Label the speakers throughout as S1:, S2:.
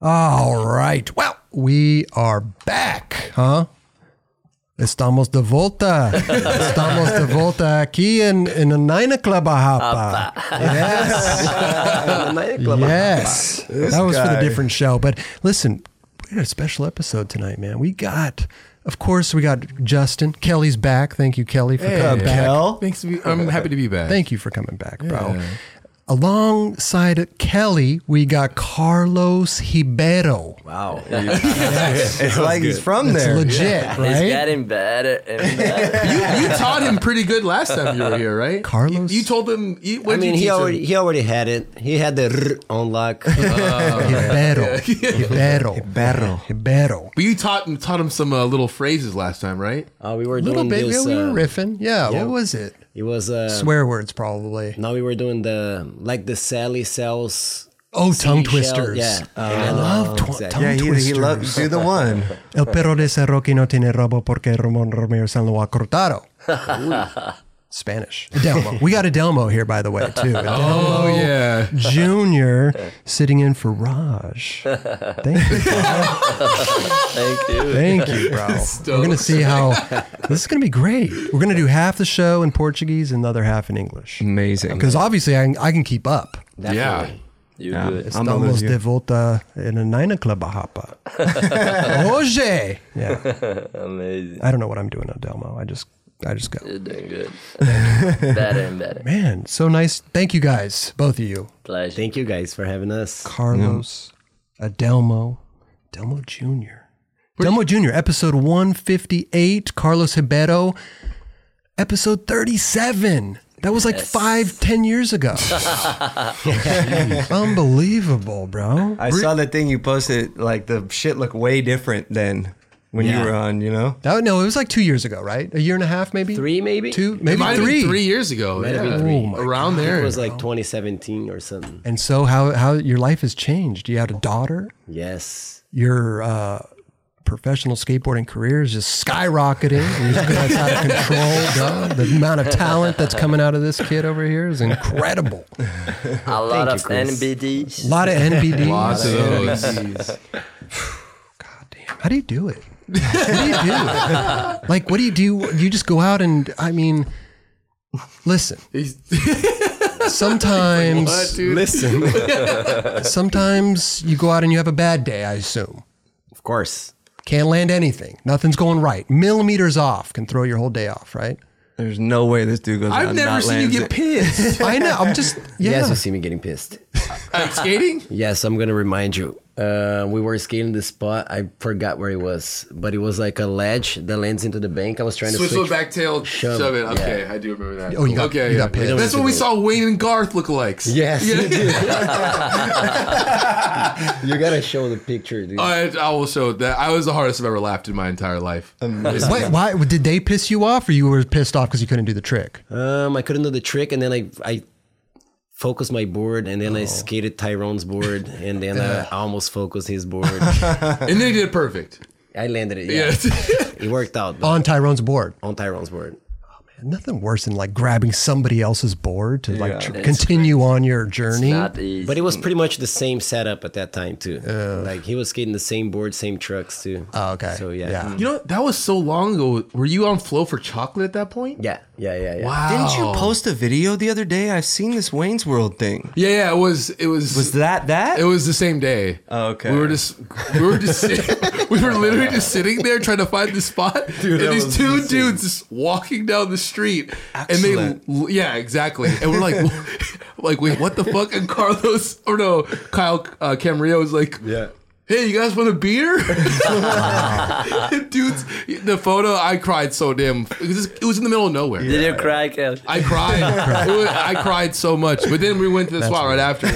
S1: All right. Well, we are back, huh? Estamos de volta. Estamos de volta aqui in, in the Nine Club Hapa. Yes. yes. that was for the
S2: guy.
S1: different show. But listen, we had a special episode tonight, man. We got, of course, we got Justin. Kelly's back. Thank you, Kelly, for coming back.
S2: Kel?
S3: Thanks. To be, I'm happy to be back.
S1: Thank you for coming back, bro. Alongside Kelly, we got Carlos Hibero.
S4: Wow.
S2: It's like he's from
S1: It's
S2: there.
S1: legit,
S4: It's
S1: right?
S4: getting better and better.
S3: you taught him pretty good last time you were here, right?
S1: Carlos?
S3: You, you told him. You,
S4: I
S3: what
S4: mean,
S3: you
S4: he
S3: teach
S4: already
S3: Him?
S4: he already had it. He had the r on lock. Uh,
S1: Hibero. Hibero. Hibero. Hibero.
S3: But you taught him taught him some uh, little phrases last time, right?
S4: Uh, we were
S1: A little
S4: doing
S1: bit.
S4: this.
S1: we were
S4: uh,
S1: riffing. Yeah,
S4: yeah.
S1: What was it?
S4: it was uh,
S1: Swear words, probably.
S4: now we were doing the like the Sally sells.
S1: Oh, tongue twisters.
S4: Yeah,
S1: I love tw-
S4: exactly.
S1: tongue
S2: Yeah, he,
S1: twisters.
S2: he loves do the one.
S1: El perro de Cerro que no tiene rabo porque Ramon Romero San lo ha cortado. Spanish. Adelmo. we got Adelmo here, by the way, too. Adelmo
S3: Oh yeah.
S1: Junior sitting in for Raj. Thank you. Bro.
S4: Thank you.
S1: Thank you, bro. We're gonna see how this is gonna be great. We're gonna do half the show in Portuguese and the other half in English.
S2: Mm-hmm. Amazing.
S1: Because obviously I, can- I can keep up.
S3: Yeah.
S4: You do it.
S2: I'm almost
S1: Estamos de volta en a nine club a hapa. Oje! Yeah.
S4: Amazing.
S1: I don't know what I'm doing, Adelmo. I just I just go.
S4: You're doing good. better and better.
S1: Man, so nice. Thank you guys, both of you.
S4: Pleasure. Thank you guys for having us.
S1: Carlos, Adelmo, Adelmo Jr. Adelmo Jr., episode 158, Carlos Hibero, episode 37. That was like five, ten years ago. Unbelievable, bro.
S2: I saw that thing you posted. Like the shit looked way different than when you were on. You know.
S1: That, no, it was like two years ago, right? A year and a half, maybe?
S4: Three maybe.
S1: Two,
S3: It
S1: maybe
S3: might have
S1: three.
S3: been three years ago.
S4: have been
S3: yeah.
S4: three. Oh
S1: my
S3: Around there.
S4: It was like 2017 or something.
S1: And so, how, how your life has changed. You had a daughter.
S4: Yes.
S1: your uh, professional skateboarding career is just skyrocketing. And you think that's out of control. duh. The amount of talent that's coming out of this kid over here is incredible. A
S4: A lot of
S2: Chris.
S4: NBDs.
S1: lot of NBD.
S3: Lots of those.
S1: Damn, how do you do it? What do you do? Like, what do you do? You just go out and, I mean, listen,
S3: He's-
S1: sometimes,
S3: what, dude?
S2: Listen.
S1: sometimes you go out and you have a bad day, I assume.
S4: Of course.
S1: Can't land anything. Nothing's going right. Millimeters off can throw your whole day off, right?
S2: There's no way this dude goes. out
S3: I've
S2: and
S3: never
S2: not
S3: seen you
S2: lands
S3: get
S2: it.
S3: pissed.
S1: I know. I'm just, yeah.
S4: Yes, you see me getting pissed.
S3: At skating?
S4: Yes, I'm gonna remind you. Uh, we were skating this spot. I forgot where it was, but it was like a ledge that lands into the bank. I was trying
S3: Switch
S4: to switch.
S3: with back tail, shove,
S4: Shove
S3: it.
S4: it,
S3: Okay, I do remember that.
S1: Oh, you got-
S3: okay,
S1: you got pissed.
S3: That's when we saw Wayne and Garth lookalikes.
S4: Yes, you,
S3: Yeah.
S4: gotta show the picture, dude.
S3: I, I will show that. I was the hardest I've ever laughed in my entire life.
S1: Wait, why did they piss you off, or you were pissed off because you couldn't do the trick?
S4: Um, I couldn't do the trick, and then I I focused my board, and then
S3: Oh.
S4: I skated Tyrone's board, and then I almost focused his board.
S3: and they did it perfect.
S4: I landed it. Yeah,
S3: Yes.
S4: it worked out but
S1: On Tyrone's board,
S4: on Tyrone's board.
S1: nothing worse than like grabbing somebody else's board to like tr- continue on your journey.
S4: But it was pretty much the same setup at that time too. like he was skating the same board, same trucks too.
S1: Oh,
S3: Uh,
S1: okay.
S4: So yeah. Yeah.
S2: Mm.
S3: you know, that was so long ago. Were you on Flow for Chocolate at that point?
S4: Yeah. Yeah. Yeah.
S3: Wow.
S2: Didn't you post a video the other day? I've seen this Wayne's World thing.
S3: Yeah, yeah, it was it was,
S2: Was that that?
S3: it was the same day.
S2: Oh, okay.
S3: We were just we were just sit- we were literally just sitting there trying to find the spot.
S2: that
S3: and
S2: was
S3: these two
S2: insane.
S3: dudes just walking down the street.
S2: Excellent.
S3: And they yeah, exactly. And we're like like wait, what the fuck? And Carlos or no, Kyle uh, Camarillo was like
S2: yeah.
S3: Hey, you guys want a beer? Dudes, the photo, I cried so damn. It was, it was in the middle of nowhere.
S4: Did you cry, Kel?
S3: I cried. It was- I cried so much. But then we went to the spot right after.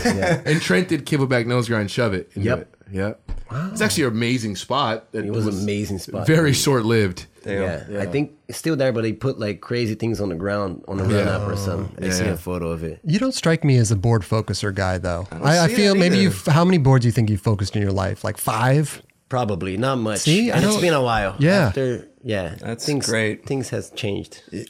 S3: And Trent did kibble back nose grind, shove it. and do
S4: Yep.
S3: It. Yep. It's actually an amazing spot. That
S4: It was an amazing spot. Oh
S3: Very short lived.
S4: Yeah. I think it's still there, but they put like crazy things on the ground on the run up or something. I see
S3: Yeah.
S4: a photo of it.
S1: You don't strike me as a board focuser guy, though. I, I,
S2: see
S1: feel
S2: that
S1: maybe you.
S2: either.
S1: have How many boards do you think you focused in your life? Like five?
S4: Probably not much.
S1: See, I
S4: and it's
S1: don't-
S4: been a while.
S1: Yeah.
S4: After Yeah,
S2: That's
S4: things,
S2: great.
S4: Things has changed.
S1: right.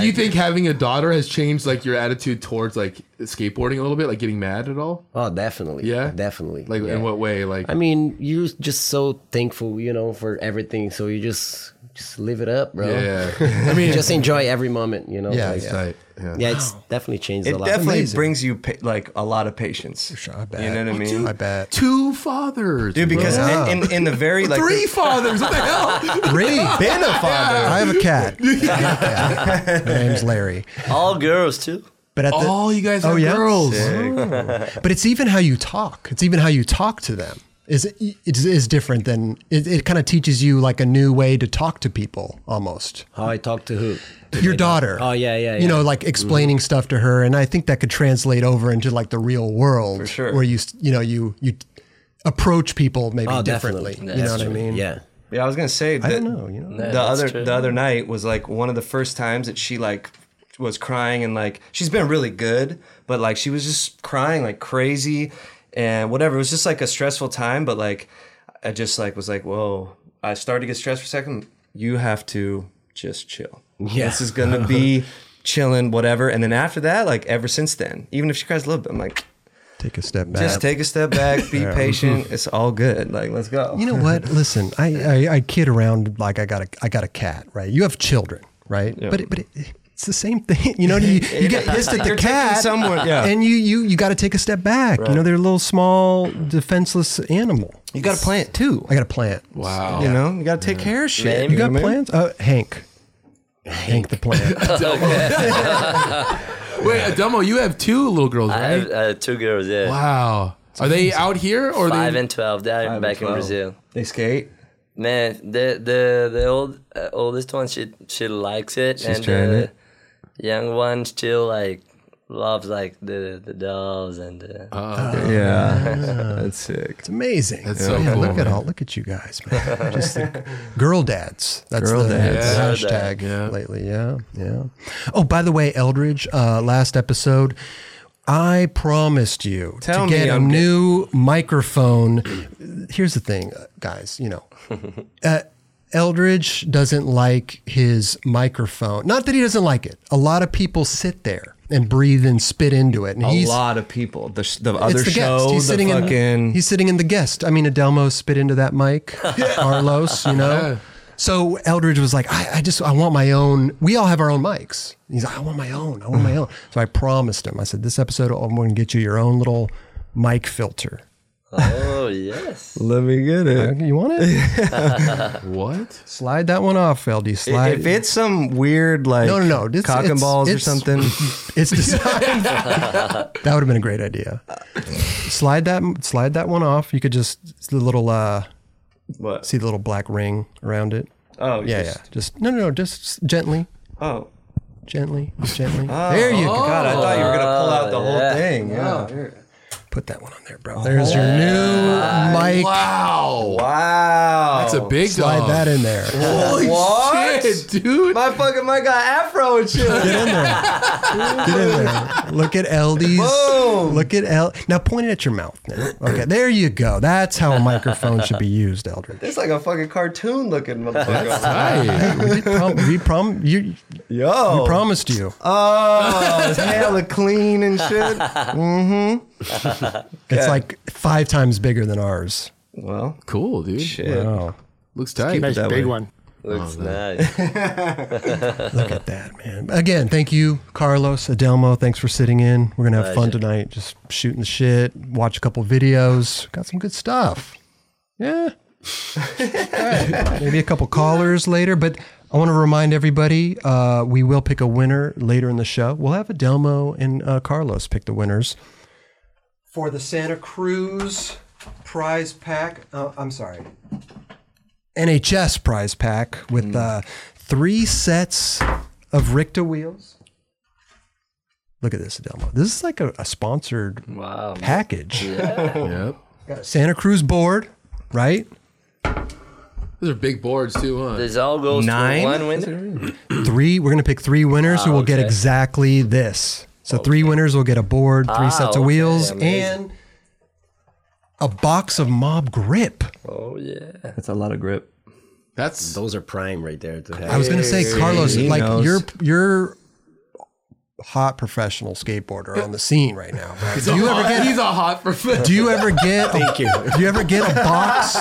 S3: Do you think having a daughter has changed like your attitude towards like skateboarding a little bit, like getting mad at all?
S4: Oh, definitely.
S3: Yeah?
S4: definitely.
S3: Like
S4: yeah.
S3: in what way? Like
S4: I mean, you're just so thankful, you know, for everything. So you just just live it up, bro.
S3: yeah, I mean,
S4: Just enjoy every moment, you know.
S1: Yeah,
S4: like,
S1: yeah.
S3: right, yeah.
S4: yeah, it's definitely changed a
S2: It
S4: lot.
S2: definitely
S1: Amazing.
S2: brings you pa- like a lot of patience.
S1: Sure, I bet.
S2: You know what I mean?
S1: I bet.
S3: Two fathers,
S2: Dude,
S3: bro.
S2: because in, in, in the very like
S3: three
S2: the-
S3: fathers. What the hell?
S1: Really?
S2: been a father.
S1: I have a cat. I have a cat. Her name's Larry.
S5: All girls too.
S1: But at the,
S3: All you guys
S1: Oh,
S3: are
S1: yeah?
S3: girls.
S1: but it's even how you talk. It's even how you talk to them. Is it is different than it, it kind of teaches you like a new way to talk to people almost.
S4: How I talk to who?
S1: Your daughter.
S4: Oh, yeah, yeah,
S1: You know,
S4: yeah. Mm-hmm.
S1: like explaining stuff to her, and I think that could translate over into like the real world,
S2: For sure.
S1: where you s- you know you you approach people maybe
S4: Oh,
S1: differently.
S4: definitely.
S1: You know
S4: That's
S1: what I
S4: true.
S1: mean?
S4: Yeah.
S2: Yeah, I was gonna say that
S1: I don't know. You know.
S5: Yeah,
S2: the
S5: that's
S2: other
S5: true.
S2: the other night was like one of the first times that she like was crying and like she's been really good, but like she was just crying like crazy and whatever. It was just like a stressful time, but like I just like was like, whoa. I started to get stressed for a second. You have to just chill.
S4: Yeah.
S2: This is gonna be chilling, whatever. And then after that, like ever since then, even if she cries a little bit, I'm like,
S1: Take a step back.
S2: just take a step back, be patient. It's all good. Like, let's go.
S1: You know what? Listen, I, I I kid around like I got a I got a cat, right? You have children, right? But it, but it, it's the same thing. You know, what I mean? you, you get pissed at the
S2: You're taking
S1: cat,
S2: someone- yeah.
S1: and you you you got to take a step back. You know, they're a little small, defenseless animal.
S2: you gotta plant too.
S1: I got a plant.
S3: Wow.
S2: You know, you gotta take care of shit.
S5: Name
S1: You got
S2: know what I mean?
S1: plants? Uh, Hank. Hank the plant.
S3: Wait, Adamo, you have two little girls,
S5: I
S3: right?
S5: have uh, two girls. Yeah,
S3: wow. Are they out here or
S5: five
S3: they?
S5: and twelve. They're
S2: and
S5: back in
S2: 12.
S5: Brazil.
S2: They skate.
S5: Man, the the the old uh, oldest one, she she likes it, and
S2: trying
S5: the
S2: it.
S5: young one still like loves like the the dolls and. The,
S2: Oh, Yeah, that's sick.
S1: It's amazing. That's
S3: so cool,
S1: Look at
S3: man.
S1: all. Look at you guys, man. Just the girl dads. That's
S2: Girl
S1: the, that's
S2: dads.
S1: the
S5: Yeah.
S1: hashtag lately. Yeah, yeah. Oh, by the way, Eldridge. Uh, last episode. I promised you
S2: Tell
S1: to get
S2: me
S1: a
S2: I'm get-
S1: new microphone. Here's the thing, uh, guys. You know, uh, Eldridge doesn't like his microphone. Not that he doesn't like it. A lot of people sit there and breathe and spit into it, and
S2: A
S1: he's
S2: lot of people. The, sh- the other show,
S1: He's
S2: the
S1: sitting
S2: fucking.
S1: in. He's sitting in the guest. I mean, Adelmo spit into that mic. Carlos, you know. So Eldridge was like, I, I just I want my own. We all have our own mics. He's like, I want my own. I want my own. So I promised him. I said, this episode, I'm going to get you your own little mic filter.
S5: oh yes.
S2: Let me get it.
S1: You want it?
S3: What?
S1: Slide that one off, LD. Slide.
S2: If it's some weird like
S1: No, no, no, it's-
S2: cock and
S1: it's-
S2: balls or
S1: it's-
S2: something,
S1: It's designed. that would have been a great idea. Slide that. Slide that one off. You could just it's the little. uh
S2: what?
S1: See the little black ring around it?
S2: Oh
S1: Yeah,
S2: just-
S1: yeah. Just no, no, no. Just gently,
S2: Oh,
S1: gently, gently.
S2: Ah.
S1: there you go.
S2: God! I thought you were gonna pull out the whole thing. Yeah.
S1: Put that one on there, bro. There's your new mic.
S3: Wow.
S2: Wow.
S3: That's a big
S1: Slide
S3: dog.
S1: that in there.
S2: Holy what?
S3: Shit, dude.
S2: My fucking mic got afro and shit.
S1: Get in there. Get in there. Look at LD's.
S2: Boom.
S1: Look at L. Now point it at your mouth. Now. Okay, there you go. That's how a microphone should be used, Eldridge.
S2: It's like a fucking cartoon looking motherfucker.
S3: Right.
S1: We prom- we prom- you,
S2: Yo.
S1: we promised you.
S2: Oh, it's hella clean and shit.
S1: It's like five times bigger than ours.
S2: Well,
S3: Cool, dude.
S2: shit.
S1: Oh,
S3: Looks tight. Oh,
S6: Nice
S2: that
S6: big
S2: way.
S6: one.
S5: Looks nice.
S1: Look at that, man. Again, thank you, Carlos, Adelmo. Thanks for sitting in. We're going to have fun
S5: Pleasure.
S1: tonight, just shooting the shit, watch a couple videos. Got some good stuff. Yeah. Alright, Maybe a couple callers later, but I want to remind everybody uh, we will pick a winner later in the show. We'll have Adelmo and uh, Carlos pick the winners. For the Santa Cruz prize pack, uh, I'm sorry, NHS prize pack with
S5: Hmm.
S1: uh, three sets of Richta wheels. Look at this, Adelmo. This is like a, a sponsored
S5: Wow.
S1: package.
S3: Yep.
S1: Got a Santa Cruz board, right?
S3: Those are big boards too, huh?
S5: This all goes
S2: Nine?
S5: to one winner.
S1: Three. We're gonna pick three winners who will get
S5: Ah, okay.
S1: exactly this. So three winners will get a board, three
S5: Ah,
S1: sets of
S5: okay,
S1: wheels,
S5: amazing.
S1: and a box of Mob Grip.
S5: Oh yeah.
S2: That's a lot of grip.
S3: That's
S4: Those are prime right there. To have.
S1: I was gonna say, Carlos,
S2: he
S1: like
S2: knows.
S1: you're you're hot professional skateboarder on the scene right now. Right? Do you
S3: hot,
S1: ever get
S3: he's a hot professional.
S1: do you ever get Thank you. do you ever get a box?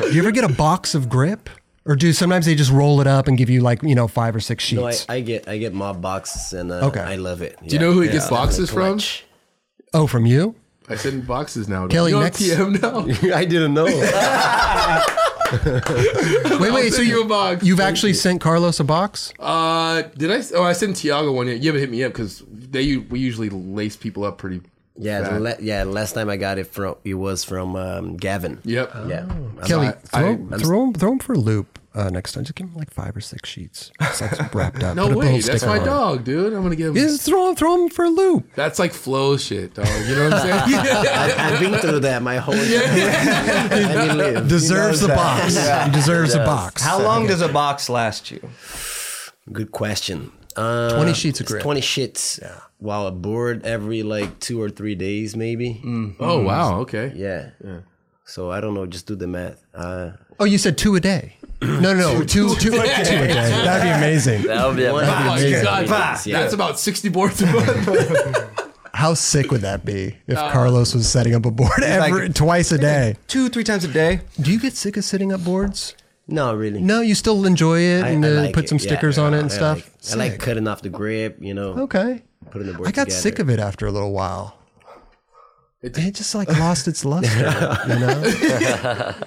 S1: Do you ever get a box of grip? Or do sometimes they just roll it up and give you like, you know, five or six sheets?
S4: No, I, I get I get mob boxes and uh,
S1: Okay.
S4: I love it.
S3: Do you know who he gets boxes from?
S1: oh, from you?
S3: I send in boxes now.
S1: Kelly,
S3: you know
S1: next-
S3: TM now.
S4: I didn't know.
S1: Wait, wait, so
S3: send you
S1: you
S3: a box.
S1: you've actually sent Carlos a box?
S3: Uh, did I? Oh, I sent Tiago one. You haven't hit me up because they u- we usually lace people up pretty.
S4: yeah, the
S3: fat.
S4: le- yeah. Last time I got it from it was from um, Gavin.
S3: Yep.
S4: Yeah.
S1: Oh. Kelly,
S3: I-
S1: throw,
S3: I-
S1: him throw, him, throw him for a loop uh, next time. Just give him like five or six sheets. It's like wrapped up.
S3: No
S1: Put a
S3: way.
S1: bold
S3: That's
S1: sticker
S3: my
S1: on it.
S3: dog, dude. I'm gonna give him.
S1: Just throw, him- throw him for a loop.
S3: That's like flow shit, dog. You know what I'm saying?
S4: I've been through that my whole. I mean, live.
S1: Deserves the box. He deserves a box.
S2: How long does a box last you?
S4: Good question. Uh,
S1: 20 sheets of
S4: it's
S1: grip.
S4: 20 shits. Yeah. While aboard every like two or three days, maybe.
S1: Mm.
S3: oh wow. Okay.
S4: Yeah. So I don't know. Just do the math. Uh,
S1: Oh, you said two a day. No, no, no, two, two, two a day. That'd be amazing.
S5: That would be a
S4: Wow.
S3: Oh, my
S4: Amazing.
S3: God.
S4: Bah. Yeah.
S3: That's about 60 boards a month.
S1: How sick would that be if
S4: Uh,
S1: Carlos was setting up a board every,
S2: like-
S1: twice a day?
S2: Two, three times a day.
S1: Do you get sick of sitting up boards?
S4: no, really.
S1: No, you still enjoy it
S4: I-
S1: and
S4: I
S1: uh,
S4: like
S1: put
S4: it.
S1: some
S4: Yeah,
S1: stickers on it and
S4: I
S1: stuff.
S4: Like, I like
S1: Sick.
S4: cutting off the grip. You know.
S1: Okay.
S4: Putting the board
S1: I got
S4: together.
S1: sick of it after a little while. It, just like lost its luster, you know.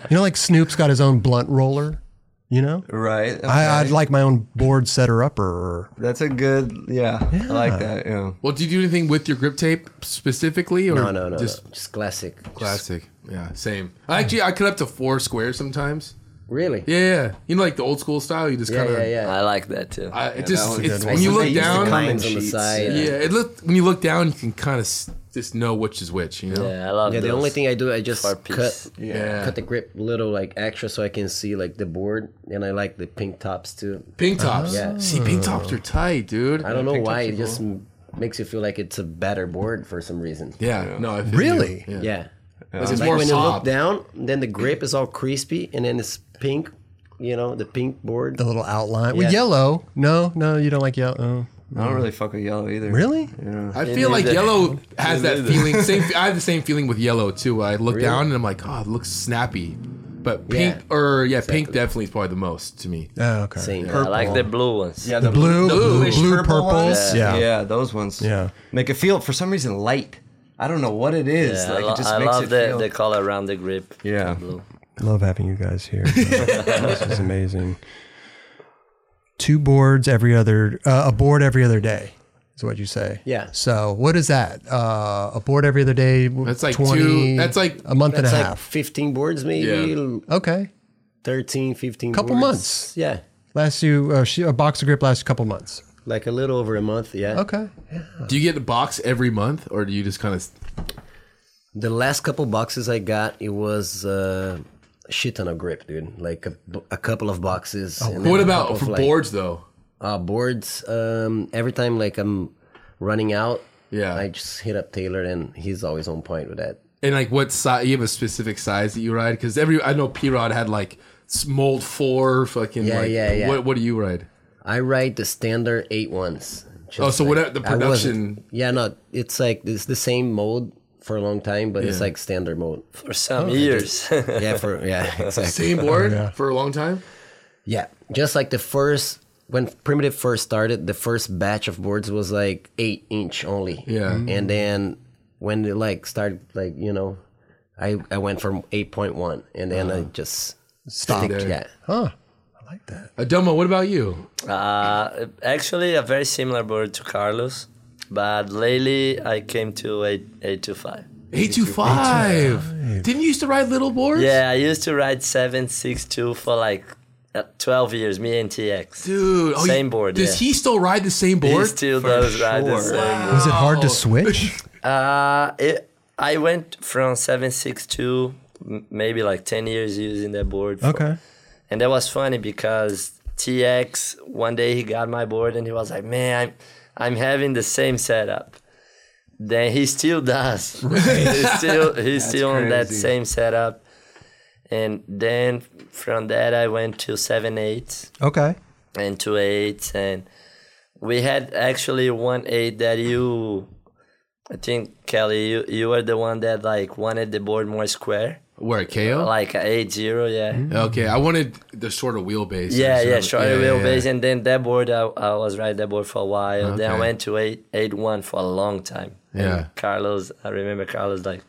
S1: you know, like Snoop's got his own blunt roller. You know,
S2: Right.
S1: I, I'd
S2: okay.
S1: like my own board setter upper. Or,
S2: That's a good. Yeah, I like that. Yeah.
S3: well, do you do anything with your grip tape specifically, or
S4: No, no, no.
S3: just
S4: Just, no. just classic. Just-
S3: classic? Yeah, same. I actually I cut up to four squares sometimes.
S4: really?
S3: Yeah, yeah. You know, like the old school style. You just
S4: Yeah,
S3: kind of.
S4: yeah, yeah.
S5: I like that too.
S3: I, it
S2: that
S3: just
S2: one's a
S3: it's,
S2: good
S3: when
S2: one.
S3: you
S2: They
S3: look
S2: used to
S3: down.
S2: come-
S4: Lines on the
S2: sheets,
S4: side.
S3: Yeah, it look when you look down, you can kind of just know which is which. You know.
S5: yeah, I love
S4: Yeah, the
S5: those.
S4: only thing I do, I just
S5: Four
S4: cut,
S5: piece.
S3: Yeah.
S4: cut the grip little like extra so I can see like the board, and I like the pink tops too.
S3: Pink tops.
S4: Yeah.
S3: See, pink tops are tight, dude.
S4: I don't know
S3: Pink tops
S4: why
S3: are
S4: it
S3: cool.
S4: just m- makes you feel like it's a better board for some reason.
S3: Yeah. No. I feel you.
S1: Really?
S3: Yeah.
S4: Yeah, It's
S3: It's just
S4: like
S3: more
S4: when you look
S3: soft.
S4: down, then the grip is all crispy, and then it's pink. You know, the pink board.
S1: the little outline. Well,
S4: Yeah.
S1: yellow. No, no, you don't like yellow. Oh.
S2: I don't really fuck with yellow either.
S1: Really?
S3: I feel like
S5: neither.
S3: yellow has that feeling. Same. I have the same feeling with yellow too. I look down and I'm like, oh, it looks snappy. But pink
S4: Yeah.
S3: or yeah, pink definitely is probably the most to me.
S1: Oh, okay.
S4: Same.
S5: I like the blue ones.
S2: Yeah,
S1: The blue, blue,
S3: bluish
S1: blue
S3: purple
S1: purples.
S5: ones?
S1: Yeah.
S2: Yeah. those ones.
S1: Yeah.
S2: Make it feel for some reason light. I don't know what it is.
S5: Yeah, I,
S2: like
S5: lo-
S2: it just
S5: I
S2: makes
S5: love
S2: it
S5: the,
S2: feel.
S5: the color around the grip.
S2: Yeah.
S5: the blue.
S1: Love having you guys here. this is amazing. Two boards every other, uh, a board every other day is what you say.
S4: Yeah.
S1: So what is that? Uh, a board every other day.
S3: That's like two- that's like-
S1: a month and
S4: That's
S1: a
S4: like
S1: half.
S4: 15 boards, maybe
S3: Yeah.
S1: Okay.
S4: 13, 15.
S1: Couple
S4: boards.
S1: months.
S4: Yeah,
S1: Lasts you uh, she, a box of grip lasts a couple months.
S4: like a little over a month. Yeah.
S1: Okay.
S3: Do you get the box every month, or do you just kind of?
S4: The last couple boxes I got, it was uh, shit ton of grip, dude. Like a, a couple of boxes. and then
S3: Oh, What
S4: a
S3: about
S4: couple
S3: for
S4: of, like,
S3: boards though?
S4: Uh, boards. Um, every time like I'm running out,
S3: Yeah.
S4: I just hit up Taylor, and he's always on point with that.
S3: And like, what size? You have a specific size that you ride? Because every I know P Rod had like s- mold four fucking.
S4: Yeah,
S3: like,
S4: yeah, yeah.
S3: What What do you ride?
S4: I write the standard eight ones.
S3: Oh, so
S4: what
S3: whatever the production.
S4: yeah, no, it's like it's the same mode for a long time, but it's
S3: Yeah.
S4: like standard mode.
S5: For some
S2: Oh,
S5: years,
S4: Yeah, for yeah, exactly.
S3: Same board for a long time.
S4: Yeah, just like the first when primitive first started, the first batch of boards was like eight inch only.
S3: Yeah. Mhm.
S4: and then when it like started, like you know, I I went from eight point one, and then I just
S1: Stop.
S4: stick-
S3: there.
S4: yeah.
S1: Huh. I like that.
S3: Adomo, Uh, what about you?
S5: uh, actually, a very similar board to Carlos, but lately I came to eight eight two five.
S3: Eight two five. Didn't you used to ride little boards?
S5: Yeah, I used to ride seven six two for like uh, twelve years. Me and TX,
S3: Dude, oh,
S5: same
S3: you-
S5: board.
S3: Does
S5: yeah.
S3: he still ride the same
S5: He
S3: board?
S5: still does ride the
S2: sure.
S5: same
S3: Oh.
S5: board.
S1: Was it hard to switch?
S5: Uh, it, I went from 762, m- maybe like 10 years using that board. for-
S1: Okay.
S5: And that was funny because TX, one day he got my board and he was like, man, I'm, I'm having the same setup. Then he still does. he's still, he's still on that
S2: crazy.
S5: same setup. and then from that I went to seven eights
S1: Okay.
S5: and two eights and we had actually one eight that you I think Kelly you you were the one that like wanted the board more square
S3: Where KO?
S5: like a eight zero yeah
S3: okay, I wanted the shorter wheelbase.
S5: yeah
S3: So-
S5: yeah shorter
S3: yeah, yeah,
S5: wheelbase
S3: yeah.
S5: and then that board I, I was riding that board for a while then I
S3: Okay.
S5: went to eight eight one for a long time And
S3: Yeah.
S5: Carlos I remember Carlos like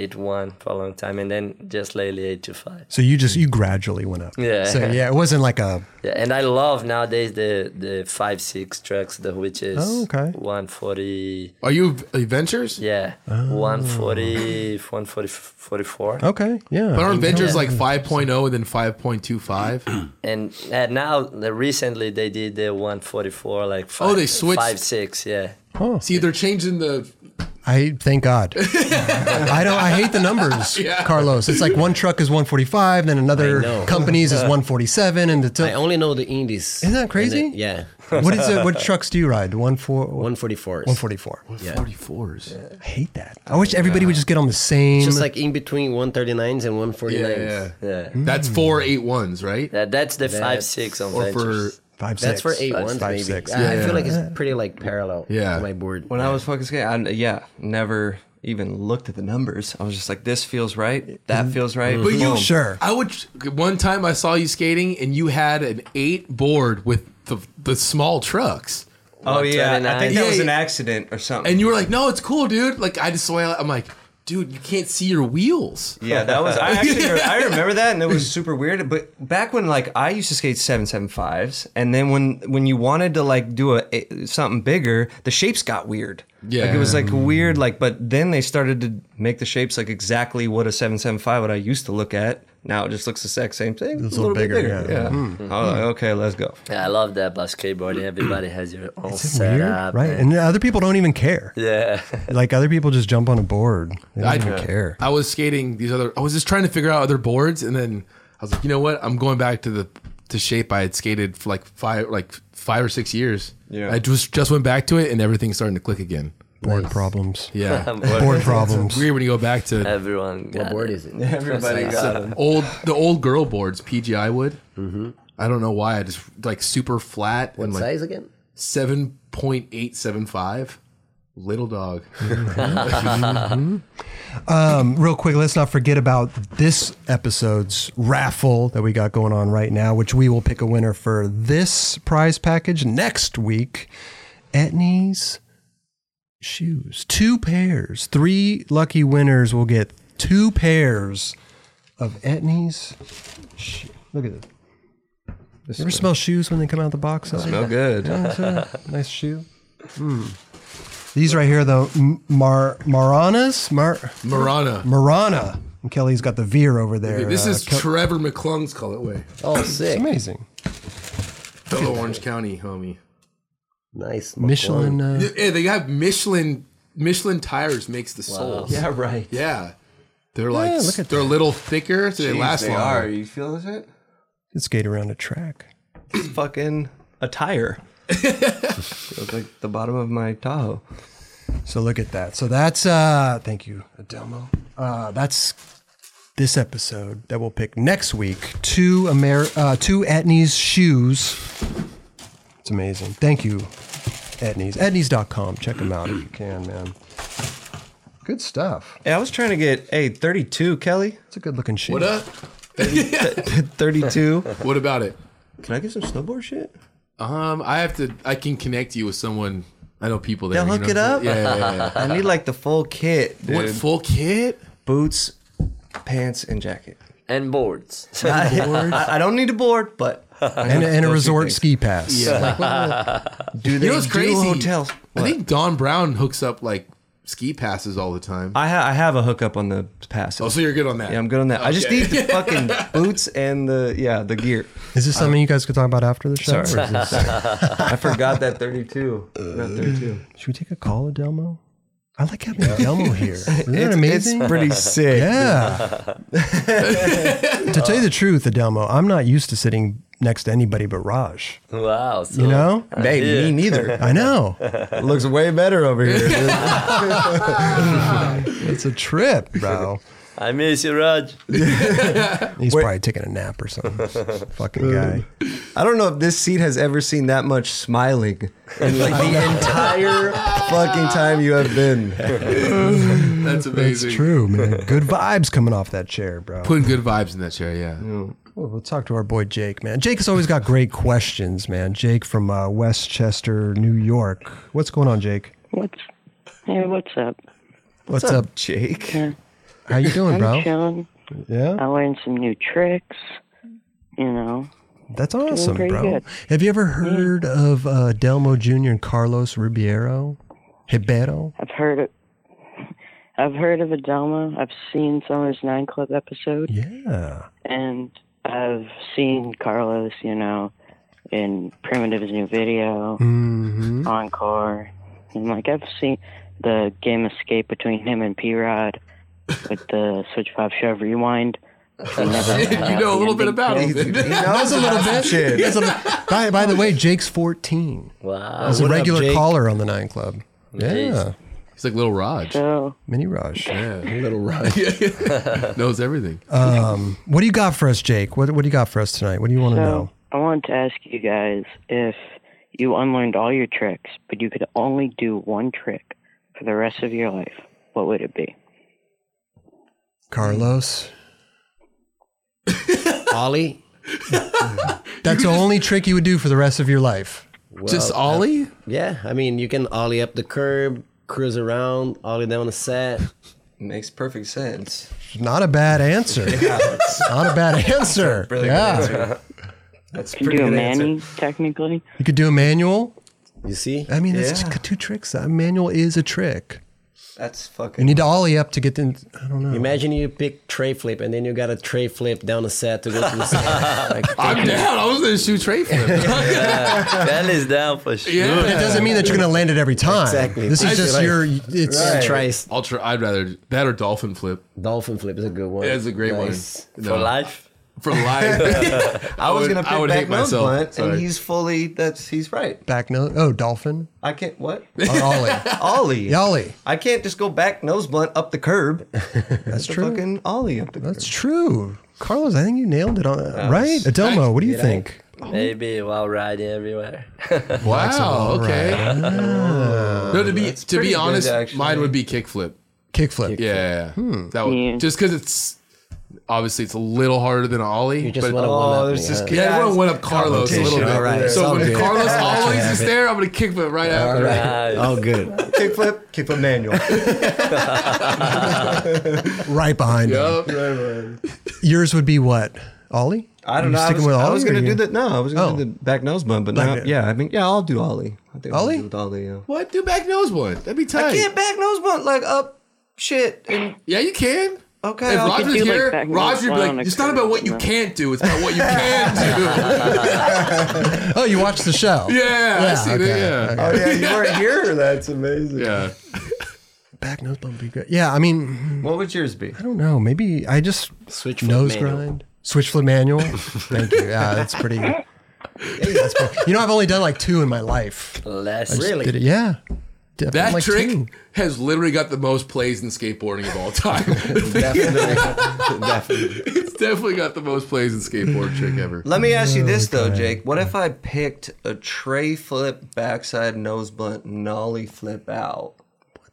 S5: eight one for a long time and then just lately eight two five
S1: So you just you gradually went up.
S5: Yeah.
S1: So yeah, it wasn't like a
S5: Yeah, and I love nowadays the the five six trucks, the which is
S1: Oh, okay.
S5: one forty.
S3: Are you adventures?
S5: Yeah,
S3: Oh.
S5: one forty, one forty forty four.
S1: okay. Yeah.
S3: But aren't ventures like 5.0 and then 5.25?
S5: And and now the, recently they did the one forty four, like five,
S3: Oh, they switched.
S5: five six. Yeah,
S3: See, they're changing the.
S1: I thank God. I don't. I hate the numbers, Carlos. It's like one truck is 145, then
S4: I
S1: another
S4: know.
S1: company's is 147, and it's
S4: I only know the indies.
S1: Isn't that
S4: And
S1: crazy?
S4: the- yeah,
S1: what is it? What trucks do you ride? One four.
S4: one forty four.
S1: 144.
S4: Yeah.
S3: 44s.
S1: I hate that. I wish everybody would just get on the same.
S4: Just like in between one thirty nines and one forty
S3: Yeah,
S4: nines.
S3: yeah. Mm-hmm.
S5: yeah.
S3: That's four eight ones, right?
S5: That, that's the five six on
S3: or for
S5: ventures.
S1: five
S4: That's
S1: six.
S4: for eight ones,
S1: five,
S4: maybe.
S1: six.
S4: I- I feel like it's pretty like parallel.
S3: Yeah.
S4: to my board.
S2: When I was fucking skating, I, yeah, never even looked at the numbers. I was just like, this feels right, that feels right.
S3: But you
S2: boom.
S1: Sure.
S3: I would. One time I saw you skating, and you had an eight board with the the small trucks,
S2: Oh yeah, I
S5: 129.
S2: think that was
S3: Yeah,
S2: an
S3: yeah.
S2: accident or something.
S3: and you were like, "No, it's cool, dude." Like I just swear, I'm like, "Dude, you can't see your wheels."
S2: yeah, that was. I actually I remember that, and it was super weird. But back when like I used to skate seven seven fives, and then when when you wanted to like do a, a- something bigger, the shapes got weird. like it was like weird. Like, but then they started to make the shapes like exactly what a seven seven five what I used to look at. Now it just looks the exact same thing. It's
S1: a little bigger, yeah. Mm-hmm.
S2: Yeah. I was like, okay, let's go.
S5: Yeah, I love that about skateboarding. Everybody has your own
S1: Weird,
S5: setup,
S1: right?
S5: and-
S1: And other people don't even care.
S5: yeah,
S1: Like other people just jump on a board. They don't
S3: I-
S1: even care.
S3: I was skating these other. I was just trying to figure out other boards, and then I was like, "You know what? I'm going back to the to shape I had skated for like five like five or six years."
S2: Yeah.
S3: I just just went back to it, and everything's starting to click again.
S1: Board problems.
S3: Yeah,
S1: Board problems.
S3: weird when you go back to
S5: Everyone.
S4: What
S5: got
S4: board
S5: it.
S4: is it?
S2: Everybody got it.
S3: old the old girl boards PGI wood.
S1: Mm-hmm.
S3: I don't know why I just like super flat and like
S4: Size again?
S3: seven point eight seven five. Little dog.
S1: Mm-hmm. real quick, let's not forget about this episode's raffle that we got going on right now, which we will pick a winner for this prize package next week. Etnies shoes, two pairs. Three lucky winners will get two pairs of Etnies. shoe- Look at this. you ever smell shoes when they come out the box?
S2: Smell good. Hmm.
S1: That's it. nice shoe. Mm. These right here, though, M- Mar Maranas, Mar.
S3: Marana.
S1: Marana. And Kelly's got the veer over there.
S3: This
S1: Uh,
S3: is
S1: Ke-
S3: Trevor McClung's colorway.
S4: Oh,
S1: it's
S4: sick.
S1: amazing.
S3: The Orange County homie.
S4: Nice.
S1: Michelin. Uh,
S3: Yeah, they have Michelin Michelin tires makes the soles. Yeah.
S2: right.
S3: They're like
S1: Yeah, look at
S3: they're a little thicker, so they last
S2: they
S3: longer.
S2: are. You feel this shit?
S1: let's skate around a track.
S2: fucking attire. Feels like the bottom of my Tahoe.
S1: So look at that. So that's uh thank you, Adelmo. Uh that's this episode that we'll pick next week. Two Amer uh two Etnies shoes. It's amazing. Thank you, Etnies. Etnies.com. Check them out if you can, man. Good stuff.
S2: Yeah, I was trying to get a 32, Kelly.
S1: It's a good looking shoe.
S3: What up?
S2: 32.
S3: What about it?
S2: Can I get some snowboard shit?
S3: Um, I have to. I can connect you with someone. I know people there.
S2: They'll
S3: you
S2: hook
S3: know
S2: it
S3: what I'm
S2: up?
S3: saying? Yeah, yeah, yeah.
S2: I need like the full kit, dude.
S3: What full kit?
S2: Boots, pants, and jacket.
S5: And boards.
S2: I, I don't need a board, but I
S1: And,
S2: need
S1: and a
S2: those two
S1: resort
S2: things.
S1: ski pass.
S2: Do they
S3: You know what's
S2: do
S3: crazy?
S2: hotels?
S3: I
S2: What?
S3: think Don Brown hooks up like ski passes all the time.
S2: I, ha- I have a hookup on the pass.
S3: oh, so you're good on that.
S2: yeah, I'm good on that. I just
S3: Okay.
S2: need the fucking boots and the yeah the gear.
S1: Is this something you guys could talk about after the show? or
S2: Sorry.
S1: is this-
S2: I forgot that 32. Not 32.
S1: Should we take a call, Adelmo? I like having Adelmo here. Isn't that amazing?
S2: pretty sick.
S1: yeah. to tell you the truth, Adelmo, I'm not used to sitting next to anybody but Raj.
S5: wow. So
S1: You know?
S2: Babe,
S5: Yeah.
S2: me neither.
S1: I know.
S2: Looks way better over here.
S1: It's a trip, bro.
S5: I miss you, Raj.
S1: He's probably taking a nap or something. Fucking guy.
S2: I don't know if this seat has ever seen that much smiling in like the entire fucking time you have been.
S1: It's
S3: That's amazing.
S1: true, man. Good vibes coming off that chair, bro.
S3: Putting good vibes in that chair, yeah.
S1: Well, we'll talk to our boy Jake, man. Jake has always got great questions, man. Jake from uh, Westchester, New York. What's going on, Jake?
S6: What's hey, what's up?
S1: What's, up?
S2: Jake?
S1: How you doing,
S6: I'm
S1: bro?
S6: chilling.
S1: Yeah,
S6: I learned some new tricks. You know,
S1: that's awesome,
S6: pretty
S1: bro.
S6: good.
S1: Have you ever heard of uh, Delmo Jr. and Carlos Ribeiro? Ribeiro?
S6: I've heard of I've heard of Adelmo. I've seen some of his Nine Club episode,
S1: Yeah,
S6: and I've seen Carlos. You know, in Primitive's new video,
S3: Mm-hmm.
S6: Encore. And like I've seen the game escape between him and P Rod with the Switch Five Shove Rewind. You
S3: You know a little bit about
S2: He, he
S3: it.
S2: knows a little bit.
S1: He has a- by, by the way, Jake's fourteen.
S5: Wow.
S1: He's a
S4: what up,
S1: regular
S4: Jake?
S1: caller on the Nine Club. Yeah,
S5: Nice.
S3: He's like little Raj.
S6: So
S1: Mini Raj.
S3: Yeah, little Raj. Yeah, yeah. Knows everything.
S1: What do you got for us, Jake? What What do you got for us tonight? What do you want to know?
S6: So I wanted to ask you guys if you unlearned all your tricks, but you could only do one trick for the rest of your life, what would it be?
S1: Carlos.
S4: Ollie?
S1: That's the only trick you would do for the rest of your life.
S3: Just Ollie?
S4: Yeah, I mean, you can Ollie up the curb, cruise around, Ollie down the set.
S2: Makes perfect sense.
S1: Not a bad answer. Not a bad answer.
S2: Really
S1: yeah.
S2: good answer. That's
S6: Can you
S2: pretty
S6: do a
S2: good answer.
S6: Manny, technically?
S1: You could do a manual.
S4: You see?
S1: I mean, that's
S2: Yeah.
S1: just two tricks. A manual is a trick.
S2: That's
S1: You
S2: fucking.
S1: need to ollie up to get in. I don't know.
S4: Imagine you pick tray flip and then you got a tray flip down the set to go to the set. Like,
S3: I'm down. I was going to shoot Trey for him.
S5: That is down for sure.
S1: But it doesn't mean that you're going to land it every time.
S4: Exactly.
S1: This is
S4: Right.
S1: just
S4: Right.
S1: your. It's
S4: try
S3: I'll try. I'd rather that or dolphin flip.
S4: dolphin flip is a good one.
S3: That's a great
S4: Nice.
S3: one.
S5: For
S3: No.
S5: life.
S3: For life.
S2: I was
S3: would-
S2: gonna
S3: I
S2: pick
S3: would
S2: back
S3: hate myself.
S2: Blunt, and
S3: Sorry.
S2: he's fully. That's he's right.
S1: back nose. Oh, dolphin.
S2: I can't. What?
S1: Or ollie.
S2: Ollie.
S1: The ollie.
S2: I can't just go back nose blunt up the curb. That's
S1: true.
S2: Fucking ollie up the curb.
S1: That's true. Carlos, I think you nailed it on right. Adelmo, what do you think?
S5: Maybe while riding everywhere.
S3: wow. Okay. No, to be to
S2: pretty
S3: be
S2: good,
S3: honest,
S2: actually.
S3: mine would be kickflip.
S1: Kickflip.
S3: Yeah, yeah, yeah. that would
S6: Yeah.
S3: just because it's obviously it's a little harder than ollie.
S4: You just
S3: but-
S4: want to
S2: Oh,
S4: one up
S2: there's
S4: me,
S2: just
S4: huh?
S2: kidding.
S3: yeah, everyone went up Carlos a little bit.
S4: All right, it's
S3: so
S4: all
S3: when
S4: good.
S3: Carlos always is there, I'm gonna kickflip right after.
S5: Nice.
S4: Oh, good.
S2: Kickflip, kickflip manual.
S1: Right behind him.
S3: Yup.
S1: Yours would be what? Ollie?
S2: I
S1: You
S2: don't know. I
S1: sticking
S2: was,
S1: with
S2: I
S1: Ollie
S2: was
S1: or
S2: gonna
S1: you-
S2: do the no. I was gonna
S1: Oh.
S2: do the back nose bun, but
S1: Back
S2: now,
S1: nose.
S2: yeah, I mean, yeah, I'll do ollie. I think
S1: Ollie?
S2: I'll do with ollie. Yeah.
S3: What? Do back nose one? That'd be tight.
S2: I can't back nose blunt like up shit. And
S3: Yeah, you can.
S2: okay,
S3: If
S2: I'll-
S3: Roger's
S6: do, like,
S3: here,
S6: back nose
S3: Roger would
S6: one
S3: be
S6: on a
S3: like, "It's not
S6: curve,
S3: about what you
S6: no."
S3: can't do; it's about what you can do."
S1: Oh, you watched the show.
S3: Yeah, I see
S1: okay,
S3: that. Yeah,
S1: okay.
S2: oh yeah, you weren't here. That's amazing.
S3: yeah.
S1: Back nose bump would be good. Yeah, I mean,
S2: What would yours be?
S1: I don't know. Maybe I just
S4: Switch flip
S1: nose
S4: manual.
S1: grind. Switch flip manual. Thank you. Yeah, that's pretty. yeah, that's pretty- You know, I've only done like two in my life.
S5: Less.
S1: Did it- yeah. Definitely
S3: That
S1: like
S3: trick
S1: two.
S3: has literally got the most plays in skateboarding of all time. definitely, it's definitely got the most plays in skateboard trick ever.
S2: Let me ask you this though, Jake. What if I picked a tray flip backside nose blunt nollie flip out?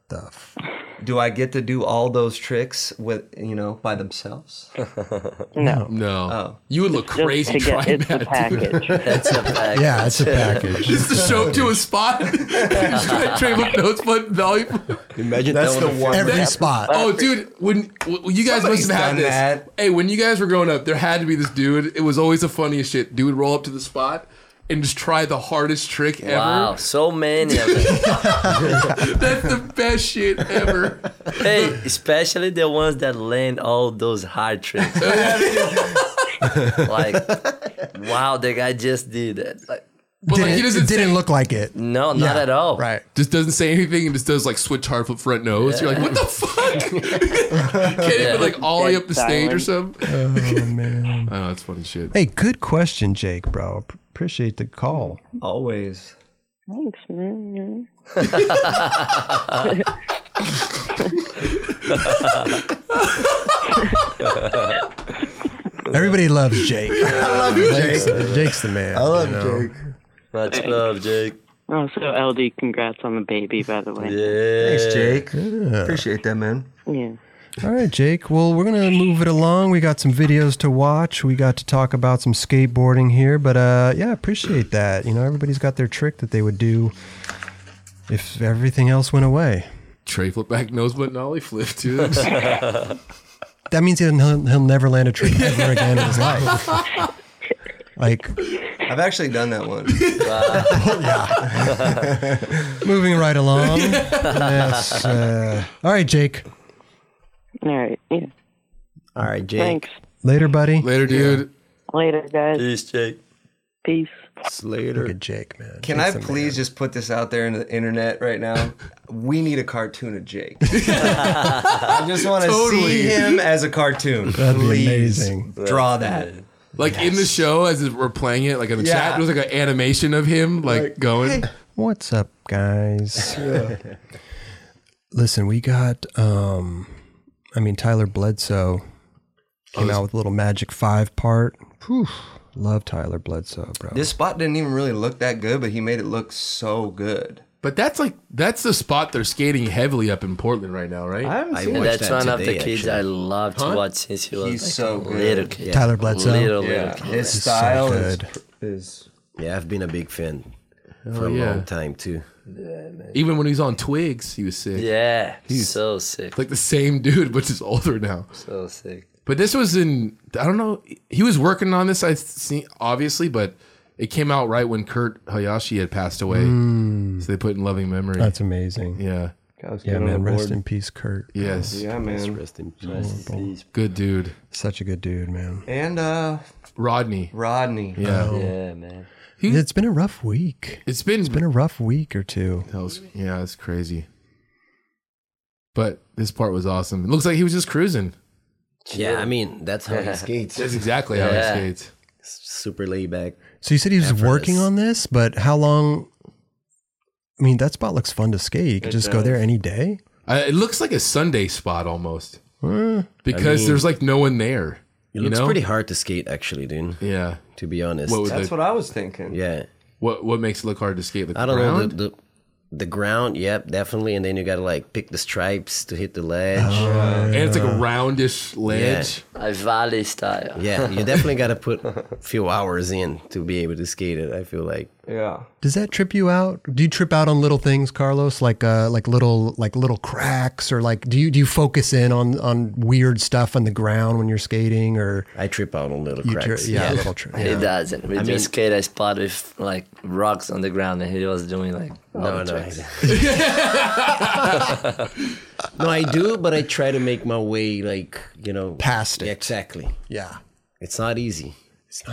S1: The f-
S2: Do I get to do all those tricks with you know by themselves?
S3: No, you would look
S6: Just
S3: crazy
S6: to get,
S3: trying
S6: it's a
S3: that.
S6: package.
S5: It's a fact.
S1: Yeah, it's a package.
S3: Just to show up to a spot, just try to trade with nose button value.
S4: Imagine
S2: That's
S4: that
S2: the
S4: one.
S2: one.
S1: Every spot.
S3: Oh, dude, when well, you guys
S2: Somebody's
S3: must have
S2: done
S3: had this.
S2: that.
S3: Hey, when you guys were growing up, there had to be this dude. It was always the funniest shit. Dude would roll up to the spot and just try the hardest trick ever.
S5: Wow, so many of them.
S3: That's the best shit ever.
S5: hey, especially the ones that land all those hard tricks. like, wow, the guy just did it. Like,
S3: But like,
S1: Didn't,
S3: he doesn't
S1: it didn't
S3: say-
S1: look like it.
S5: no, not at all.
S1: Right.
S3: just doesn't say anything and just does like switch hard flip front nose. You're like, what the fuck? Can't even like ollie up the stage or something.
S1: Oh, man.
S3: I know that's funny shit.
S1: Hey, good question, Jake, bro. P- Appreciate the call.
S2: Always.
S6: Thanks, man.
S1: Everybody loves Jake. I love you, Jake. Jake's the man. I love Jake.
S5: Much love, Jake.
S6: Also, LD, congrats on the baby, by the way.
S5: Yeah.
S2: Thanks, Jake. Appreciate that, man.
S6: Yeah.
S1: All right, Jake. Well, we're gonna move it along. We got some videos to watch. We got to talk about some skateboarding here, but uh, yeah, appreciate that. You know, everybody's got their trick that they would do if everything else went away.
S3: Tray flip back nose but nollie flip, dude.
S1: That means he'll, he'll he'll never land a trick ever again in his life. Like,
S2: I've actually done that one.
S1: moving right along. Yes. Uh, all right, Jake.
S6: All right. Yeah.
S4: All right, Jake.
S6: Thanks.
S1: Later, buddy.
S3: Later, dude.
S6: Later, guys.
S5: Peace, Jake.
S6: Peace.
S1: Look
S4: Slater.
S1: at Jake, man.
S2: Can I please just put this out there in the internet right now? We need a cartoon of Jake. I just want to
S3: Totally.
S2: see him as a cartoon.
S1: That'd be
S2: please
S1: amazing.
S2: draw that.
S3: Like in the show as we're playing it, like in the
S2: Yeah.
S3: chat, there was like an animation of him like, going.
S1: What's up, guys? Listen, we got. um I mean, Tyler
S3: Oh,
S1: Bledsoe came out with a little Magic Five part. Whew, love Tyler Bledsoe, bro.
S2: This spot didn't even really look that good, but he made it look so good.
S3: But that's like that's the spot they're skating heavily up in Portland right now, right?
S4: I
S5: And
S4: watched
S5: that's
S4: that
S5: one of the
S4: today,
S5: kids
S4: actually.
S5: I love to
S3: Huh?
S5: watch since he was
S2: He's
S5: like
S2: so
S5: a
S2: good.
S5: little kid.
S1: Tyler Bledsoe?
S5: Little,
S2: Yeah,
S5: little kid.
S2: his
S1: so
S2: style
S1: good.
S2: is, is
S4: Yeah, I've been a big fan for a
S3: yeah.
S4: long time too.
S3: Even when he was on Twigs, he was sick.
S5: Yeah. so sick.
S3: Like the same dude, but just older now.
S5: So sick.
S3: But this was in I don't know. He was working on this, I see, obviously, but it came out right when Kurt Hayashi had passed away. So they put in loving memory.
S1: Hmm. That's amazing.
S3: yeah,
S1: Yeah, man. Rest in peace, Kurt.
S3: yes,
S2: yeah, man.
S4: Rest in peace.
S3: good dude,
S1: Such a good dude, man.
S2: And uh,
S3: Rodney.
S2: Rodney.
S3: Yeah,
S5: Yeah, man.
S1: It's been a rough week.
S3: it's
S1: Oh.
S3: been,
S1: It's been a rough week or two.
S3: that was- yeah, it's crazy. But this part was awesome. It looks like he was just cruising.
S4: Yeah, I mean that's how he skates.
S3: That's exactly how
S5: Yeah.
S3: he skates.
S4: Super laid back.
S1: So you said he was
S4: Effortless.
S1: working on this, but how long? I mean, that spot looks fun to skate. You could
S2: It
S1: just go
S2: does.
S1: there any day.
S3: Uh, it looks like a Sunday spot almost
S1: Huh?
S3: because
S4: mean-
S3: there's like no one there.
S4: It
S3: you
S4: looks
S3: know?
S4: pretty hard to skate actually, dude.
S3: Yeah.
S4: To be honest.
S3: What was
S2: That's
S3: the,
S2: what I was thinking.
S4: yeah.
S3: what what makes it look hard to skate? The
S4: I don't know
S3: ground?
S4: the, the the ground, yep, definitely. And then you gotta like pick the stripes to hit the ledge.
S1: Oh.
S3: and it's like a roundish ledge.
S5: A valley style.
S4: Yeah, you definitely gotta put a few hours in to be able to skate it. I feel like
S2: Yeah.
S1: Does that trip you out? Do you trip out on little things, Carlos? Like uh, like little like little cracks, or like do you do you focus in on on weird stuff on the ground when you're skating, or
S4: I trip out on little
S1: you
S4: cracks.
S1: tri- yeah, little trip.
S5: He doesn't. We
S4: mean-
S5: just skate a spot with like rocks on the ground, and he was doing like
S1: Oh,
S4: No, no.
S5: no,
S4: no, I do, but I try to make my way, like you know,
S1: Past it.
S4: Yeah, exactly.
S1: Yeah.
S4: It's not easy.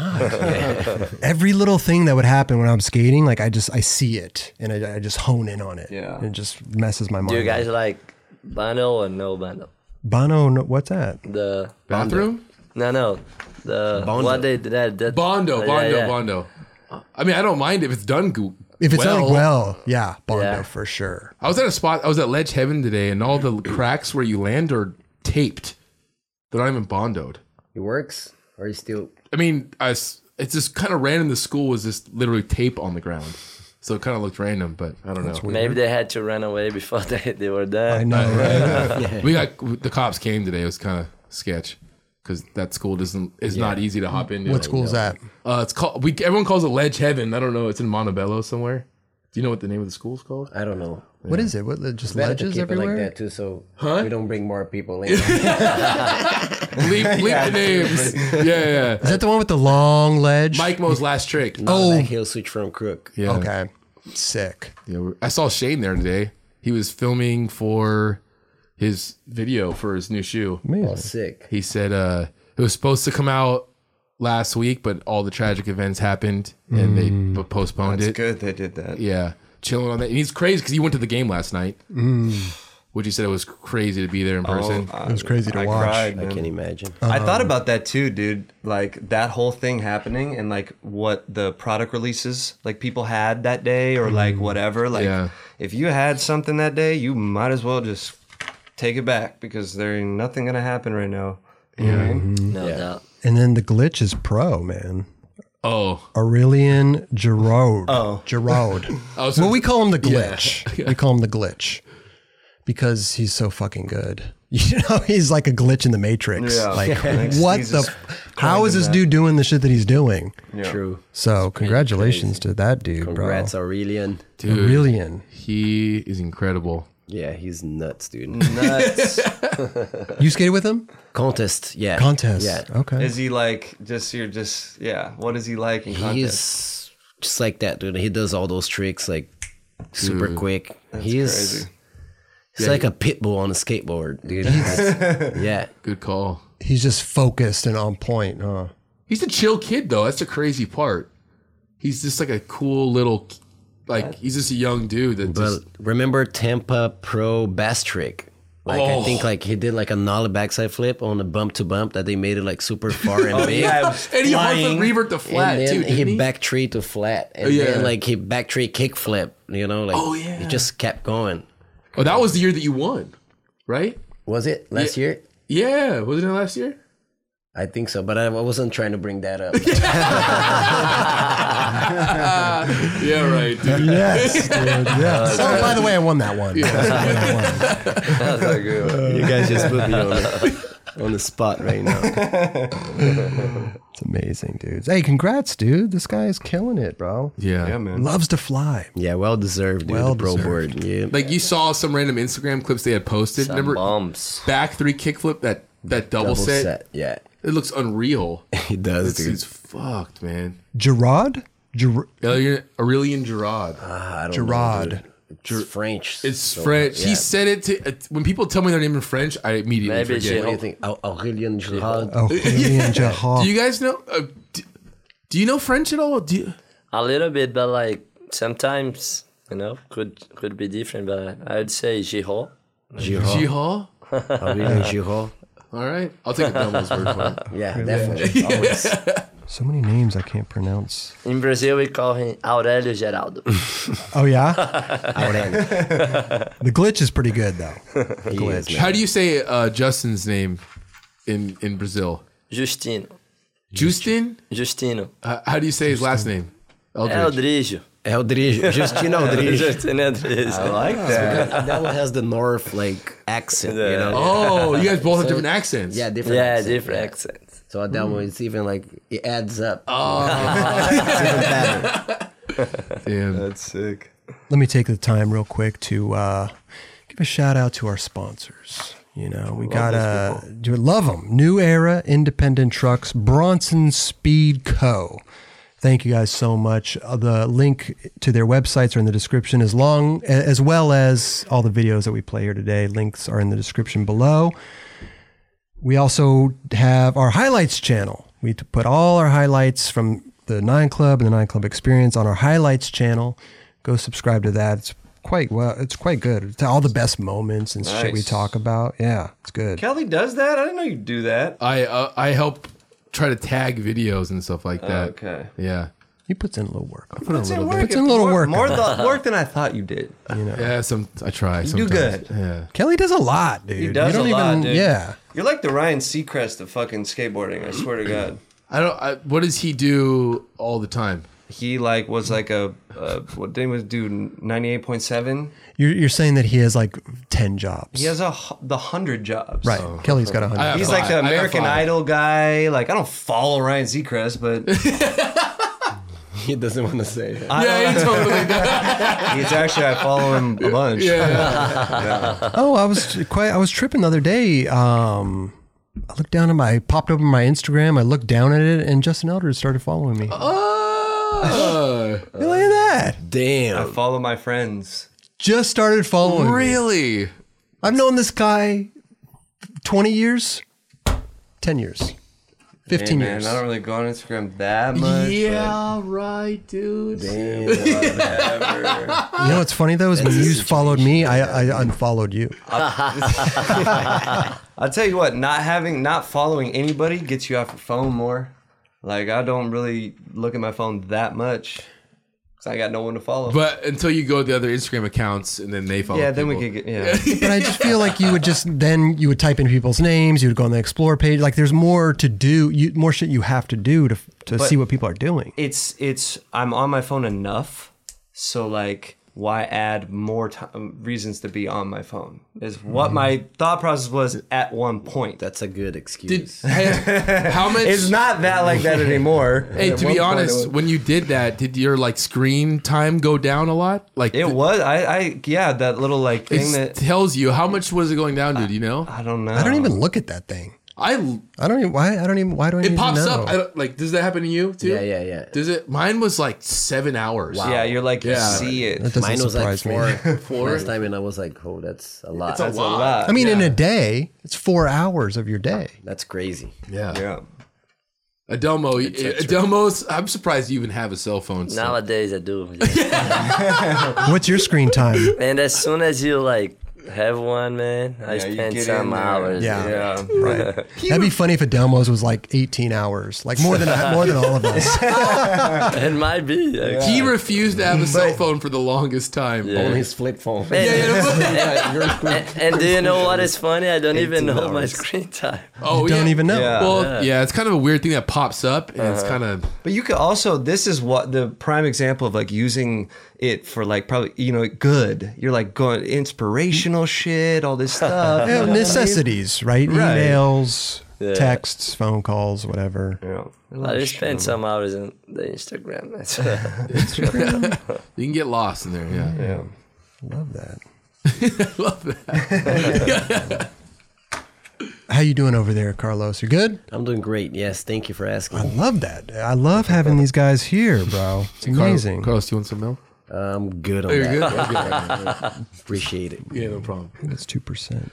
S1: Every little thing that would happen when I'm skating, like I just I see it and I, I just hone in on it.
S2: Yeah.
S1: And it just messes my mind.
S5: Do you guys
S1: up.
S5: like bundle or no bundle?
S1: Bono, no- what's that?
S5: The
S3: Bathroom?
S5: no, no. The
S4: Bondo.
S5: what they did that, that
S3: Bondo,
S5: yeah,
S3: Bondo,
S5: yeah.
S3: Bondo. I mean, I don't mind if it's done goo.
S1: If it's well, well, yeah, Bono
S5: Yeah.
S1: for sure.
S3: I was at a spot. I was at Ledge Heaven today, and all the cracks where you land are taped. They're not even bondoed.
S4: It works, or you still
S3: I mean, I s it's just kind of random. The school was just literally tape on the ground, so it kind of looked random. But I don't know.
S5: Maybe they had to run away before they, they were done.
S1: I know, right?
S3: We got the cops came today. It was kind of sketch because that school doesn't is not easy to hop into.
S1: what school's that?
S3: Uh, it's called. We everyone calls it Ledge Heaven. I don't know. It's in Montebello somewhere. Do you know what the name of the school's called?
S4: I don't know.
S1: What is it? What just
S4: Better to
S1: ledges
S4: keep it
S1: everywhere?
S4: like that too, so we don't bring more people in.
S3: Bleep, bleep the names. Yeah, yeah, yeah.
S1: Is that the one with the long ledge?
S3: Mike Mo's last trick.
S4: That
S1: Oh,
S4: He'll switch from crook.
S3: Yeah.
S1: okay. Sick.
S3: Yeah, we're- I saw Shane there today. He was filming for his video for his new shoe.
S4: Sick.
S3: He said uh, it was supposed to come out last week, but all the tragic events happened and they
S1: Mm.
S3: p- postponed
S2: It's
S3: it.
S2: good they did that.
S3: Yeah, chilling on that. And he's crazy because he went to the game last night, which he said it was crazy to be there in person.
S1: It was crazy to
S2: Oh, I
S1: watch.
S2: cried,
S4: I
S2: man.
S4: can imagine.
S2: I thought about that too, dude. Like that whole thing happening and like what the product releases like people had that day or like whatever. Like
S3: Yeah.
S2: if you had something that day, you might as well just take it back because there ain't nothing gonna happen right now. You know what I mean?
S5: No doubt.
S1: And then the glitch is pro, man.
S3: Oh,
S1: Aurelian Giroud. Oh. Giroud.
S3: oh, so
S1: well, we call him the glitch. We call him the glitch because he's so fucking good. You know, he's like a glitch in the matrix.
S2: Yeah.
S1: Like,
S2: Thanks,
S1: what
S2: Jesus
S1: the? How
S2: coined
S1: is
S2: him
S1: this
S2: that.
S1: dude doing the shit that he's doing?
S4: True.
S1: So, congratulations to that dude,
S4: Congrats, Aurelian.
S1: bro. Aurelian.
S3: he is incredible.
S4: Yeah, he's nuts, dude.
S2: Nuts.
S1: You skated with him?
S4: Contest. Yeah.
S1: Contest.
S4: Yeah.
S1: Okay.
S2: is he like just you're just yeah? What is he like in Oh, contest?
S4: He's just like that, dude. He does all those tricks like super quick. He's
S2: crazy.
S4: he's like a pit bull on a skateboard, dude. yeah.
S3: Good call.
S1: he's just focused and on point, huh?
S3: He's a chill kid though. That's the crazy part. He's just like a cool little, like he's just a young dude
S4: But
S3: that just
S4: remember Tampa Pro Bass Trick? Like
S3: Oh.
S4: I think like he did like a nollie backside flip on a bump to bump that they made it like super far and big.
S5: Yeah, I was
S3: and he hard
S5: flying.
S3: flipped revert to flat
S4: and
S3: too.
S4: then
S3: Didn't he,
S4: he back tree to flat, and
S3: yeah.
S4: then like he back tree kick flip. You know, like
S3: Oh, yeah.
S4: he just kept going.
S3: oh, that was the year that you won, right?
S4: Was it last year?
S3: Yeah, wasn't it last year?
S4: I think so, but I wasn't trying to bring that up.
S3: Yeah, right. Dude.
S1: Yes, dude. Yeah. So, by the way, I won that one.
S5: That's not good.
S4: you guys just put me on the, on the spot right now.
S1: It's amazing, dudes. Hey, congrats, dude. This guy is killing it, bro.
S3: Yeah.
S2: yeah, man.
S1: Loves to fly.
S4: Yeah, well deserved, dude.
S1: Well
S4: the pro
S1: deserved.
S4: board. Yeah.
S3: Like you saw some random Instagram clips they had posted.
S5: Some
S3: Remember
S5: bombs.
S3: back three kickflip that that double,
S4: Double
S3: set?
S4: set. Yeah,
S3: It looks unreal.
S4: he does,
S3: This
S4: dude.
S3: dude's fucked, man.
S1: Gerard? Ger-
S3: Aurelian, Aurelian Gerard.
S4: I don't know,
S1: Gerard.
S4: dude. It's French.
S3: It's
S4: Ah, so-
S3: French.
S4: yeah.
S3: He said it to uh, when people tell me their name in French, I immediately
S5: Maybe
S3: forget.
S4: What do you think? Au- Aurelien Gerard.
S1: Oh, Aurelian Gerard.
S3: Do you guys know? Uh, do, do you know French at all? Do you,
S5: A little bit, but like sometimes, you know, could could be different. But I'd say Giro.
S4: Girard.
S3: Jihal?
S4: Aurelien Girard.
S3: All right, I'll take a Belmo's word for it.
S4: Yeah, definitely. Always.
S1: so many names I can't pronounce.
S5: In Brazil, we call him Aurélio Geraldo.
S1: Oh, yeah?
S4: Aurelien.
S1: the glitch is pretty good, though.
S4: He is, man.
S3: How do you say uh, Justin's name in in Brazil?
S5: Justino.
S3: Justin?
S5: Justino.
S3: Uh, how do you say his last name? Eldridge.
S5: Eldrijo.
S4: Eldridge. Justino Eldridge.
S5: Justino Eldrijo. I like
S4: that one has the north like accent, you know.
S3: Oh, you guys both have different accents.
S4: Yeah, different.
S5: Yeah,
S4: accent,
S5: different
S4: yeah.
S5: accent.
S4: So that one is even like it adds up. Uh,
S3: Damn.
S2: That's sick.
S1: Let me take the time real quick to uh, give a shout out to our sponsors. You know, we got to do love them. New Era Independent Trucks, Bronson Speed Co. Thank you guys so much. Uh, The link to their websites are in the description, as long as well as all the videos that we play here today. Links are in the description below. We also have our highlights channel. We t- put all our highlights from the Nine Club and the Nine Club Experience on our highlights channel. Go subscribe to that. It's quite well. It's quite good. It's all the best moments and shit we
S2: Nice.
S1: talk about. Yeah, it's good.
S2: Kelly does that. I didn't know you do that.
S3: I uh, I help try to tag videos and stuff like that.
S2: okay.
S3: Yeah.
S1: He puts in a little work.
S2: Puts in work.
S1: Puts in a little
S2: more,
S1: work.
S2: More th- work than I thought you did.
S3: Yeah. Some I try.
S2: do
S3: Sometimes.
S2: good.
S3: Yeah.
S1: Kelly does a lot, dude.
S2: He does
S1: you
S2: a
S1: don't even,
S2: lot, dude.
S1: Yeah.
S2: You're like the Ryan Seacrest of fucking skateboarding. I swear to God.
S3: I don't. I, what does he do all the time?
S2: He like was like a uh, what did he do? Ninety eight point seven.
S1: You're, you're saying that he has like ten jobs.
S2: He has a hu- the hundred jobs.
S1: right. Kelly's got a hundred.
S3: I-
S2: He's
S3: Five.
S2: like the
S3: I got
S2: American
S3: five.
S2: Idol guy. Like I don't follow Ryan Seacrest, but
S4: He doesn't want to say it.
S2: I
S3: Yeah, he totally does.
S2: He's actually I follow him a bunch.
S3: Yeah.
S1: Oh, I was quite. I was tripping the other day. Um, I looked down at my I popped open my Instagram. I looked down at it, and Justin Eldridge started following me. Hey,
S3: Oh,
S1: look at that!
S2: I
S4: Damn.
S2: follow my friends.
S1: Just started following. me.
S3: really?
S1: I've known this guy twenty years, ten years,
S2: Hey,
S1: fifteen
S2: man,
S1: years.
S2: I don't really go on Instagram that much.
S3: yeah, right, dude.
S1: you know what's funny though is when you followed me, I, I unfollowed you.
S2: I'll tell you what, not having not following anybody gets you off your phone more. Like I don't really look at my phone that much. 'Cause So I got no one to follow.
S3: But until you go to the other Instagram accounts and then they follow.
S2: yeah, then we
S3: people.
S2: could get yeah.
S1: But I just feel like you would just then you would type in people's names, you would go on the explore page. Like there's more to do, you, more shit you have to do to to see what people are doing.
S2: it's it's I'm on my phone enough, so like why add more time, reasons to be on my phone is what my thought process was at one point.
S4: That's a good excuse.
S3: Did, hey, how much?
S2: It's not that like that anymore.
S3: Hey,
S2: At
S3: to
S2: one
S3: be
S2: point it
S3: honest,
S2: was-
S3: when you did that, did your like screen time go down a lot? Like
S2: it was I I yeah that little like
S3: it
S2: thing that
S3: tells you how much was it going down to? Do you know?
S2: I don't know.
S1: I don't even look at that thing.
S3: I
S1: I don't even why I don't even why do I need
S3: it
S1: to
S3: pops
S1: know?
S3: up. I don't, like, does that happen to you too?
S4: Yeah, yeah, yeah.
S3: Does it? Mine was like seven hours.
S2: Yeah, you're like
S3: Yeah.
S2: you see it.
S1: that doesn't
S4: Mine was like
S1: surprise
S4: four,
S1: me.
S3: Four?
S4: last time, and I was like, "Oh, that's a lot.
S3: It's a
S4: that's,
S2: That's a
S3: Wow.
S2: lot.
S1: I mean, in a day, it's four hours of your day.
S4: that's crazy."
S3: yeah.
S2: yeah.
S3: Adelmo, Adelmo's. I'm surprised you even have a cell phone. still.
S5: Nowadays, I do. yeah.
S1: What's your screen time?
S5: and as soon as you like have one, man, I
S2: you
S5: spend
S2: get in
S5: some
S2: there.
S5: hours.
S1: Yeah.
S2: Yeah.
S1: Right. That'd be funny if Adelmo's was like 18 hours, like more than more than all of us.
S5: It might be. actually.
S3: He refused to have a cell phone for the longest time.
S5: Yeah.
S4: Only his flip phone.
S5: And, and do you know what is funny? I don't even know my screen time.
S3: Oh,
S1: Don't
S3: yeah.
S1: even know.
S2: Yeah. Uh-huh.
S3: Well, yeah. it's kind of a weird thing that pops up, and it's kind of
S2: But you could also this is what the prime example of like using it for like probably you know good. You're like going inspirational shit, all this stuff.
S1: Yeah, necessities, right?
S2: Right.
S1: Emails, texts, phone calls, whatever.
S2: Oh,
S5: I just spend some hours in the Instagram. That's
S3: you can get lost in there. Yeah,
S1: Love that.
S3: love that.
S1: How you doing over there, Carlos? You good?
S4: I'm doing great. Yes, thank you for
S1: I
S4: asking.
S1: love that. I love having these guys here, bro. It's amazing.
S3: Carlos, do you want some milk?
S4: I'm good on
S3: You're
S4: that.
S3: good. Okay, all right.
S4: Appreciate it.
S3: yeah, no problem.
S1: That's two percent.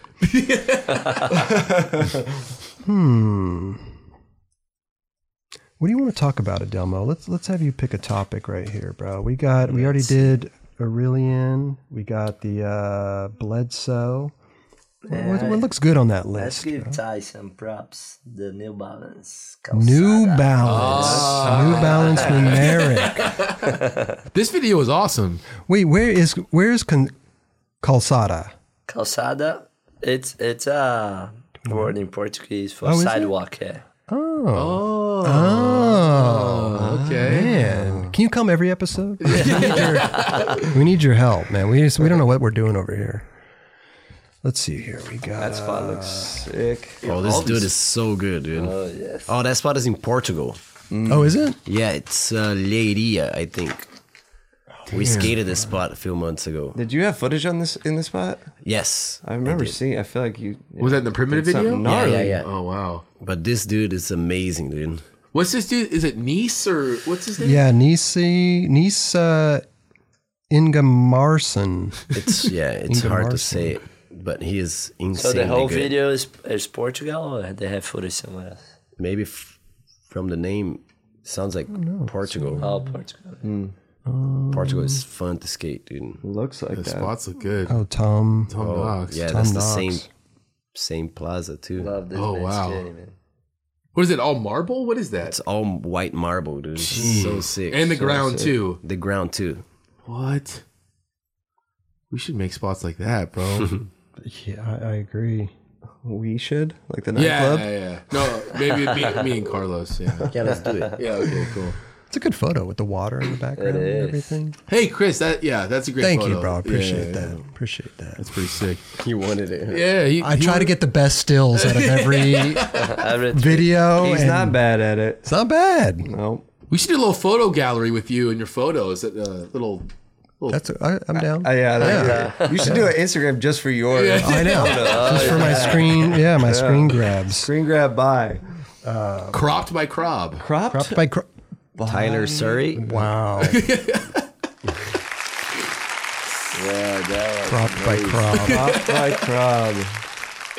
S1: hmm. What do you want to talk about, Adelmo? Let's let's have you pick a topic right here, bro. We got we already did Aurelian. We got the uh, Bledsoe. What- What, what looks good on that list?
S5: give Ty some props. The New Balance.
S1: New Balance. New Balance numeric.
S3: This video is awesome.
S1: Wait, where is where is Con- Calçada?
S5: Calçada. It's it's a word in Portuguese for
S1: Oh, is it?
S5: sidewalk. Yeah.
S1: Oh.
S3: Oh,
S1: Oh.
S3: okay.
S1: Man, can you come every episode? we, need your, we need your help, man. We just, we don't know what we're doing over here. Let's see here. We got uh,
S2: That spot looks sick.
S4: Oh, this dude is so good, dude. Oh, yes. Oh, that spot is in Portugal.
S1: Oh, is it?
S4: Yeah, it's uh, Leiria, I think. We skated this spot a few months ago.
S2: Did you have footage on this in this spot?
S4: Yes,
S2: I remember seeing. I feel like you
S3: Was that in the primitive video?
S2: something gnarly.
S4: Yeah, yeah, yeah.
S3: Oh wow.
S4: but this dude is amazing, dude.
S3: What's this dude? Is it Nice or what's his name?
S1: Yeah, Nisi Nisa Ingamarson.
S4: It's yeah, it's
S1: Inga
S4: hard
S1: Marson.
S4: to say, it, but he is
S5: So
S4: insanely
S5: the whole
S4: good.
S5: video is, is Portugal, or they have footage somewhere else?
S4: Maybe f- from the name, sounds like Portugal.
S5: Oh, Portugal.
S4: Portugal is fun to skate, dude.
S2: looks like
S3: The
S2: that.
S3: spots look good.
S1: Oh, Tom.
S3: Tom Knox.
S4: Yeah,
S1: Tom
S4: that's
S1: Knox.
S4: the same same plaza too.
S5: Love this
S3: Oh,
S5: man,
S3: wow.
S5: Skinny, man.
S3: What is it? All marble? What is that?
S4: It's all white marble, dude. It's So sick.
S3: and the
S4: So
S3: ground
S4: sick.
S3: too.
S4: The ground too.
S3: What? We should make spots like that, bro.
S1: Yeah, I, I agree.
S2: We should like the
S3: yeah,
S2: nightclub.
S3: yeah, yeah. No, maybe me, me and Carlos. Yeah.
S4: Yeah, let's do it.
S3: Yeah. Okay. Cool.
S1: It's a good photo with the water in the background and everything.
S3: Hey, Chris. That yeah, that's a great.
S1: Thank
S3: photo.
S1: you, bro. I
S3: Yeah,
S1: appreciate
S3: yeah,
S1: that.
S3: yeah.
S1: Appreciate that.
S3: That's pretty sick.
S4: You wanted it.
S3: Yeah. He,
S1: I
S3: he
S1: try to
S3: was-
S1: get the best stills out of every
S5: I read
S3: Oh,
S1: video.
S2: He's
S1: and
S2: not bad at it.
S1: It's not bad.
S2: No,
S3: We should do a little photo gallery with you and your photos. At the little.
S1: That's I, I'm down.
S2: Uh, yeah, that-
S1: Yeah.
S2: You should do an Instagram just for yours.
S1: I know. Just for my screen, yeah, my screen grabs.
S2: Screen grab by
S4: Oh.
S3: Cropped by Crob.
S2: cropped.
S1: Cropped by cro-
S4: Tyler Surrey.
S1: wow.
S5: Yeah, that was-
S1: Cropped by crop.
S2: Cropped by crop.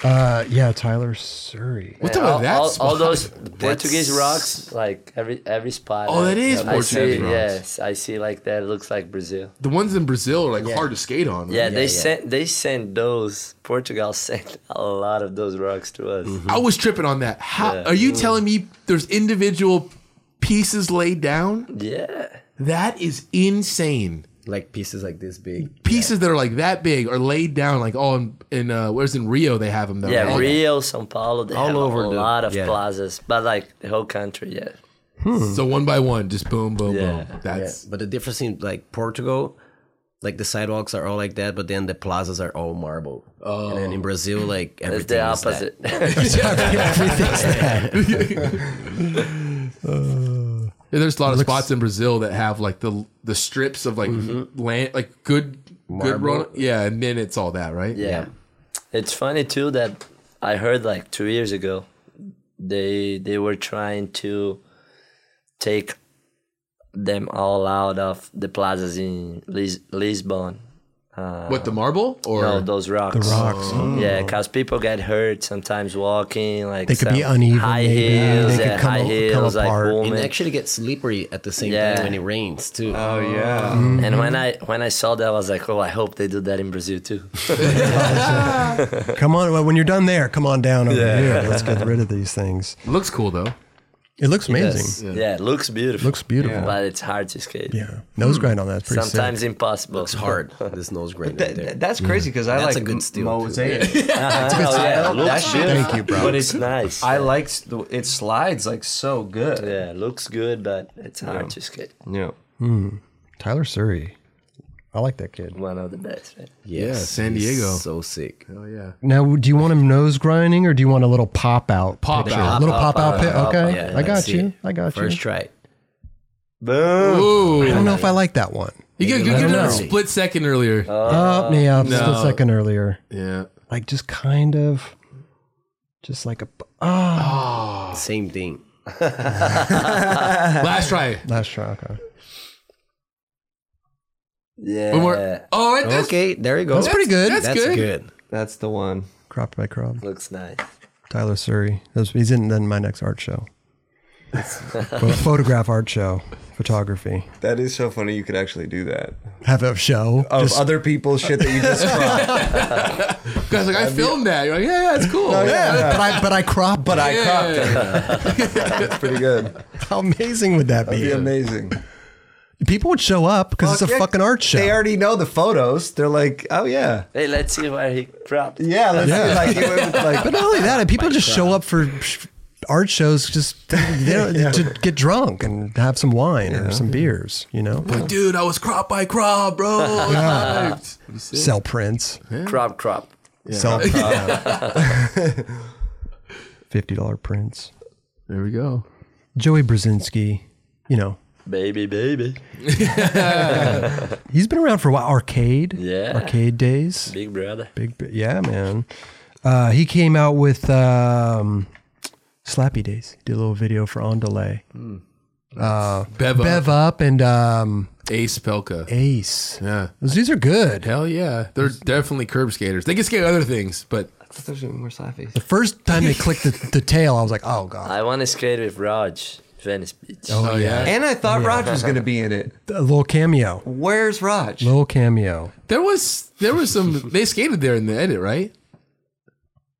S1: Uh, yeah, Tyler Surrey.
S3: What's up
S5: all,
S3: with that
S5: all,
S3: spot?
S5: all those Portuguese rocks, like every every spot.
S3: Oh, that is
S5: I
S3: Portuguese
S5: see,
S3: rocks.
S5: Yes, I see. Like that looks like Brazil.
S3: the ones in Brazil are like hard to skate on. right?
S5: Yeah, they
S4: yeah.
S5: sent they sent those. Portugal sent a lot of those rocks to us.
S3: I was tripping on that. How
S5: Yeah. Mm.
S3: are you telling me there's individual pieces laid down?
S5: Yeah,
S3: That is insane.
S4: like pieces like this big.
S3: Pieces that are like that big are laid down like all in, in uh, where's in Rio they have them though.
S5: Yeah,
S3: right?
S5: Rio, Sao Paulo, they
S4: All
S5: have
S4: over
S5: a
S4: the-
S5: lot of
S4: yeah.
S5: plazas, but like the whole country, yeah.
S3: So one by one, just boom, boom,
S5: Yeah.
S3: boom.
S4: Yeah,
S3: That's
S4: but the difference in like Portugal, like the sidewalks are all like that, but then the plazas are all marble. Oh. And then in Brazil, like everything
S5: It's the
S4: is that.
S5: opposite.
S1: Everything's that.
S3: Yeah, there's a lot of spots in Brazil that have like the the strips of like
S5: Mm-hmm.
S3: land, like good good run. Yeah, and then it's all that, right?
S5: Yeah. It's funny too that I heard like two years ago they they were trying to take them all out of the plazas in Lis- Lisbon.
S3: What the marble or
S5: no, those rocks.
S1: The rocks.
S5: Yeah, because people get hurt sometimes walking. Like
S1: They could be
S5: some
S1: uneven,
S5: High
S1: maybe.
S5: heels,
S1: They could
S5: yeah,
S1: come
S5: high
S1: a- come
S5: heels, like
S1: apart. And
S5: women.
S4: And actually get slippery at the same
S5: Yeah.
S4: time when it rains too.
S2: Oh yeah.
S1: Mm-hmm.
S5: And when I when I saw that, I was like, oh, I hope they do that in Brazil too.
S1: Come on, well, when you're done there, come on down over here. Let's get rid of these things.
S3: looks cool though.
S1: It looks amazing.
S5: yeah. it looks beautiful.
S1: Looks beautiful. Yeah.
S5: but it's hard to skate.
S1: Nose grind on that's pretty
S5: sometimes impossible.
S4: It's hard. This nose grind right
S2: That,
S4: there.
S2: that- that's crazy because I
S4: That's
S2: like
S4: a good
S2: m-
S4: steal, too.
S2: mosaic.
S5: Oh, yeah, it
S2: That
S5: looks
S2: shit-
S5: beautiful.
S1: Thank you, bro.
S5: But it's nice.
S2: I like s- the- it slides like so good.
S5: yeah, it looks good, but it's hard to skate.
S2: Yeah.
S1: sick. Tyler Surrey. I like that kid.
S5: One of the best, right?
S4: Yes,
S3: San
S4: he's
S3: Diego.
S4: So sick.
S3: Oh yeah.
S1: Now, do you want him nose grinding or do you want a little pop out?
S3: Pop
S1: picture?
S3: out.
S1: little pop, out. pit?
S5: pop
S1: okay.
S4: out.
S1: I got
S4: Let's see
S1: you.
S4: it.
S1: I got
S4: First
S1: you.
S4: try.
S5: Boom.
S1: I
S3: Ooh,
S1: don't know if I like that one.
S3: you could you
S4: let
S3: could
S4: him
S3: do it a
S4: know.
S3: split second earlier.
S1: Uh, yeah, just
S3: No.
S1: a second earlier.
S3: yeah.
S1: Like just kind of, just like a. Ah,
S4: Same thing.
S3: Last try.
S1: last try. Okay.
S5: Yeah.
S3: One more. Oh, right, that's,
S4: Okay, there you go.
S1: That's pretty good.
S3: That's,
S4: That's
S3: good.
S4: good.
S2: That's the one.
S1: Crop by crop.
S5: Looks nice.
S1: Tyler Surrey. That's- He's in then my next art show. Pho- photograph art show, photography.
S2: That is so funny. You could actually do that
S1: Have a show.
S2: of
S1: Just-
S2: other people's shit that you just cropped.
S3: Guys, like I filmed that. You're like, yeah, yeah, it's cool.
S1: yeah, but I but I crop. But
S2: I
S3: Yeah.
S2: cropped it. That's pretty good.
S1: how amazing would that
S2: That'd
S1: be?
S2: be amazing.
S1: People would show up because it's a
S2: Fuck yeah.
S1: fucking art show.
S2: They already know the photos. They're like, oh yeah,
S5: Hey, let's see where he dropped.
S2: yeah. Let's see, like, it was like
S1: but not only that, people just show up for art shows just they don't, to get drunk and have some wine or some beers. You know,
S3: Dude, I was crop by crop, bro. Yeah.
S1: sell prints,
S5: Crop, crop.
S1: sell fifty dollar prints.
S3: There we go.
S1: Joey Brzezinski, you know,
S5: Baby, baby.
S1: he's been around for a while. Arcade,
S5: Yeah.
S1: arcade days.
S5: Big brother.
S1: Big, bi- yeah, man. Uh, he came out with um, Slappy Days. Did a little video for On Delay.
S3: Beva,
S1: Bev Up and um,
S3: Ace Pelka.
S1: Ace.
S3: Yeah.
S1: Those- These are good.
S3: Hell yeah. They're definitely curb skaters. They can skate other things, but
S2: there's more slappy.
S1: The first time they clicked the, the tail, I was like, oh, God.
S5: I want to skate with Raj, Venice Beach.
S3: oh, yeah.
S2: And I thought Raj was gonna be in it.
S1: A little cameo.
S2: Where's Raj?
S1: Little cameo.
S3: There was there was some they skated there in the edit, right?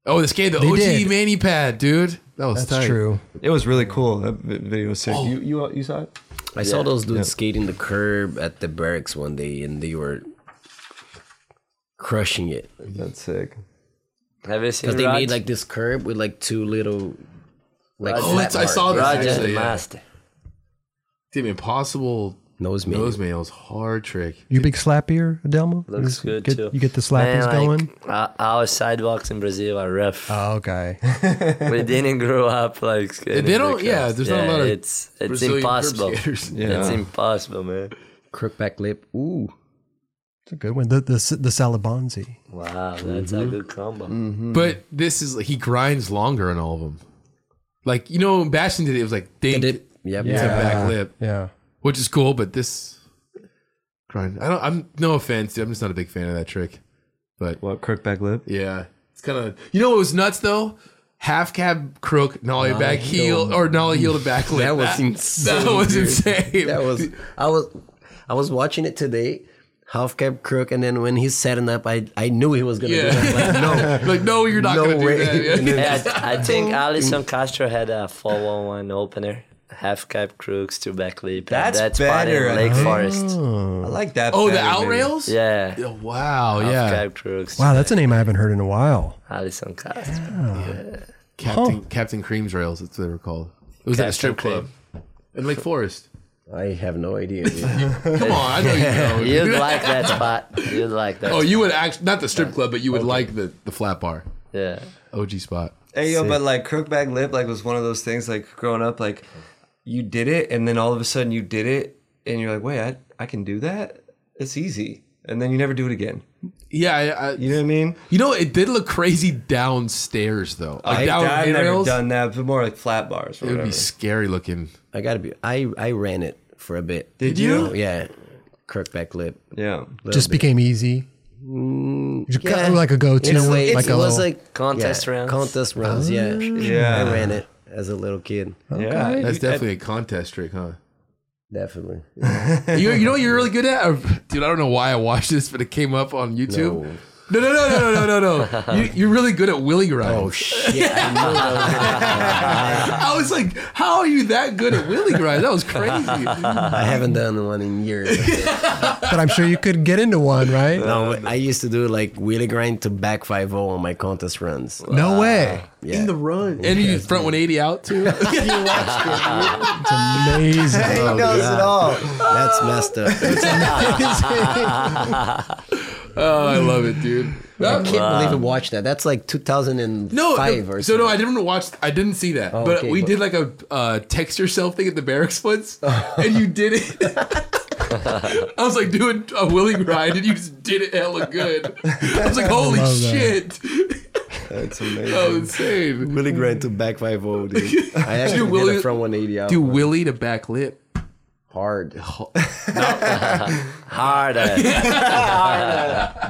S3: Oh, they skated the
S1: They
S3: OG
S1: did.
S3: Manny Pad, dude. That was
S1: That's
S3: tight.
S1: true.
S2: It was really cool. That vi- video was sick. You, you you saw it?
S4: I saw those dudes skating the curb at the barracks one day, and they were crushing it.
S2: That's sick.
S5: Have you seen
S4: Because they
S5: Raj?
S4: made like this curb with like two little, like
S3: Oh,
S4: flat
S3: it's, I saw this
S5: Raj is the
S3: actually. Yeah.
S5: master.
S3: Dude, impossible
S4: nose made.
S3: nose mails, hard trick.
S1: You a big slappier, Adelmo?
S5: Looks
S1: Just
S5: good
S1: get,
S5: too.
S1: You get the slappies
S5: Man,
S1: going?
S5: like, uh, our sidewalks in Brazil are rough.
S1: Oh, okay.
S5: we didn't grow up like skating
S3: They don't-
S5: because-
S3: yeah, there's not a lot of
S5: It's it's
S3: Brazilian curb
S5: impossible.
S3: skaters.
S5: It's impossible, man.
S4: crook back lip. Ooh,
S1: It's a good one. The, the, the Salabonzi.
S5: Wow, that's a good combo.
S4: Mm-hmm.
S3: But this is he grinds longer on all of them. Like you know, Bastion did it. It was like dink,
S4: dip. Yep.
S3: it's a back lip,
S1: Yeah.
S3: which is cool. But this grind, I don't. I'm no offense. Dude, I'm just not a big fan of that trick. But
S2: What crookback lip?
S3: yeah, it's kind of you know what was nuts though. Half cab crook nollie back heel or nollie heel to back lip.
S4: That was
S3: That
S4: insane,
S3: was
S4: dude.
S3: insane.
S4: That was I was I was watching it today. Half cab crook, and then when he's setting up, I I knew he was gonna
S3: Yeah.
S4: do that. Like, no,
S3: like no, you're not
S4: No
S3: gonna
S4: way.
S3: do that.
S5: Yeah, I I think Alison Castro had a 411 opener. half cap crooks to backlip.
S2: That's
S5: that's part
S2: better,
S5: in
S2: I
S5: Lake
S2: think.
S5: Forest.
S2: I like that.
S3: Oh, the
S2: better,
S3: out
S2: maybe.
S3: rails?
S5: Yeah.
S3: Oh, wow.
S5: Half
S3: Yeah.
S5: cap crooks.
S1: Wow, that's a name I haven't heard in a while.
S5: Alison Castro.
S3: Captain Captain Cream's rails. That's what they were called. It was at a strip club in Lake Forest.
S4: I have no idea. dude.
S3: Come on, I know you know.
S5: You'd like that spot. You'd like that.
S3: Oh, you would actually not the strip club, but you would like the the flat bar,
S5: yeah.
S3: OG spot.
S2: Hey yo, but like crookback lip, like was one of those things. Like growing up, like you did it, and then all of a sudden you did it, and you're like, wait, I, I can do that. It's easy, and then you never do it again.
S3: Yeah, I, I,
S2: You know what I mean?
S3: you know it did look crazy downstairs though. Like
S2: I've,
S3: down
S2: I've never
S3: rails,
S2: done that, but more like flat bars. Or
S3: It would
S2: whatever.
S3: be scary looking.
S4: I gotta be. I I ran it for a bit.
S2: Did you?
S4: Yeah, Kirkback lip.
S2: Yeah.
S1: Just became easy. Just kind of like a go-to,
S4: Mm, In a way,
S1: like
S4: it
S1: a
S4: was
S1: little- Oh,
S4: like
S5: Contest
S4: yeah,
S5: rounds.
S4: Contest rounds. Yeah,
S2: Yeah.
S4: I ran it as a little kid.
S2: Yeah.
S3: That's
S2: You-
S3: definitely a contest trick, huh?
S4: Definitely.
S3: you, you know what you're really good at, dude. I don't know why I watched this, but it came up on YouTube. No, no, no, no, no, no, no, no. You, you're really good at willy grind. Oh shit! I was like, how are you that good at willy grind? That was crazy.
S4: I haven't done one in years.
S1: but I'm sure you could get into one, right?
S4: no, but I used to do like wheelie grind to back 5 on my contest runs.
S1: No way.
S4: uh, Yeah.
S1: run.
S3: And you front 180 out too.
S1: It's amazing.
S4: Oh, God.
S5: all.
S4: That's messed up. I
S3: Oh, I love it, dude.
S4: can't believe I watched that. That's like 2005
S3: No,
S4: or
S3: no
S4: something.
S3: so no, I didn't watch. I didn't see that, but
S4: okay,
S3: we
S4: but-
S3: did like a uh, text yourself thing at the barracks once, and you did it. I was like doing a willy grind, and you just did it hella good. I was like, holy
S1: love that.
S3: shit,
S2: That's amazing.
S3: that was insane.
S4: Willie grind to back 5 dude. I actually
S3: Dude,
S4: did
S3: Willie-
S4: it from 180 out.
S3: Do willy to back lip.
S4: hard.
S5: Harder.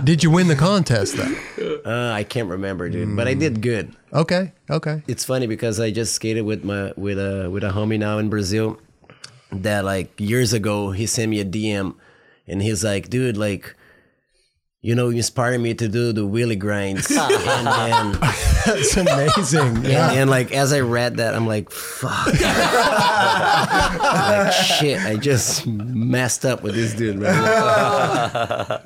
S1: Did you win the contest though?
S4: Uh, I can't remember, dude, but I did good.
S1: Okay. Okay.
S4: It's funny because I just skated with my with a with a homie now in Brazil that like years ago he sent me a DM and he's like, dude, like you know, you inspired me to do the wheelie grinds. and, then,
S1: That's amazing. Yeah.
S4: and, and, like as I read that, I'm like, fuck. like shit, I just messed up with this dude, right?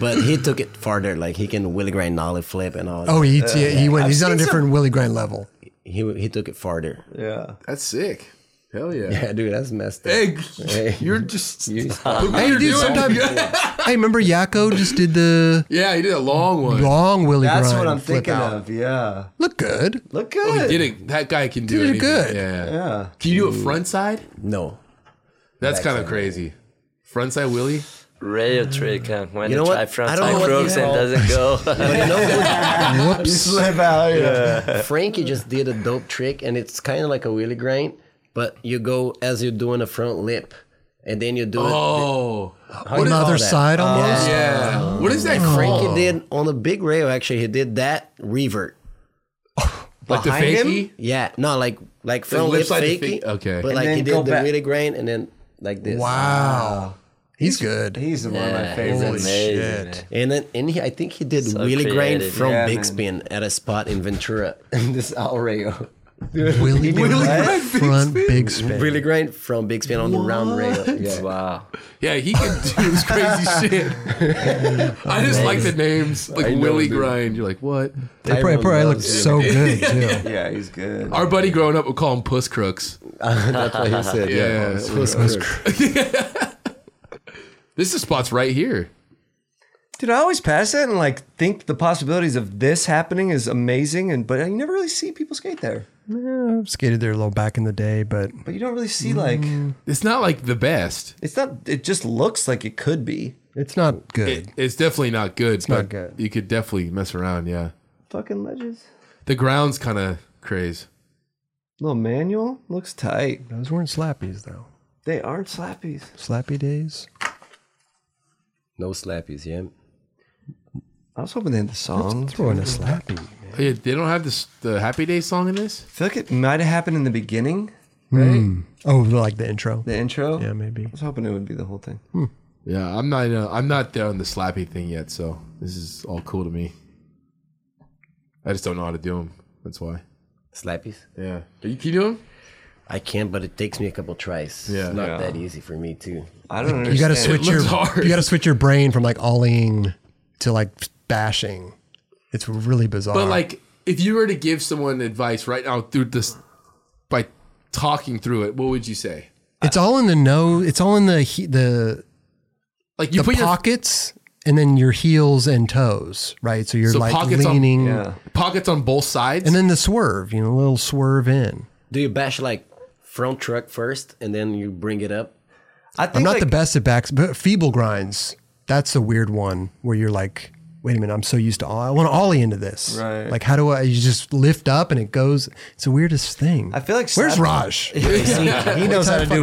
S4: but he took it farther, like he can wheelie grind nollie flip and all that.
S1: Oh, he, he, he went. he's on a different Willie Grant level.
S4: He he took it farther.
S2: Yeah.
S3: That's sick. Hell yeah.
S4: Yeah, dude, that's messed up.
S3: Hey,
S4: Hey.
S3: you're just.
S4: You-
S3: look what you're
S1: dude,
S3: doing.
S1: sometimes- Hey, remember Yakko just did the
S3: yeah, you did a long one.
S1: long Willie Grant.
S2: That's what I'm
S1: flip
S2: thinking
S1: out.
S2: of. Yeah.
S1: Look good.
S2: Look
S3: Oh, he
S2: good.
S3: did it. That guy can do
S1: Did it
S3: anything.
S1: good.
S3: Yeah.
S2: yeah.
S3: Can you do it front side?
S4: No.
S3: That's kind of crazy. Front side willy.
S5: Rail trick. Huh? When
S4: You know
S5: you
S4: what?
S5: try front
S4: I don't know
S5: side
S4: what you
S5: crooks and
S4: call-
S5: doesn't go.
S4: But you know,
S1: Whoops.
S2: Slip out. Yeah.
S4: Frankie just did a dope trick, and it's kind of like a wheelie grind, but you go as you're doing a front lip, and then you do
S3: Oh.
S4: you
S1: On the
S4: call
S1: other
S4: that? Uh,
S1: side Oh. almost.
S3: Yeah. What is that
S4: it.
S3: cranky
S4: Frankie did on a big rail. Actually, he did that revert.
S3: Like the
S2: Behind him?
S3: fakie?
S4: Yeah, no, like like front
S3: lip
S4: lip
S3: side to
S4: fakie.
S3: fake- okay.
S4: but
S3: And
S4: like
S2: then
S4: he
S2: go
S4: did the
S2: back.
S4: wheelie grind, and then like this.
S1: Wow. He's good.
S2: He's one of my
S5: Yeah,
S2: favorites.
S5: Holy amazing,
S1: shit.
S5: man.
S4: And then and he, I think he did wheelie grind
S5: creative.
S4: from
S2: Yeah,
S4: big
S2: man.
S4: spin at a spot in Ventura in this out rail.
S1: Willie, Grant front big spin.
S4: Wheelie grind from big spin on the round rail. Yeah.
S5: wow.
S3: Yeah, he can do this crazy shit. I just like the names, like Willie Grind. You're like, what?
S1: They probably,
S4: Tyrone
S1: probably looked
S4: loves
S1: so good too.
S2: Yeah, he's good.
S3: Our buddy growing up would call him Puss Crooks.
S4: That's what he said. Yeah.
S3: Yeah.
S4: Swiss crook.
S3: This is spot's right here.
S2: Dude, I always pass that and like think the possibilities of this happening is amazing, and but you never really see people skate there.
S1: Yeah, skated there a little back in the day, but
S2: But you don't really see like
S1: Mm.
S3: It's not like the best.
S2: it's not. It just looks like it could be.
S1: it's not good.
S3: It, it's definitely not good. It's
S1: not good.
S3: You could definitely mess around, yeah.
S2: Fucking ledges.
S3: The ground's kind of craze.
S2: Little manual looks tight.
S1: Those weren't slappies though.
S2: They aren't slappies.
S1: Slappy days.
S4: No slappies, yeah.
S2: I was hoping they had the song.
S1: Throw in a slappy.
S3: Oh, yeah, they don't have this the Happy Day song in this?
S2: I feel like it might have happened in the beginning,
S1: Oh, like the intro.
S2: the intro.
S1: Yeah,
S2: I
S1: maybe.
S2: was hoping it would be the whole thing.
S3: Yeah, I'm not. Uh, I'm not there on the slappy thing yet, so this is all cool to me. I just don't know how to do them. That's why.
S4: Slappies?
S3: Yeah. Are you, can you do them?
S4: I can, but it takes me a couple tries.
S3: Yeah.
S4: it's not
S2: Yeah.
S4: that easy for me too.
S2: I don't understand.
S1: You got to switch your
S3: looks hard.
S1: you got to switch your brain from like ollieing to like bashing. It's really bizarre.
S3: But like, if you were to give someone advice right now through this by talking through it, what would you say?
S1: it's all in the no. It's all in the he, the
S3: Like you
S1: the
S3: put
S1: pockets and then your heels and toes, right? So you're
S3: So
S1: like
S3: pockets on-
S1: leaning
S2: Yeah.
S3: your pockets on both sides.
S1: and then the swerve, you know, a little swerve in.
S4: Do you bash like front truck first and then you bring it up?
S2: I think
S1: I'm not the
S2: like-
S1: best at backs, but feeble grinds. That's a weird one where you're like, wait a minute, I'm so used to ollie. I want to ollie into this.
S2: Right.
S1: Like, how do I? You just lift up and it goes. It's the weirdest thing.
S2: I feel like
S1: where's
S2: slap-
S1: Raj?
S2: He knows how to do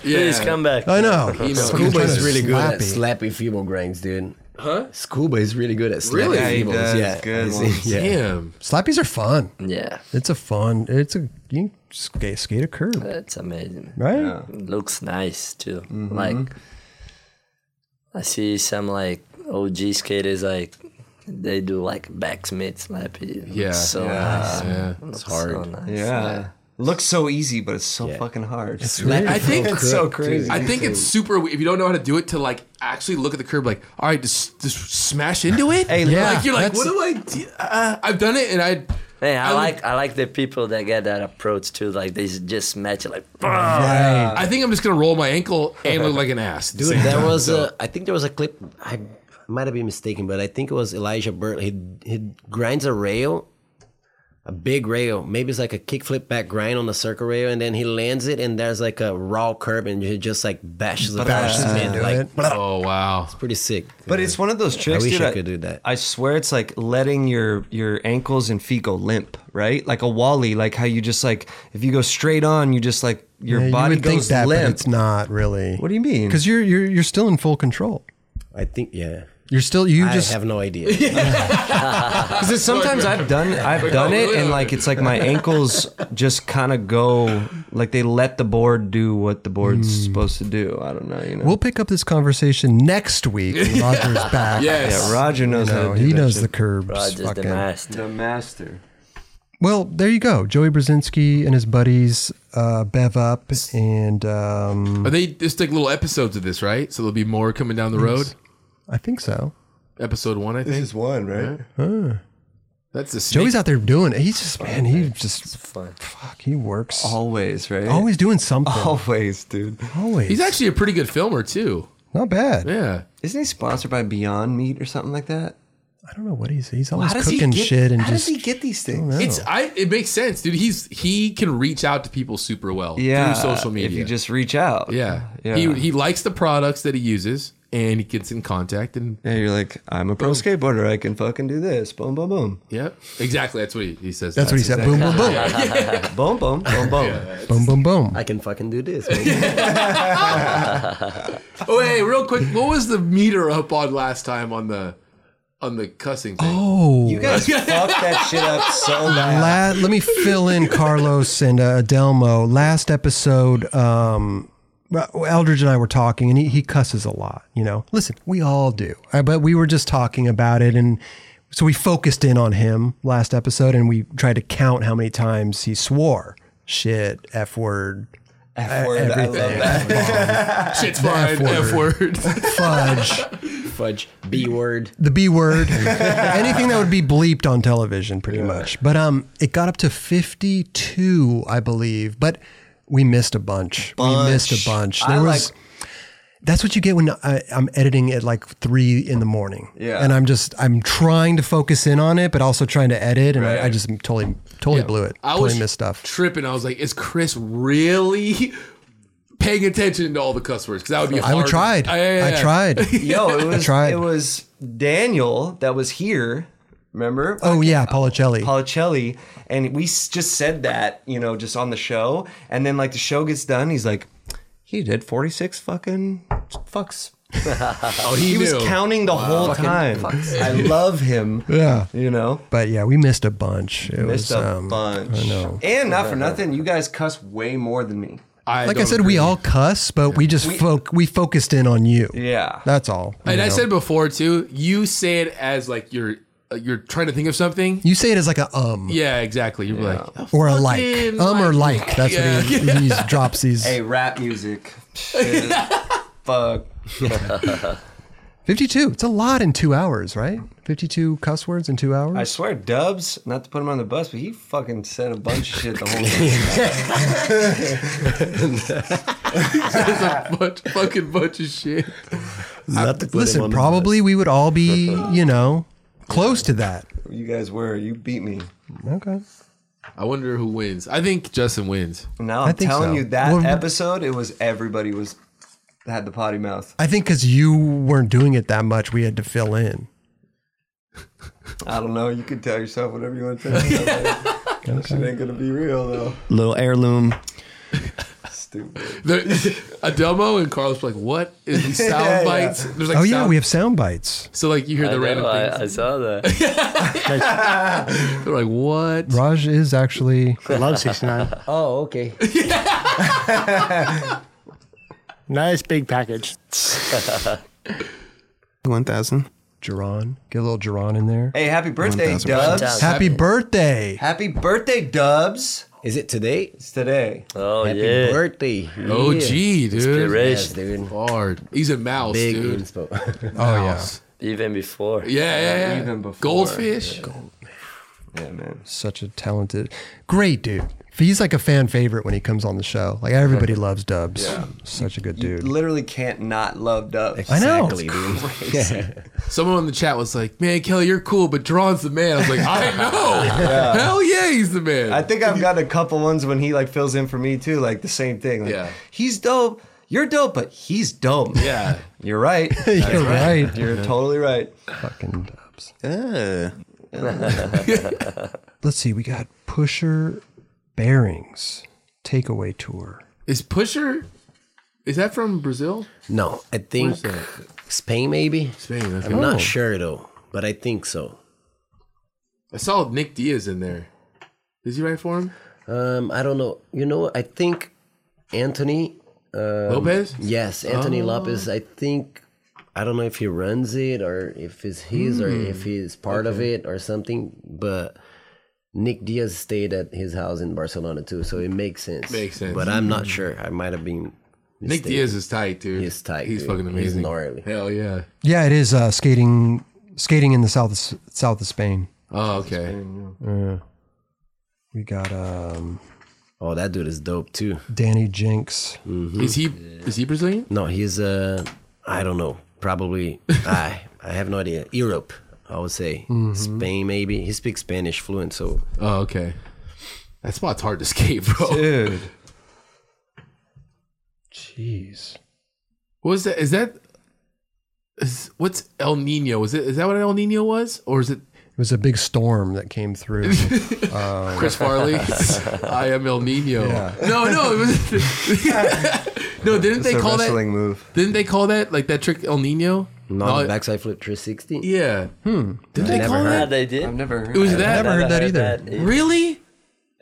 S2: collage.
S5: please come back.
S1: I know.
S3: knows.
S1: Fucking
S4: Scuba
S1: trying
S4: is
S1: to
S4: really good at
S1: slappy.
S4: slappy feeble grinds, dude. Huh? Scuba is really good at slappy
S3: Really?
S2: Yeah, he
S4: feebles.
S2: does
S4: Yeah,
S2: good
S4: He's-
S2: ones.
S4: yeah.
S3: Damn.
S1: Slappies are fun.
S5: Yeah,
S1: It's a fun. It's a you can skate, skate a curb,
S5: that's amazing.
S1: right?
S5: Looks nice too. Like I see some like OG skaters like they do like back smith slap.
S3: Yeah,
S5: so
S2: yeah,
S5: nice.
S3: Yeah.
S5: It's hard. So nice.
S2: Yeah. Looks so easy, but it's so fucking hard. It's
S1: Weird.
S3: I think
S2: so crazy.
S3: I think it's super. If you don't know how to do it, to like actually look at the curb, like, all right, just, just smash into it.
S2: Hey,
S1: Yeah,
S3: like you're like,
S1: that's-
S3: what do I? Do? Uh, I've done it, and I.
S5: Hey, I,
S3: would-
S5: like I like the people that get that approach too. Like they just match it like.
S1: Right.
S3: I think I'm just gonna roll my ankle and look like an ass. at the
S4: Dude,
S3: same
S4: there
S3: time,
S4: was
S3: so.
S4: a. I think there was a clip. I might have been mistaken, but I think it was Elijah Burt. He he grinds a rail, a big rail. Maybe it's like a kickflip back grind on the circle rail, and then he lands it, and there's like a raw curb, and he just like bashes the
S1: Bashes
S2: Uh,
S4: bashes
S1: into
S4: in. Like
S1: it.
S3: Oh wow.
S4: pretty sick.
S2: But it's one of those tricks,
S4: wish
S2: dude.
S4: I could do that.
S2: I swear it's like letting your your ankles and feet go limp, right? Like a wally, like how you just like if you go straight on, you just like your
S1: Yeah,
S2: body goes
S1: but
S2: limp.
S1: it's not really.
S2: What do you mean?
S1: Because you're you're you're still in full control.
S4: I think yeah.
S1: You're still you
S4: I
S1: just
S4: have no idea.
S2: Because sometimes I've done I've done it and like it's like my ankles just kind of go like they let the board do what the board's supposed to do. I don't know, you know.
S1: We'll pick up this conversation next week. When Roger's back.
S3: Yes.
S2: yeah, Roger knows how
S1: No,
S2: to do
S1: he
S2: that
S1: knows
S2: shit.
S1: the curbs.
S5: Roger's the
S1: fucking-
S5: master.
S2: the master.
S1: Well, there you go. Joey Brzezinski and his buddies uh, bev up, and um,
S3: Are they just like little episodes of this, right? So there'll be more coming down the road.
S1: I think so.
S3: Episode one, I think.
S7: is one, right?
S3: That's the snake.
S1: Joey's out there doing it. He's just man. He just
S5: fun.
S1: fuck. He works.
S2: Always, right?
S1: Always doing something.
S2: Always, dude.
S1: Always.
S3: He's actually a pretty good filmer too.
S1: not bad.
S3: Yeah.
S2: Isn't he sponsored by Beyond Meat or something like that?
S1: I don't know what he's. He's always
S2: How does he
S1: cooking
S2: get-
S1: shit and
S2: how
S1: just.
S2: does he get these things?
S3: It's I. It makes sense, dude. He's he can reach out to people super well through
S2: yeah,
S3: social media.
S2: If you just reach out,
S3: yeah.
S2: yeah.
S3: He he likes the products that he uses, and he gets in contact. And
S2: yeah, you're like, I'm a pro skateboarder. I can fucking do this. Boom, boom, boom,
S3: yeah, exactly. That's what he, he says.
S1: that's what he said. Boom, boom, boom,
S2: boom, boom, boom, boom.
S1: boom, boom, boom.
S4: I can fucking do this. man.
S3: Oh, hey, real quick, what was the meter up on last time on the on the cussing thing?
S1: Oh,
S2: You guys fuck that shit up so bad.
S1: La- let me fill in Carlos and uh, Adelmo. Last episode, um, well, Eldridge and I were talking, and he, he cusses a lot. You know, listen, we all do, Uh, but we were just talking about it, and so we focused in on him last episode, and we tried to count how many times he swore, shit, f word,
S2: F word, I love
S1: everything.
S2: that.
S3: Shit's fine. F word.
S1: fudge,
S4: Fudge. B word.
S1: the B word, anything that would be bleeped on television, pretty much. But um, it got up to fifty-two, I believe. But we missed a bunch. We missed a bunch. There
S2: I
S1: was.
S2: like-
S1: that's what you get when I, I'm editing at like three in the morning.
S2: Yeah.
S1: And I'm just I'm trying to focus in on it, but also trying to edit, and I, I
S2: Right.
S1: just totally totally blew it.
S3: I
S1: totally
S3: was
S1: missed stuff.
S3: tripping. I was like, is Chris really paying attention to all the cuss words? Because that would be.
S1: I
S3: hard.
S1: tried.
S3: Yeah, yeah,
S1: I
S3: yeah.
S1: tried.
S2: Yo, it was
S1: tried.
S2: it was Daniel that was here. Remember?
S1: oh yeah, Policelli.
S2: Policelli, and we s- just said that, you know, just on the show, and then like the show gets done, he's like, he did forty six fucking fucks.
S3: Oh, he,
S2: He was
S3: knew.
S2: counting the whole time. I love him.
S1: Yeah.
S2: you know,
S1: but yeah, we missed a bunch. It
S2: missed
S1: was
S2: a
S1: um,
S2: bunch.
S1: I know.
S2: And not for nothing, you guys cuss way more than me.
S1: like I
S3: don't
S1: said,
S3: agree.
S1: we all cuss, but we just foc- we focused in on you.
S2: Yeah.
S1: That's all.
S3: And
S1: you
S3: I
S1: know.
S3: said before too. You say it as like your uh, you're trying to think of something.
S1: You say it as like a um
S3: Yeah, exactly. You're like
S1: or a like.
S3: fucking
S1: Um or like. That's
S3: Yeah.
S1: what he, he drops these.
S2: Hey, rap music. Shit. Fuck.
S1: 52. It's a lot in two hours, right? 52 cuss words in two hours?
S2: I swear, Dubs, not to put him on the bus, but he fucking said a bunch of shit the whole time.
S3: there's a bunch, fucking bunch of shit.
S4: Not to put him on
S1: Listen,
S4: the
S1: probably we would all be, you know, close to that.
S2: You guys were. You beat me.
S1: Okay.
S3: I wonder who wins. I think Justin wins.
S2: No,
S1: I
S2: I'm
S1: think
S2: telling
S1: so.
S2: you, that
S1: Well,
S2: episode, it was everybody was had the potty mouth.
S1: I think because you weren't doing it that much, we had to fill in.
S2: I don't know. You can tell yourself whatever you want to tell yourself. That shit ain't gonna be real though.
S7: Little heirloom.
S2: Stupid.
S3: The, Adelmo and Carlos were like, what is these sound
S2: Yeah, yeah.
S3: bites? There's like
S1: Oh, yeah,
S3: sound-
S1: we have sound bites.
S3: so like you hear
S5: I,
S3: the random
S5: know, Oh, I-
S3: things.
S5: I saw that.
S3: They're like, what?
S1: Raj is actually.
S7: I love 69.
S4: Oh, okay.
S7: nice big package.
S1: 1,000. Geron. Get a little Geron in there.
S2: Hey, happy birthday, Dubs.
S5: Fantastic.
S1: Happy birthday.
S2: Happy birthday, Dubs.
S4: Is it today?
S2: It's today.
S5: Oh
S4: Happy
S5: yeah.
S4: birthday.
S3: Oh,
S4: Yeah.
S3: gee, dude.
S4: Yes,
S5: Inspiration.
S4: dude.
S3: Hard. He's a mouse,
S4: Big
S3: dude.
S4: inspo.
S1: Oh, yeah.
S5: Even before.
S3: Yeah, yeah, yeah.
S2: Even before.
S3: Goldfish.
S2: Yeah, man.
S1: Such a talented, great dude. He's like a fan favorite when he comes on the show. Like everybody loves Dubs. Such a good
S2: You
S1: dude.
S2: literally can't not love Dubs.
S1: I know.
S4: Exactly, dude.
S3: Someone on the chat was like, "Man, Kelly, you're cool, but Drawn's the man." I was like, "I know. Hell yeah, he's the man."
S2: I think I've got a couple ones when he like fills in for me too, like the same thing. Like,
S3: Yeah.
S2: He's dope. You're dope, but he's dope.
S3: yeah.
S2: You're right.
S1: You're right.
S2: You're totally right.
S1: Fucking Dubs.
S7: Ugh.
S1: Let's see. We got Pusher Bearings Takeaway Tour.
S3: Is Pusher? Is that from Brazil?
S4: No, I think
S3: that? Oh.
S4: Spain maybe.
S3: Spain. That's
S4: I'm not sure though, but I think so.
S3: I saw Nick Diaz in there. Is he right for him?
S4: Um, I don't know. You know, I think Anthony. Um,
S3: Lopez.
S4: Yes, Anthony
S3: Oh.
S4: Lopez. I think I don't know if he runs it or if it's his or
S3: Hmm.
S4: if he's part of it or something. But Nick Diaz stayed at his house in Barcelona too, so it makes sense.
S3: Makes sense. Hmm.
S4: But I'm not sure. I might have been.
S3: Nick
S4: mistaken.
S3: Diaz is tight, dude.
S4: He's tight,
S3: He's
S4: dude.
S3: fucking
S4: He's
S3: amazing.
S4: gnarly.
S3: Hell yeah.
S1: Yeah, it is uh, skating skating in the south of, S- south of Spain.
S3: Oh, okay.
S1: We got um,
S4: Oh, that dude is dope too.
S1: Danny Jinx.
S3: Is he? Is he Brazilian?
S4: No, he's uh, I don't know. Probably I I have no idea. Europe, I would say.
S3: Mm-hmm.
S4: Spain maybe. He speaks Spanish fluent, so
S3: Oh, okay. That spot's hard to skate, bro.
S2: Dude.
S1: Jeez.
S3: What was that? Is that? Is, what's El Nino? Is it? Is that what El Nino was, or is it
S1: It was a big storm that came through.
S3: Chris Farley? I am El Nino. No, no, it was. no, didn't they
S2: It's a
S3: call that?
S2: wrestling move.
S3: Didn't they call that like that trick El Nino?
S4: not
S3: No,
S4: the backside flip 360.
S3: Yeah. Hmm. Didn't
S4: I
S3: they
S4: never
S3: call
S5: Yeah,
S3: that?
S5: they did.
S2: I've never heard
S3: It was
S2: that.
S3: that.
S1: never heard that either.
S3: Really?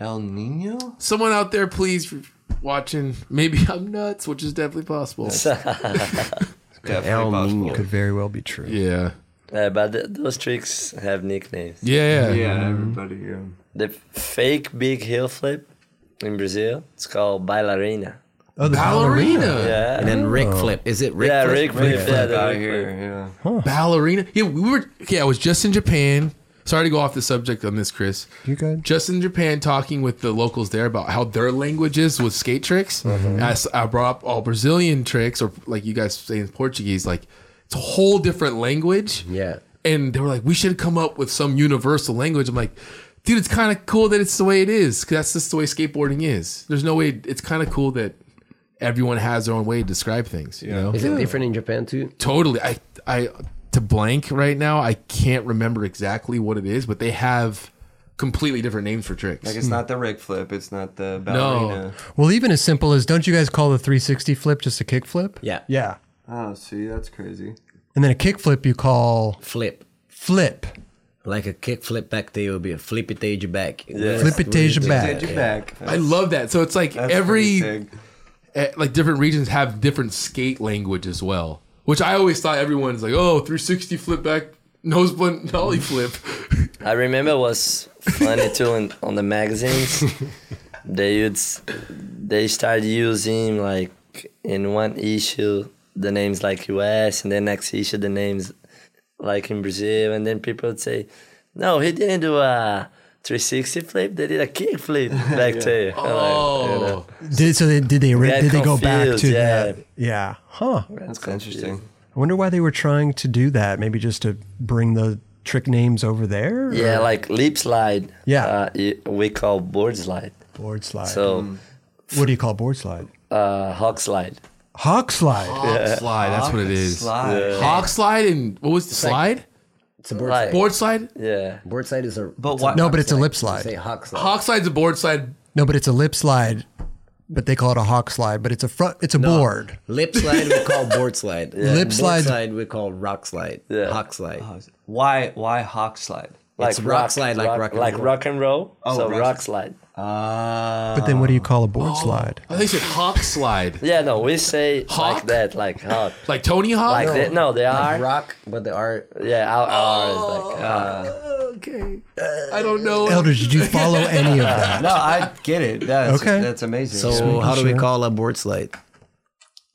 S2: El Nino?
S3: Someone out there, please, for watching. Maybe I'm nuts, which is definitely possible.
S2: Definitely
S4: El
S2: possible.
S4: Niño.
S1: Could very well be true.
S3: Yeah.
S5: Yeah, but th- those tricks have nicknames.
S3: Yeah.
S2: Yeah, everybody. Um,
S5: The fake big heel flip in Brazil, it's called bailarina.
S1: Oh, the
S3: Ballerina.
S5: Yeah.
S4: And then Rick flip. Is it Rick
S5: yeah,
S4: flip?
S5: Rick flip. Yeah, the
S2: out
S5: Rick
S2: here, yeah.
S5: flip.
S3: Ballerina. Yeah, we were. Yeah, I was just in Japan. Sorry to go off the subject on this, Chris.
S1: You good?
S3: Just in Japan, talking with the locals there about how their language is with skate tricks. And I s- I brought up all Brazilian tricks, or like you guys say in Portuguese, like it's a whole different language.
S4: Yeah.
S3: and they were like, "We should come up with some universal language." I'm like, "Dude, it's kind of cool that it's the way it is. 'cause that's just the way skateboarding is. There's no way. It's kind of cool that everyone has their own way to describe things. You know,
S4: Is it different in Japan too?
S3: totally. I, I, to blank right now, I can't remember exactly what it is, but they have completely different names for tricks.
S2: Like it's not the Rick flip. It's not
S3: No.
S2: the ballerina.
S1: Well, even as simple as don't you guys call the 360 flip just a kick flip?
S4: Yeah.
S1: Yeah.
S2: Oh, see, that's crazy.
S1: And then a kick flip you call
S4: Flip.
S1: flip.
S4: Like a kick flip back day will be a flippitage back.
S1: Flippitage back.
S2: Did you back?
S3: I love that. So it's like
S2: That's
S3: every
S2: pretty sick.
S3: eh, like different regions have different skate language as well, which I always thought everyone's like, oh, 360 flip back Nose blunt dolly flip.
S5: I remember it was funny too in, on the magazines. They would, s- they started using like in one issue the names like US and then next issue the names like in Brazil and then people would say, No, he didn't do a 360 flip, they did a kick flip back to you.
S3: Oh,
S1: Did so? They, did they re-
S5: Got
S1: did they go back to
S5: confused, yeah.
S1: that? Yeah. Huh. I
S2: That's interesting.
S1: wonder why they were trying to do that. Maybe just to bring the trick names over there. or-
S5: Yeah, like leap slide.
S1: Yeah.
S5: Uh, y- we call board slide.
S1: board slide.
S5: So
S4: Mm-hmm.
S1: what do you call board slide?
S5: uh, hog slide.
S1: Hawk slide.
S3: hog slide. That's what it is.
S2: Slide.
S3: Hog slide and what was the slide?
S4: It's a board
S5: Like-
S4: slide.
S3: Board slide.
S5: Yeah.
S4: Board slide is a
S2: But why?
S1: No, but it's a lip
S4: say
S1: slide.
S4: hawk slide.
S3: Hog slide's a board slide.
S1: No, but it's a lip slide. But they call it a hawk slide. But it's a front. It's a board.
S4: Lip slide we call board slide.
S1: Lip
S4: board
S1: slide-
S4: slide we call rock slide. Hawk slide.
S2: Why? Why hawk slide?
S5: Like
S4: It's rock slide, like rock and
S5: like
S4: roll. Oh,
S5: rock and roll. so
S2: rock
S5: rock, slide.
S1: But then what do you call a board slide?
S3: I think it said hawk slide.
S5: Yeah, no, we say
S3: Hawk?
S5: like that, like hawk.
S3: Like Tony Hawk.
S5: Like that. No, they are.
S4: Like rock, Oh, but they are
S5: yeah, our, our is like uh, hawk.
S3: Okay. I don't know.
S1: Elder, did you follow any of that?
S2: No, I get it. That's
S1: Okay.
S2: That's amazing.
S4: So
S2: So
S4: how do we
S1: sure.
S4: call a board slide?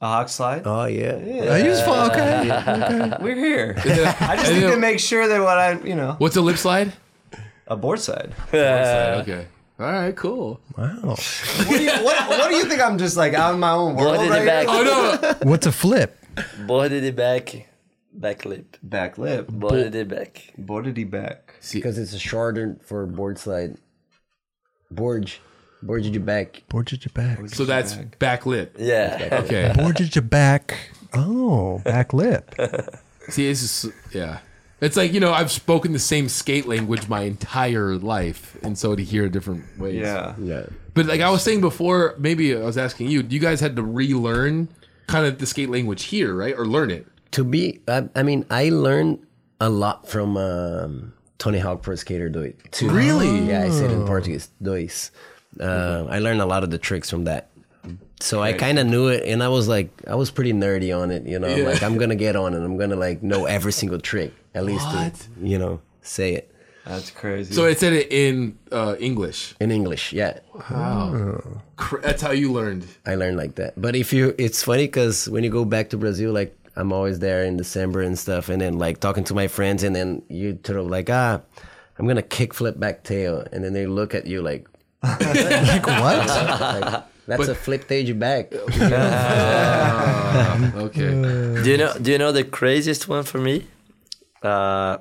S2: a hawk slide.
S3: Uh,
S4: Oh yeah.
S1: Are you just follow? Okay. okay.
S2: We're here.
S3: I
S2: I just need to make sure that what I, you know,
S3: What's a lip slide?
S2: a board side.
S3: okay. All right. Cool.
S1: Wow.
S2: What do you, what, what do you think? I'm just like out in my own world
S5: Board in the
S2: right
S5: back.
S2: here?
S3: Oh no.
S1: What's a flip?
S5: Board in the back. Back lip.
S2: Back lip,
S5: Board in the back.
S2: boardedy back.
S4: Because it's a shorter for board slide. Borge. Borge your back.
S1: Board at your back.
S3: So that's backlit.
S5: Yeah.
S3: Okay.
S1: Board at your back. Oh, back lip.
S3: See, it's just yeah. It's like you know I've spoken the same skate language my entire life, and so to hear different ways.
S2: Yeah.
S4: Yeah.
S3: But like I was saying before, maybe I was asking you. You guys had to relearn kind of the skate language here, right? Or learn it.
S4: To be, I, I mean, I learned a lot from um, Tony Hawk Pro Skater Doi. Too.
S3: Really? Oh.
S4: Yeah, I said in Portuguese, dois. Uh, I learned a lot of the tricks from that. So I kind of knew it, and I was like, I was pretty nerdy on it, you know. I'm Like I'm gonna get on it. I'm gonna like know every single trick, at least to,
S3: What?
S4: you know, say it
S2: That's crazy.
S3: So it said it in uh, English. Oh.
S4: in English. Yeah,
S1: Oh.
S3: Cr- That's how you learned.
S4: I learned like that. But if you, it's funny because when you go back to Brazil, like I'm always there in December and stuff, and then like talking to my friends, and then you sort of like, ah, I'm gonna kick flip back tail, and then they look at you like,
S1: Like what?
S4: like that's a flip tail back.
S3: Oh, Okay.
S5: Do you know do you know the craziest one for me? Uh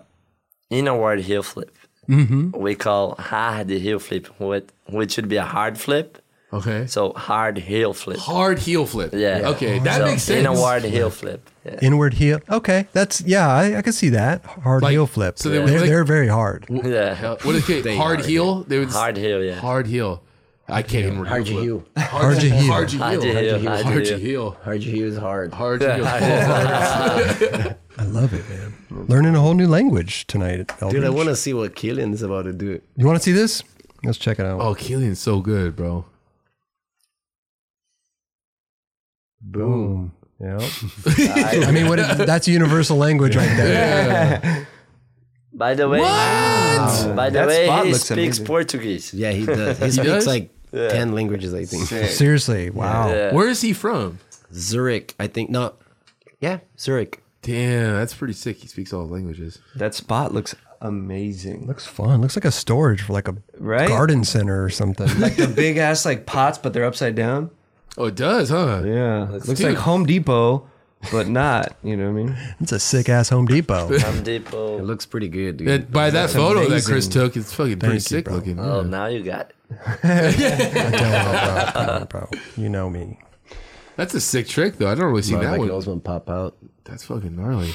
S5: inward heel flip. Mm-hmm. We call hard heel flip, what which should be a hard flip.
S3: Okay.
S5: So hard heel flip.
S3: Hard heel flip.
S5: Yeah.
S3: Okay, that
S5: So
S3: makes sense.
S5: Inward heel flip. Yeah.
S1: Inward heel. Okay, that's yeah. I, I can see that hard
S3: Like,
S1: heel flip.
S3: so
S1: So
S3: they
S1: they
S3: were
S1: are
S3: like-
S1: they're very hard.
S5: yeah.
S3: What is it? Hard heel. They would
S5: Hard heel, yeah.
S3: Hard heel. I can't even remember.
S4: Hard to heel.
S1: Hard to heel.
S3: Hard heel.
S5: Hard
S3: Hard to
S5: to heel, hard to heel.
S3: heel.
S4: Hard to heel is hard.
S3: Hard to heel.
S1: I love it, man. Learning a whole new language tonight,
S4: Dude, I
S1: Eldridge.
S4: want to see what Killian is about to do.
S1: you want to see this? Let's check it out.
S3: Oh, Keelan's so good, bro.
S1: boom. Yeah. I mean, what? If, that's a universal language right there.
S5: By the way, uh, by the
S2: That
S5: way,
S2: spot
S5: he
S2: looks
S5: speaks
S2: amazing.
S5: Portuguese.
S4: Yeah, he does. He, speaks
S3: does?
S4: like ten languages, I think.
S1: Seriously, wow.
S3: Where is he from?
S4: Zurich, I think. No, yeah, Zurich.
S3: Damn, that's pretty sick. He speaks all languages.
S2: that spot looks amazing.
S1: Looks fun. Looks like a storage for like a
S2: Right?
S1: garden center or something.
S2: The big ass like pots, but they're upside down.
S3: Oh, it does, huh?
S2: Yeah. looks like Home Depot, but not. You know what I mean?
S1: it's a sick ass Home Depot.
S5: Home Depot.
S4: It looks pretty good, dude.
S3: That- by that photo that Chris
S2: amazing.
S3: took, it's fucking pretty
S1: you,
S3: sick
S1: bro.
S3: looking.
S5: Oh, now you got it.
S1: Yeah, bro, bro, bro. You know me.
S3: That's a sick trick, though. I don't really see
S4: Bro,
S3: that
S4: like
S3: one.
S4: nose one pop out.
S3: That's fucking gnarly.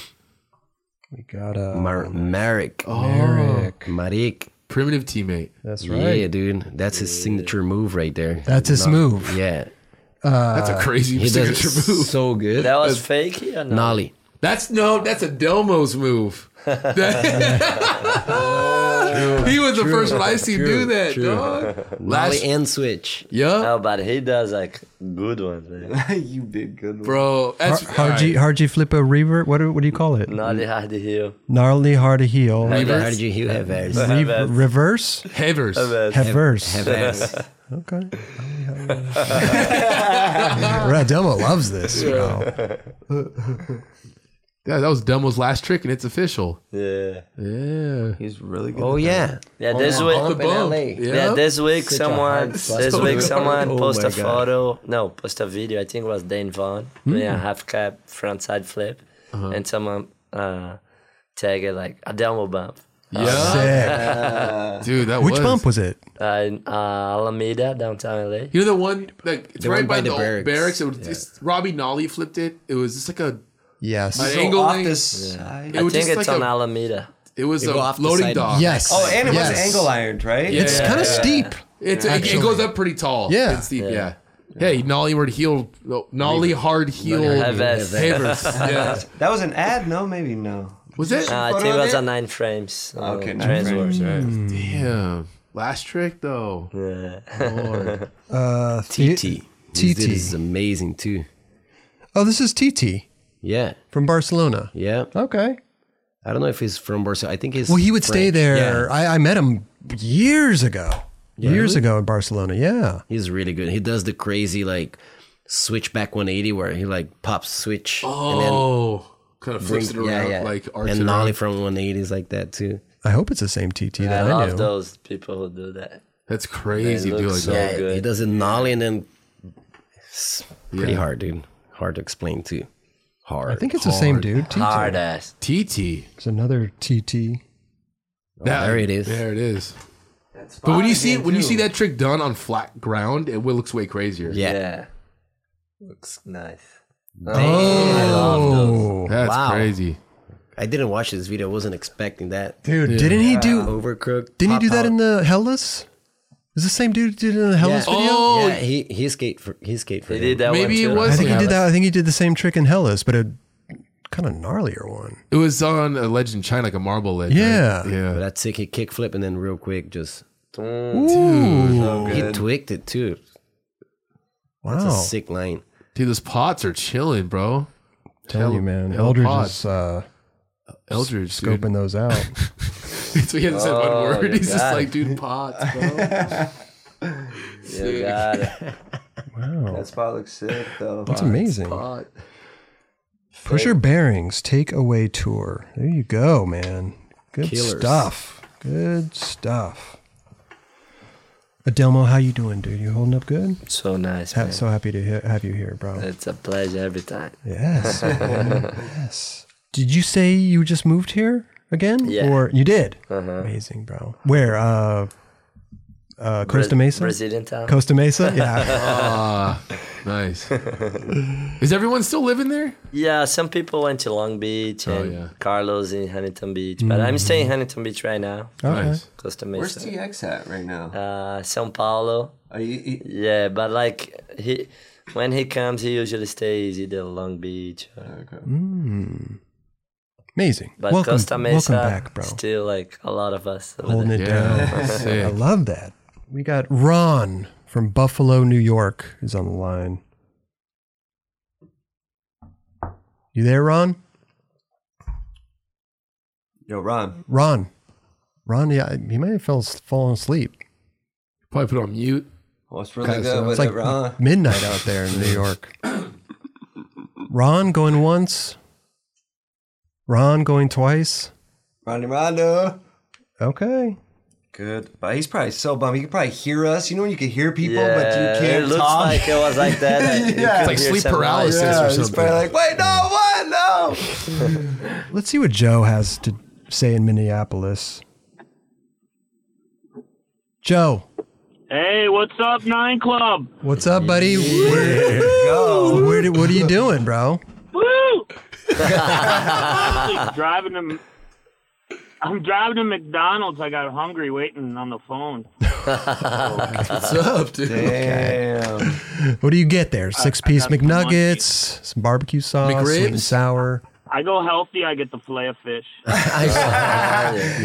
S1: We got a
S4: Mar- Marek.
S1: Eric.
S4: Marik.
S3: Primitive teammate.
S1: That's
S4: Yeah, dude. That's his signature move right there.
S1: That's his move.
S4: yeah.
S3: That's a crazy
S4: He does
S3: signature
S4: it
S3: move.
S4: so good.
S5: That was fake or no?
S4: Nolly.
S3: That's no, that's a Delmo's move. That- he was the first one I see do that, dog.
S4: Molly
S3: Last,
S4: and Switch.
S3: yeah,
S5: No, but he does like good ones. man.
S2: you did good. One.
S3: bro. That's, all
S1: How'd you, how'd you flip a revert? What, do- what do you call it?
S5: Not hard to heal.
S1: Gnarly, hard to heal.
S4: How the- how did you heal Havers?
S1: Re- reverse?
S3: right. Havers.
S1: Heverse.
S4: Havers.
S1: Okay. Radelmo loves this, bro.
S3: Yeah, that was Dumbo's last trick, and it's official.
S5: Yeah.
S3: Yeah.
S7: He's really good.
S4: Oh yeah.
S5: Yeah, this
S4: On
S5: week.
S4: the bump in LA.
S3: Yeah.
S5: Yeah, this week
S4: Such a
S5: someone
S4: hard spot.
S5: this week someone
S4: Oh
S5: post
S4: my
S5: a
S4: God.
S5: photo no post a video I think it was Dane Vaughn
S3: Hmm.
S5: doing a half cap front side flip
S3: Uh-huh.
S5: and someone uh tag it like a demo bump
S3: Yeah,
S1: Sick.
S3: dude, that
S1: Which
S3: was.
S1: bump was it?
S5: uh, in uh, Alameda downtown LA
S3: You know the one like it's
S4: The
S3: right
S4: one
S3: by,
S4: by
S3: the,
S4: the
S3: old barracks.
S4: barracks.
S3: It was just, Robbie Nolly flipped it. It was just like a
S1: Yes.
S3: an
S2: So
S3: angle.
S2: off
S3: lane.
S2: this side.
S5: I
S3: was
S5: think
S3: just
S5: it's
S3: like
S5: on
S3: a-
S5: Alameda
S3: It was
S4: You
S3: a
S4: go off the
S3: loading
S4: side.
S3: dock.
S1: Yes.
S2: Oh, and it was
S1: Yes.
S2: angle ironed, right?
S1: It's
S3: Yeah.
S1: kind of steep.
S3: It's, it, it
S1: Actually.
S3: goes up pretty tall.
S1: Yeah.
S3: It's deep, yeah. Hey, Nolly hard heel, Nolly hard heel.
S5: Havers.
S3: Havers. yeah.
S2: That was an ad? No, maybe no.
S3: Was it?
S5: uh, I
S2: photo
S5: think it
S2: of
S5: was
S2: it?
S5: a nine frames uh,
S2: Okay, nine
S5: Trans
S2: frames,
S5: Wars.
S3: Hmm, Damn. Last trick though. Lord.
S1: Uh, the-
S4: TT.
S1: TT.
S4: This is amazing too.
S1: Oh, this is TT
S4: Yeah.
S1: from Barcelona.
S4: Yeah.
S1: Okay.
S4: I don't know if he's from Barcelona. I think he's.
S1: Well, he would stay
S4: French.
S1: there.
S4: Yeah.
S1: I, I met him years ago. Years ago in Barcelona. Yeah.
S4: He's really good. He does the crazy like switch back 180 where he like pops switch
S3: Oh. Kind of flips it around like arcs
S4: and
S3: it
S4: Nolly
S3: around.
S4: from 180 is like that too.
S1: I hope it's the same TT
S5: I
S1: that I
S5: love
S1: knew.
S5: those people who do that
S3: That's crazy,
S5: They
S3: dude.
S5: look
S3: Like,
S5: so-
S3: that.
S4: yeah,
S5: good.
S4: he does it Nolly and then it's pretty
S3: Yeah.
S4: hard, dude. Hard to explain too. Hard.
S1: I think it's the same dude. TT.
S5: hard ass
S3: TT.
S1: It's another TT.
S3: That-
S4: there it is.
S3: Oh, There it is. But when you see when you see that trick done on flat ground, it will- looks way crazier.
S4: Yeah.
S5: yeah looks nice
S1: Oh,
S3: That's
S4: Wow.
S3: crazy.
S4: I didn't watch this video. I wasn't expecting that.
S1: dude! Didn't he
S4: Uh,
S1: do?
S4: Overcooked.
S1: Didn't he do
S4: pop
S1: that in
S4: out.
S1: the Hellas? Is the same dude who did it in the Hellas
S4: Yeah.
S1: video?
S3: Oh,
S4: Yeah, he he skate for he skate for.
S5: they
S4: him.
S5: did that
S3: Maybe it
S5: one too
S3: was-
S1: I think he
S3: Yeah.
S1: did that. I think he did the same trick in Hellas, but a kind of gnarlier one.
S3: it was on a ledge in China, like a marble ledge.
S1: Yeah.
S3: right?
S4: But
S3: yeah.
S4: that sick he kick flip and then real quick just he
S2: Good.
S4: tweaked it too. That's
S1: Wow,
S4: a sick line.
S3: Dude, those pots are chilling, bro.
S1: telling you, man.
S3: hell
S1: Eldridge
S3: pod.
S1: is uh,
S3: Eldridge, dude.
S1: scoping those out.
S3: so he hasn't said one word.
S5: Oh, you
S3: He's just
S5: got
S3: like, dude, pots, bro.
S5: you got it
S1: Wow,
S2: That spot looks sick, though.
S1: that's amazing.
S3: Pot.
S1: Pusher Bearings Take Away Tour. There you go, man. Good
S4: Killers.
S1: stuff. Good stuff. Adelmo, how you doing, dude? You holding up good?
S5: so nice
S1: Ha-
S5: man.
S1: so happy to he- have you here, bro.
S5: it's a pleasure every time
S1: Yes. man. yes. Did you say you just moved here again?
S5: Yeah. Uh-huh.
S1: Or you did? Amazing, bro. Where? Uh, uh, Costa
S5: Bra-
S1: Mesa?
S5: Brazilian town
S1: Costa Mesa? Yeah.
S3: Ah, Nice. Is everyone still living there?
S5: Yeah, some people went to Long Beach and
S3: yeah.
S5: Carlos in Huntington Beach, but I'm staying in Huntington Beach right now,
S1: Okay.
S3: Nice.
S5: Costa
S2: Where's
S5: Mesa,
S2: TX at right now?
S5: uh, São Paulo.
S2: Are you, you-
S5: Yeah, but like he, when he comes, he usually stays either Long Beach. Or,
S1: Mm. Amazing.
S5: but
S1: welcome,
S5: Costa Mesa,
S1: welcome back, bro.
S5: still like a lot of us. over
S1: Holding
S5: there.
S1: it down.
S3: Yeah.
S1: I
S3: sick.
S1: love that. We got Ron from Buffalo, New York, is on the line. You there, Ron?
S2: yo, Ron?
S1: Ron, Ron, yeah, he might have fell fallen asleep.
S3: Probably put on mute.
S2: What's really
S1: So
S2: good
S1: it's
S2: with
S1: like
S2: it, Ron?
S1: midnight out there in New York. Ron going once. Ron going twice.
S2: Ronnie Rondo.
S1: Okay.
S2: Good. But he's probably so bummed. He could probably hear us. You know when you can hear people, but
S5: Yeah,
S2: you can't
S5: it looks
S2: talk?
S5: like it was like that. I- you
S2: Yeah.
S5: could
S3: It's like
S5: hear
S3: sleep
S5: some noise.
S3: paralysis
S2: yeah,
S3: or
S2: he's
S3: something.
S2: probably like, wait, no, what? No.
S1: Let's see what Joe has to say in Minneapolis. Joe,
S8: Hey, what's up, Nine Club?
S1: what's up, buddy? Where,
S2: Go.
S1: where, do- what are you doing, bro?
S8: Woo! I'm driving to. I'm driving to McDonald's. I got hungry waiting on the phone.
S3: What's up, dude?
S2: Damn.
S1: What do you get there? Six piece
S8: got some
S1: McNuggets, some barbecue sauce, sweet
S3: McRibs?
S1: and sour.
S8: I go healthy. I get the fillet of fish.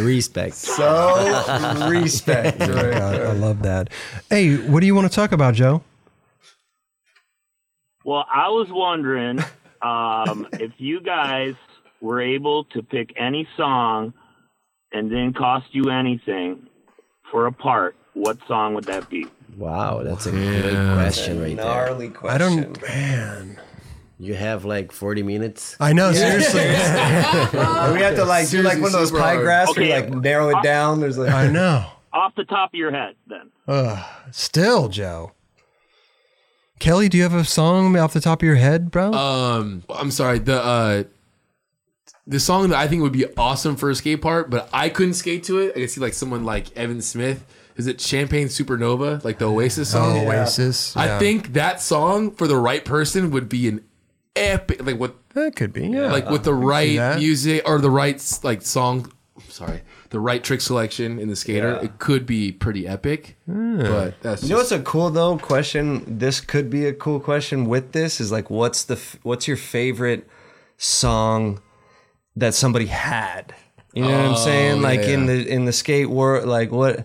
S4: Respect.
S2: So respect.
S1: Oh my God, I love that. Hey, what do you want to talk about, Joe?
S8: Well, I was wondering um, if you guys were able to pick any song and didn't cost you anything for a part. What song would that be?
S4: Wow, that's a good
S3: Yeah.
S4: question right there.
S2: Gnarly question.
S1: I don't, man.
S4: You have like 40 minutes.
S1: I know, seriously.
S2: we have to like do like one of those
S3: Seriously,
S2: pie
S3: super
S2: graphs where you
S8: hard.
S2: like narrow it down. There's like
S1: I know.
S8: Off the top of your head, then.
S1: Ugh, still, Joe. Kelly, do you have a song off the top of your head, bro?
S3: Um, I'm sorry. The uh, the song that I think would be awesome for a skate part, but I couldn't skate to it. I could see like someone like Evan Smith. Is it Champagne Supernova, like the Oasis song?
S1: Oasis.
S3: Oh, I
S1: Oh, yeah.
S3: think that song for the right person would be an epic, like with
S1: that could be. Yeah.
S3: like with the right
S1: that.
S3: music or the right s- like song. Sorry, the right trick selection in the skater. It could be pretty epic, but that's
S2: You know
S3: just,
S2: what's a cool though question? This could be a cool question with this is like what's the f- what's your favorite song that somebody had? You know what I'm saying? Like in
S3: yeah.
S2: the in the skate world, like what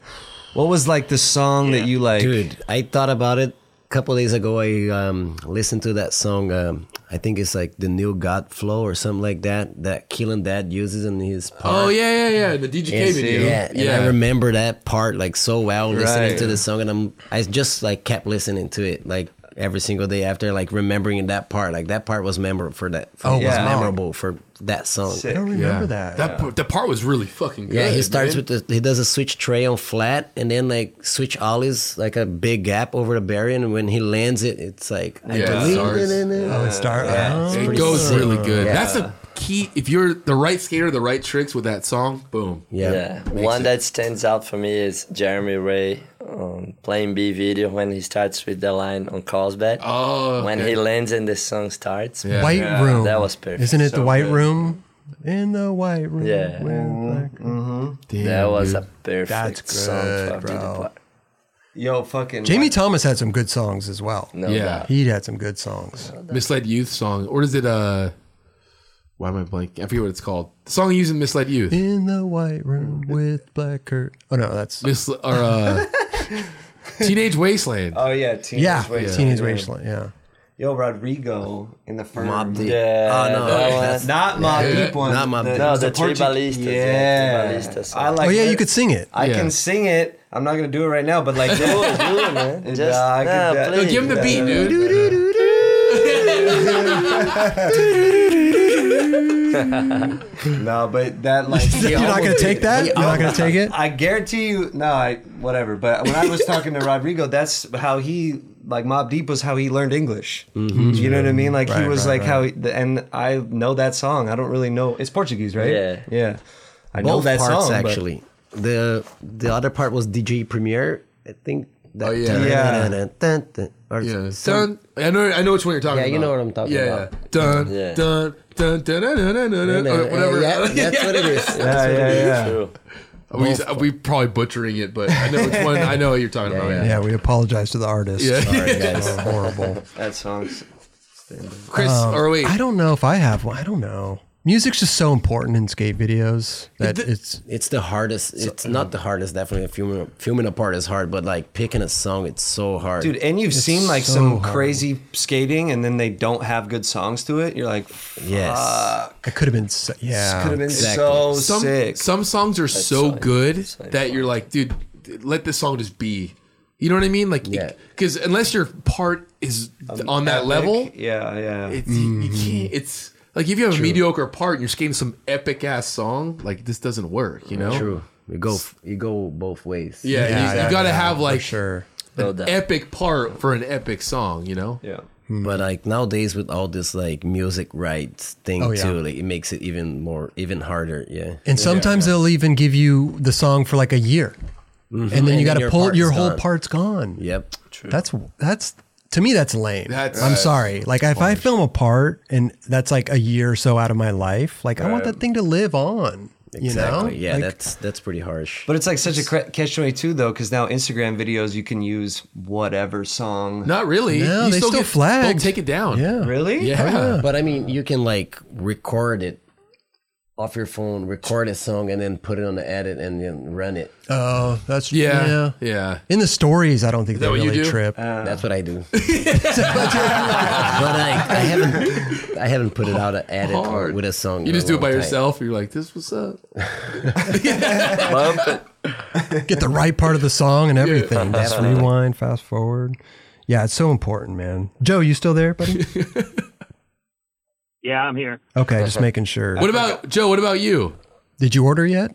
S2: what was like the song that you like?
S4: Dude, I thought about it a couple days ago. I um, listened to that song. Um, I think it's like the new God Flow or something like that that Keelan Dad uses in his part.
S3: oh yeah, yeah, yeah. The DJK
S2: Yes,
S3: video.
S4: Yeah, and I remember that part like so well listening to
S2: Right.
S4: the song, and I'm I just like kept listening to it like every single day after, like remembering that part. Like that part was memorable for that. For,
S1: Oh,
S4: was
S2: wow.
S4: memorable for that song.
S1: I
S2: Sick.
S1: don't
S3: Yeah.
S1: remember that.
S3: That part- the part was really fucking good.
S4: Yeah, he starts
S3: man.
S4: with the, he does a switch tray on flat and then like switch ollies like a big gap over the barrier and when he lands it, it's like I
S3: Yeah,
S4: believe
S3: stars.
S4: it in it.
S1: Oh, it start. oh.
S3: It goes
S4: sick.
S3: really good. That's a key. If you're the right skater, the right tricks with that song, boom.
S4: Yeah.
S5: Yeah. One that stands out for me is Jeremy Ray on Playing B video when he starts with the line on Carlsbad.
S3: Oh,
S5: when he lands and the song starts.
S3: Yeah.
S1: White room.
S5: that was perfect.
S1: Isn't it the
S5: So
S1: white
S5: good.
S1: room? In the white room.
S5: Yeah.
S1: with black-
S3: Damn,
S5: That was
S3: dude.
S5: a perfect
S1: That's
S5: song
S1: good,
S5: for the
S1: bro.
S5: part.
S2: Yo, fucking
S1: Jamie Thomas had some good songs as well.
S5: No
S3: yeah.
S5: doubt.
S1: He had some good songs.
S3: Misled Youth song, or is it uh? Why am I blanking? I forget what it's called. The song using Misled Youth.
S1: In the white room with black curtain. Oh no, that's
S3: Mis or uh, Teenage Wasteland.
S2: Oh yeah, Teenage
S1: yeah,
S2: Wasteland.
S1: Teenage Wasteland. Yeah,
S2: Yo, Rodrigo in the firm.
S4: Mobb Deep.
S5: Yeah.
S4: Oh, no,
S5: that
S4: that's-
S5: one.
S2: Not Mob Deep one.
S4: Not Mobb Deep.
S5: No, the
S2: it's a Portu-
S5: Tribalistas, yeah,
S2: Yeah.
S5: Tribalistas.
S2: I like
S1: oh yeah,
S2: that.
S1: you could sing it.
S2: I
S3: Yeah.
S2: can sing it. I'm not gonna do it right now, but like
S5: Do it, do it, man. Just,
S2: Nah, I could
S5: nah,
S2: do-
S5: please.
S3: No, give him the beat, dude.
S2: no, but that like
S1: You're not gonna take that. You're not gonna take it.
S2: I guarantee you. No, I whatever. But when I was talking to Rodrigo, that's how he like Mob Deep was how he learned English. You know what I mean? Like he
S1: Mm-hmm. Right,
S2: was
S1: right,
S2: like how he, and I know that song. I don't really know. It's Portuguese, right?
S5: Yeah.
S2: yeah. I know
S4: Both
S2: that
S4: parts
S2: song but-
S4: actually. The the other part was DJ Premiere, I think. That,
S3: Oh, yeah.
S2: Yeah.
S4: dun, dun, dun, or
S3: Yeah,
S4: some-
S3: dun, I know. I know which one you're talking
S4: Yeah,
S3: about.
S4: you know what I'm talking
S3: yeah,
S4: about.
S3: Yeah, dun,
S5: Yeah.
S3: dun, dun, dun, dun, dun, dun, dun, dun, or whatever.
S4: Yeah, that's what it is.
S2: Yeah, yeah, yeah.
S5: True.
S3: we we probably butchering it, but I know which one. I know what you're talking about. Yeah,
S1: Yeah, we apologize to the artist.
S3: Yeah.
S1: Sorry, guys. Oh, horrible. Um,
S2: That song's
S3: Chris. or wait,
S1: I don't know if I have one. I don't know. Music's just so important in skate videos that it's
S4: It's the hardest. It's not the hardest. Definitely, filming filming a part is hard, but like picking a song, it's so hard.
S2: dude. And you've seen like
S1: so
S2: some
S1: hard.
S2: crazy skating, and then they don't have good songs to it. You're like,
S4: yes.
S1: it could have been so, yeah.
S2: could have been
S4: Exactly.
S2: so
S3: some
S2: sick.
S3: some songs are so
S5: side-
S3: good
S5: side
S3: that you're like, dude, let this song just be. You know what I mean? Like,
S4: Yeah. Um,
S3: because unless your part is on that level,
S2: yeah, yeah.
S3: it's you, you can't. It's like if you have a mediocre part and you're skating some epic ass song, like this doesn't work. You know?
S4: True. You go. f- You go both ways.
S3: Yeah, you, you
S1: yeah,
S3: gotta
S1: yeah,
S3: have
S1: for
S3: like
S1: sure.
S5: No
S3: an
S5: doubt.
S3: epic part for an epic song. You know?
S2: yeah.
S4: But like nowadays with all this like music rights thing
S1: Oh, yeah.
S4: too, like it makes it even more, even harder. Yeah.
S1: And sometimes they'll even give you the song for like a year, and then
S4: And
S1: you got to
S4: your
S1: pull
S4: part
S1: your
S4: is
S1: whole
S4: gone.
S1: part's gone.
S4: Yep.
S1: That's that's to me that's lame.
S3: That's-
S1: I'm
S3: Right.
S1: sorry. Like if I film a part and that's like a year or so out of my life, like I want that thing to live on. You know?
S4: Exactly. Yeah,
S1: Like,
S4: that's that's pretty harsh.
S2: But it's like such a cra- catch twenty two though, because now Instagram videos you can use whatever song.
S3: Not really.
S1: No, they still flagged.
S3: They'll take it down.
S1: yeah. Oh,
S2: Really?
S3: Yeah.
S4: But I mean, you can like record it off your phone, record a song, and then put it on the edit and then run it.
S1: Oh, that's
S3: Yeah. Yeah. yeah.
S1: In the stories, I don't think they
S3: what you
S1: really
S3: do? Uh.
S1: trip.
S4: That's what I do. Uh. but like, I haven't, I haven't put it out an edit or
S3: Hard.
S4: with a song.
S3: You
S4: in a
S3: just do it
S4: long
S3: by
S4: time.
S3: yourself. You're like, this was up.
S5: Bump it.
S1: Get the right part of the song and everything. Just rewind, fast forward. Yeah, it's so important, man. Joe, you still there, buddy?
S8: Yeah, I'm here.
S1: Okay, just making sure.
S3: What about Joe? What about you?
S1: Did you order yet?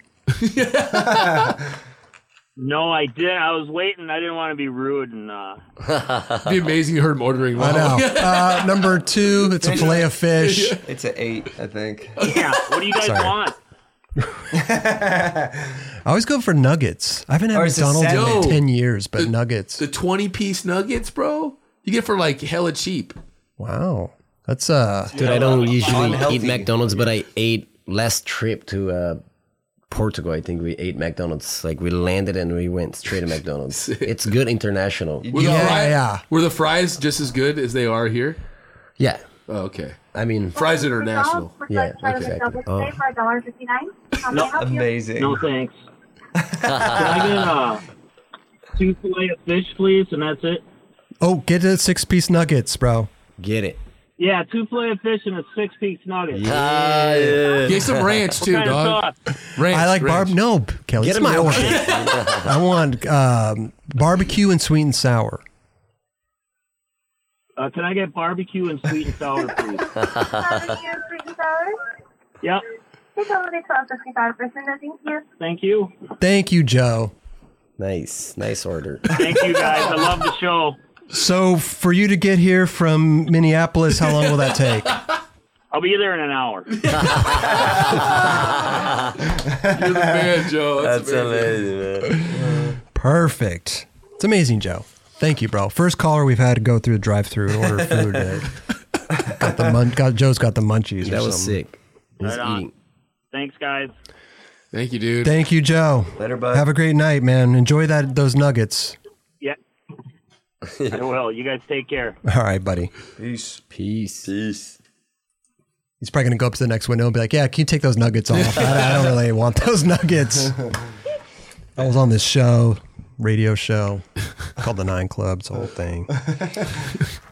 S8: No, I did. I was waiting. I didn't want to be rude and uh,
S3: It'd be amazing. You heard him
S1: I
S3: ordering. one.
S1: know. Uh, number two, it's a fillet of fish.
S2: It's an eight, I think.
S8: yeah. What do you guys
S1: Sorry.
S8: want?
S1: I always go for nuggets. I haven't had
S2: Or it's a
S1: McDonald's in like
S3: salad.
S1: 10 years, but nuggets.
S3: The 20 piece nuggets, bro. You get for like hella cheap.
S1: wow. That's uh
S4: Dude, I don't usually
S2: Unhealthy.
S4: eat McDonald's, but I ate last trip to uh, Portugal. I think we ate McDonald's. Like we landed and we went straight to McDonald's. it's good international.
S3: Were the
S1: Yeah,
S3: fries,
S1: yeah.
S3: Were the fries just as good as they are here?
S4: Yeah,
S3: Oh, okay.
S4: I mean,
S3: Fries international.
S4: Yeah,
S9: Exactly.
S4: Oh.
S9: For $1.59. How may I help you?
S2: Amazing.
S8: No thanks. Can I get uh, two fillet of fish, please, and that's it.
S1: Oh, get a six piece nuggets, bro.
S4: get it.
S8: Yeah, two fillet of fish and a six piece nugget.
S5: Ah, yeah.
S3: Get some ranch too,
S8: What kind of
S3: dog.
S8: sauce?
S3: Ranch.
S1: I like barb
S3: ranch.
S1: no, Kelly.
S4: Get
S1: it's
S4: him
S1: my
S4: your-
S1: order. I want um, barbecue and sweet and sour.
S8: Uh, can I get barbecue and sweet and sour, please?
S9: Barbecue, sweet and sour.
S8: yep.
S9: Take over the 12.55 percent. Thank you.
S8: Thank you.
S1: Thank you, Joe.
S4: Nice, nice order.
S8: Thank you guys. I love the show.
S1: So for you to get here from Minneapolis, how long will that take?
S8: I'll be there in an hour.
S3: You're the man, Joe. That's,
S5: That's
S3: amazing.
S5: amazing, man.
S1: Perfect. It's amazing, Joe. Thank you, bro. First caller we've had to go through the drive-through and order food. uh, got the mun- got, Joe's got the munchies. or
S4: That was
S1: something.
S4: sick. He's
S8: Right on.
S4: eating.
S8: Thanks, guys.
S3: Thank you, dude.
S1: Thank you, Joe.
S2: Later, bud.
S1: Have a great night, man. Enjoy that those nuggets.
S8: Yeah. I will. You guys take care.
S1: All right, buddy.
S2: Peace.
S4: Peace. Peace.
S1: He's probably gonna go up to the next window and be like, "Yeah, can you take those nuggets off? I, I don't really want those nuggets." I was on this show, radio show, called the Nine Clubs, whole thing.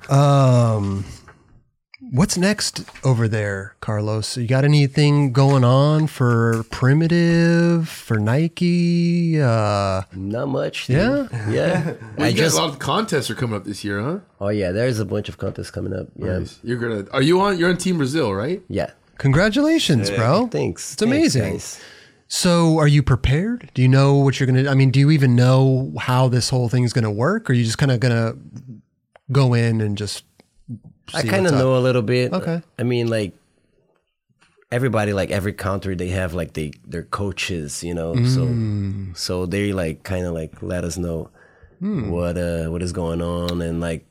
S1: Um, what's next over there, Carlos? You got anything going on for Primitive, for Nike? Uh,
S4: Not much. dude.
S1: yeah,
S4: Yeah.
S3: I
S4: I
S3: guys,
S4: just.
S3: a lot of contests are coming up this year, huh?
S4: Oh yeah, there's a bunch of contests coming up. Yeah.
S3: You're gonna. Are you on? You're on Team Brazil, right?
S4: Yeah.
S1: congratulations, bro.
S4: Thanks.
S1: It's amazing.
S4: Thanks, guys.
S1: So, are you prepared? Do you know what you're going to I mean, do you even know how this whole thing's going to work? Or are you just kind of going to go in and just
S4: I
S1: see
S4: kind of
S1: what's up?
S4: know a little bit.
S1: Okay.
S4: I mean, like everybody, like every country, they have like they their coaches, you know. So
S1: Mm.
S4: so they like kind of like let us know
S1: Hmm.
S4: what uh what is going on and like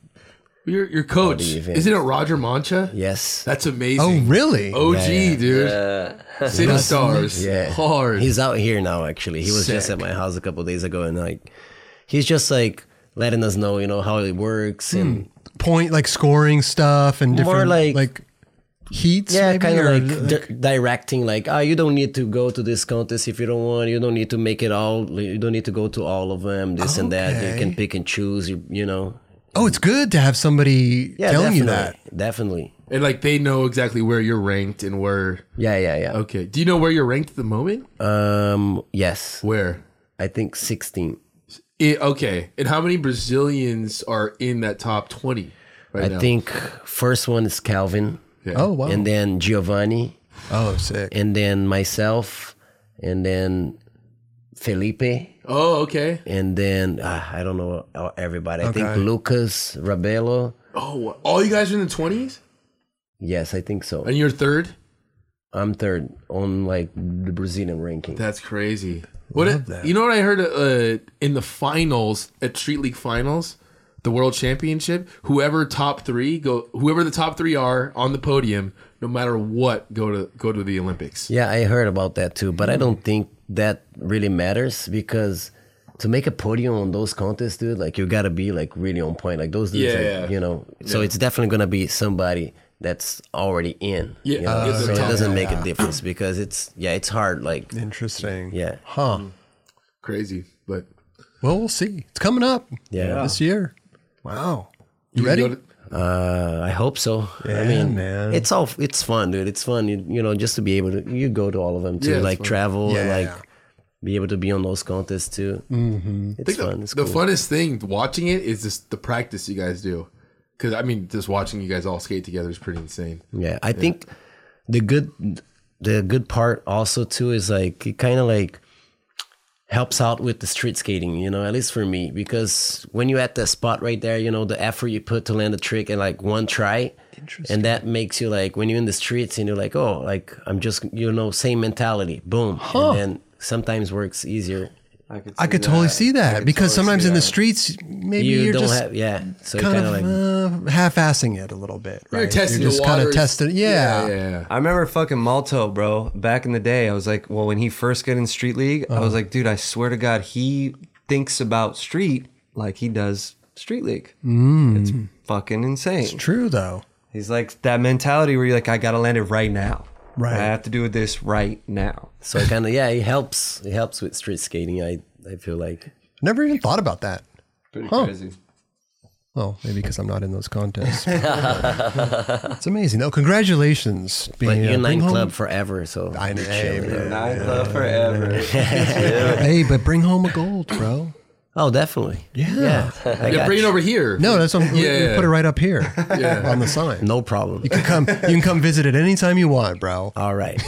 S3: Your your coach
S4: the event.
S3: isn't it Roger Mancha?
S4: yes,
S3: That's
S1: Oh,
S3: amazing.
S1: really?
S3: OG, dude. City Stars.
S4: yeah,
S3: Hard.
S4: He's out here now. Actually, he was just
S3: Sick.
S4: at my house a couple days ago, and like he's just like letting us know, you know, how it works
S1: Hmm.
S4: and
S1: Point like scoring stuff and
S4: More
S1: different like,
S4: like-
S1: heats.
S4: yeah,
S1: maybe,
S4: kind of
S1: or
S4: like di- directing, like, ah, you don't need to go to this contest if you don't want. You don't need to make it all. You don't need to go to all of them. This and that. You
S1: Okay.
S4: can pick and choose. You, you know.
S1: oh, it's good to have somebody
S4: Yeah,
S1: telling
S4: definitely,
S1: you that.
S4: Definitely.
S3: and like they know exactly where you're ranked and where.
S4: Yeah, yeah, yeah.
S3: Okay. Do you know where you're ranked at the moment?
S4: Um. Yes,
S3: Where?
S4: I think sixteen.
S3: It, okay. And how many Brazilians are in that top 20 right
S4: I
S3: now?
S4: think first one is Calvin,
S1: Oh, wow.
S4: and then Giovanni,
S1: oh, sick.
S4: and then myself, and then Felipe,
S3: Oh, okay.
S4: and then ah, I don't know uh, everybody. I
S1: Okay.
S4: think Lucas Rabello.
S3: Oh, all you guys are in the 20s?
S4: Yes, I think so.
S3: And you're third?
S4: I'm third on like the Brazilian ranking.
S3: That's crazy. What it- You know what I heard uh, in the finals, at Street League finals? the world championship, whoever top three go, whoever the top three are on the podium, no matter what, go to go to the Olympics.
S4: Yeah, I heard about that too, but I don't think that really matters because to make a podium on those contests, dude, like you gotta be like really on point. Like those dudes,
S3: Yeah,
S4: like,
S3: yeah.
S4: you know. So
S3: Yeah.
S4: it's definitely gonna be somebody that's already in.
S3: Yeah,
S4: you know?
S3: uh,
S4: so it
S3: yeah.
S4: doesn't make a difference because it's yeah, it's hard. Like
S1: Interesting.
S4: yeah, Mm.
S1: Huh.
S3: Crazy, but
S1: Well, we'll see. It's coming up.
S4: Yeah.
S1: This year. Wow. You,
S3: can
S1: ready?
S3: go to-
S4: uh, I hope so.
S1: Yeah,
S4: I mean,
S1: man.
S4: it's all it's fun, dude. It's fun, you, you know, just to be able to you go to all of them too,
S3: Yeah, it's
S4: like
S3: fun.
S4: travel and
S1: Yeah.
S4: like be able to be on those contests too. Mm-hmm. It's
S3: think
S4: fun.
S3: The,
S4: it's
S3: the
S4: cool.
S3: funnest thing watching it is just the practice you guys do. Because I mean, just watching you guys all skate together is pretty insane.
S4: Yeah, I think the good the good part also too is like it kind of like helps out with the street skating, you know, at least for me because when you're at the spot right there, you know, the effort you put to land a trick and like one try and that makes you like when you're in the streets and you're like, "Oh, like I'm just, you know, same mentality." Boom. And then sometimes works easier.
S2: I could,
S1: I could totally see that because
S2: totally
S1: sometimes
S2: see
S1: in the
S2: that.
S1: streets, maybe
S4: you
S1: you are
S4: don't
S1: just
S4: have yeah. So
S1: kind of
S4: kind of like
S1: uh, half-assing it a little bit. Right?
S3: You're testing
S1: just
S3: the
S1: kind of
S3: waters.
S1: testing. Yeah.
S3: yeah, yeah.
S2: I remember fucking Malto, bro. Back in the day, I was like, well, when he first got in Street League, I
S1: Uh-huh.
S2: was like, dude, I swear to God, he thinks about Street like he does Street League.
S1: Mm.
S2: It's fucking insane.
S1: True though.
S2: He's like that mentality where you're like, I gotta land it right now.
S1: Right.
S2: I have to do this right now.
S4: so it kind of yeah, it helps. It helps with street skating. I I feel like
S1: Never even thought about that.
S2: Pretty crazy.
S1: Well, maybe because I'm not in those contests. it's amazing though. Congratulations.
S4: But
S1: uh,
S4: you're
S1: bring
S4: nine
S1: home-
S4: club forever, so
S1: I know. Hey, man.
S2: Nine club forever.
S1: Hey, but bring home a gold, bro.
S4: Oh, definitely.
S1: Yeah.
S4: I
S3: Yeah,
S4: got
S3: bring it
S4: you.
S3: over here.
S1: No, that's what I'm, we- we
S3: Yeah.
S1: put it right up here
S3: Yeah.
S1: on the sign.
S4: No problem.
S1: You can come. You can come visit it anytime you want, bro.
S4: All right.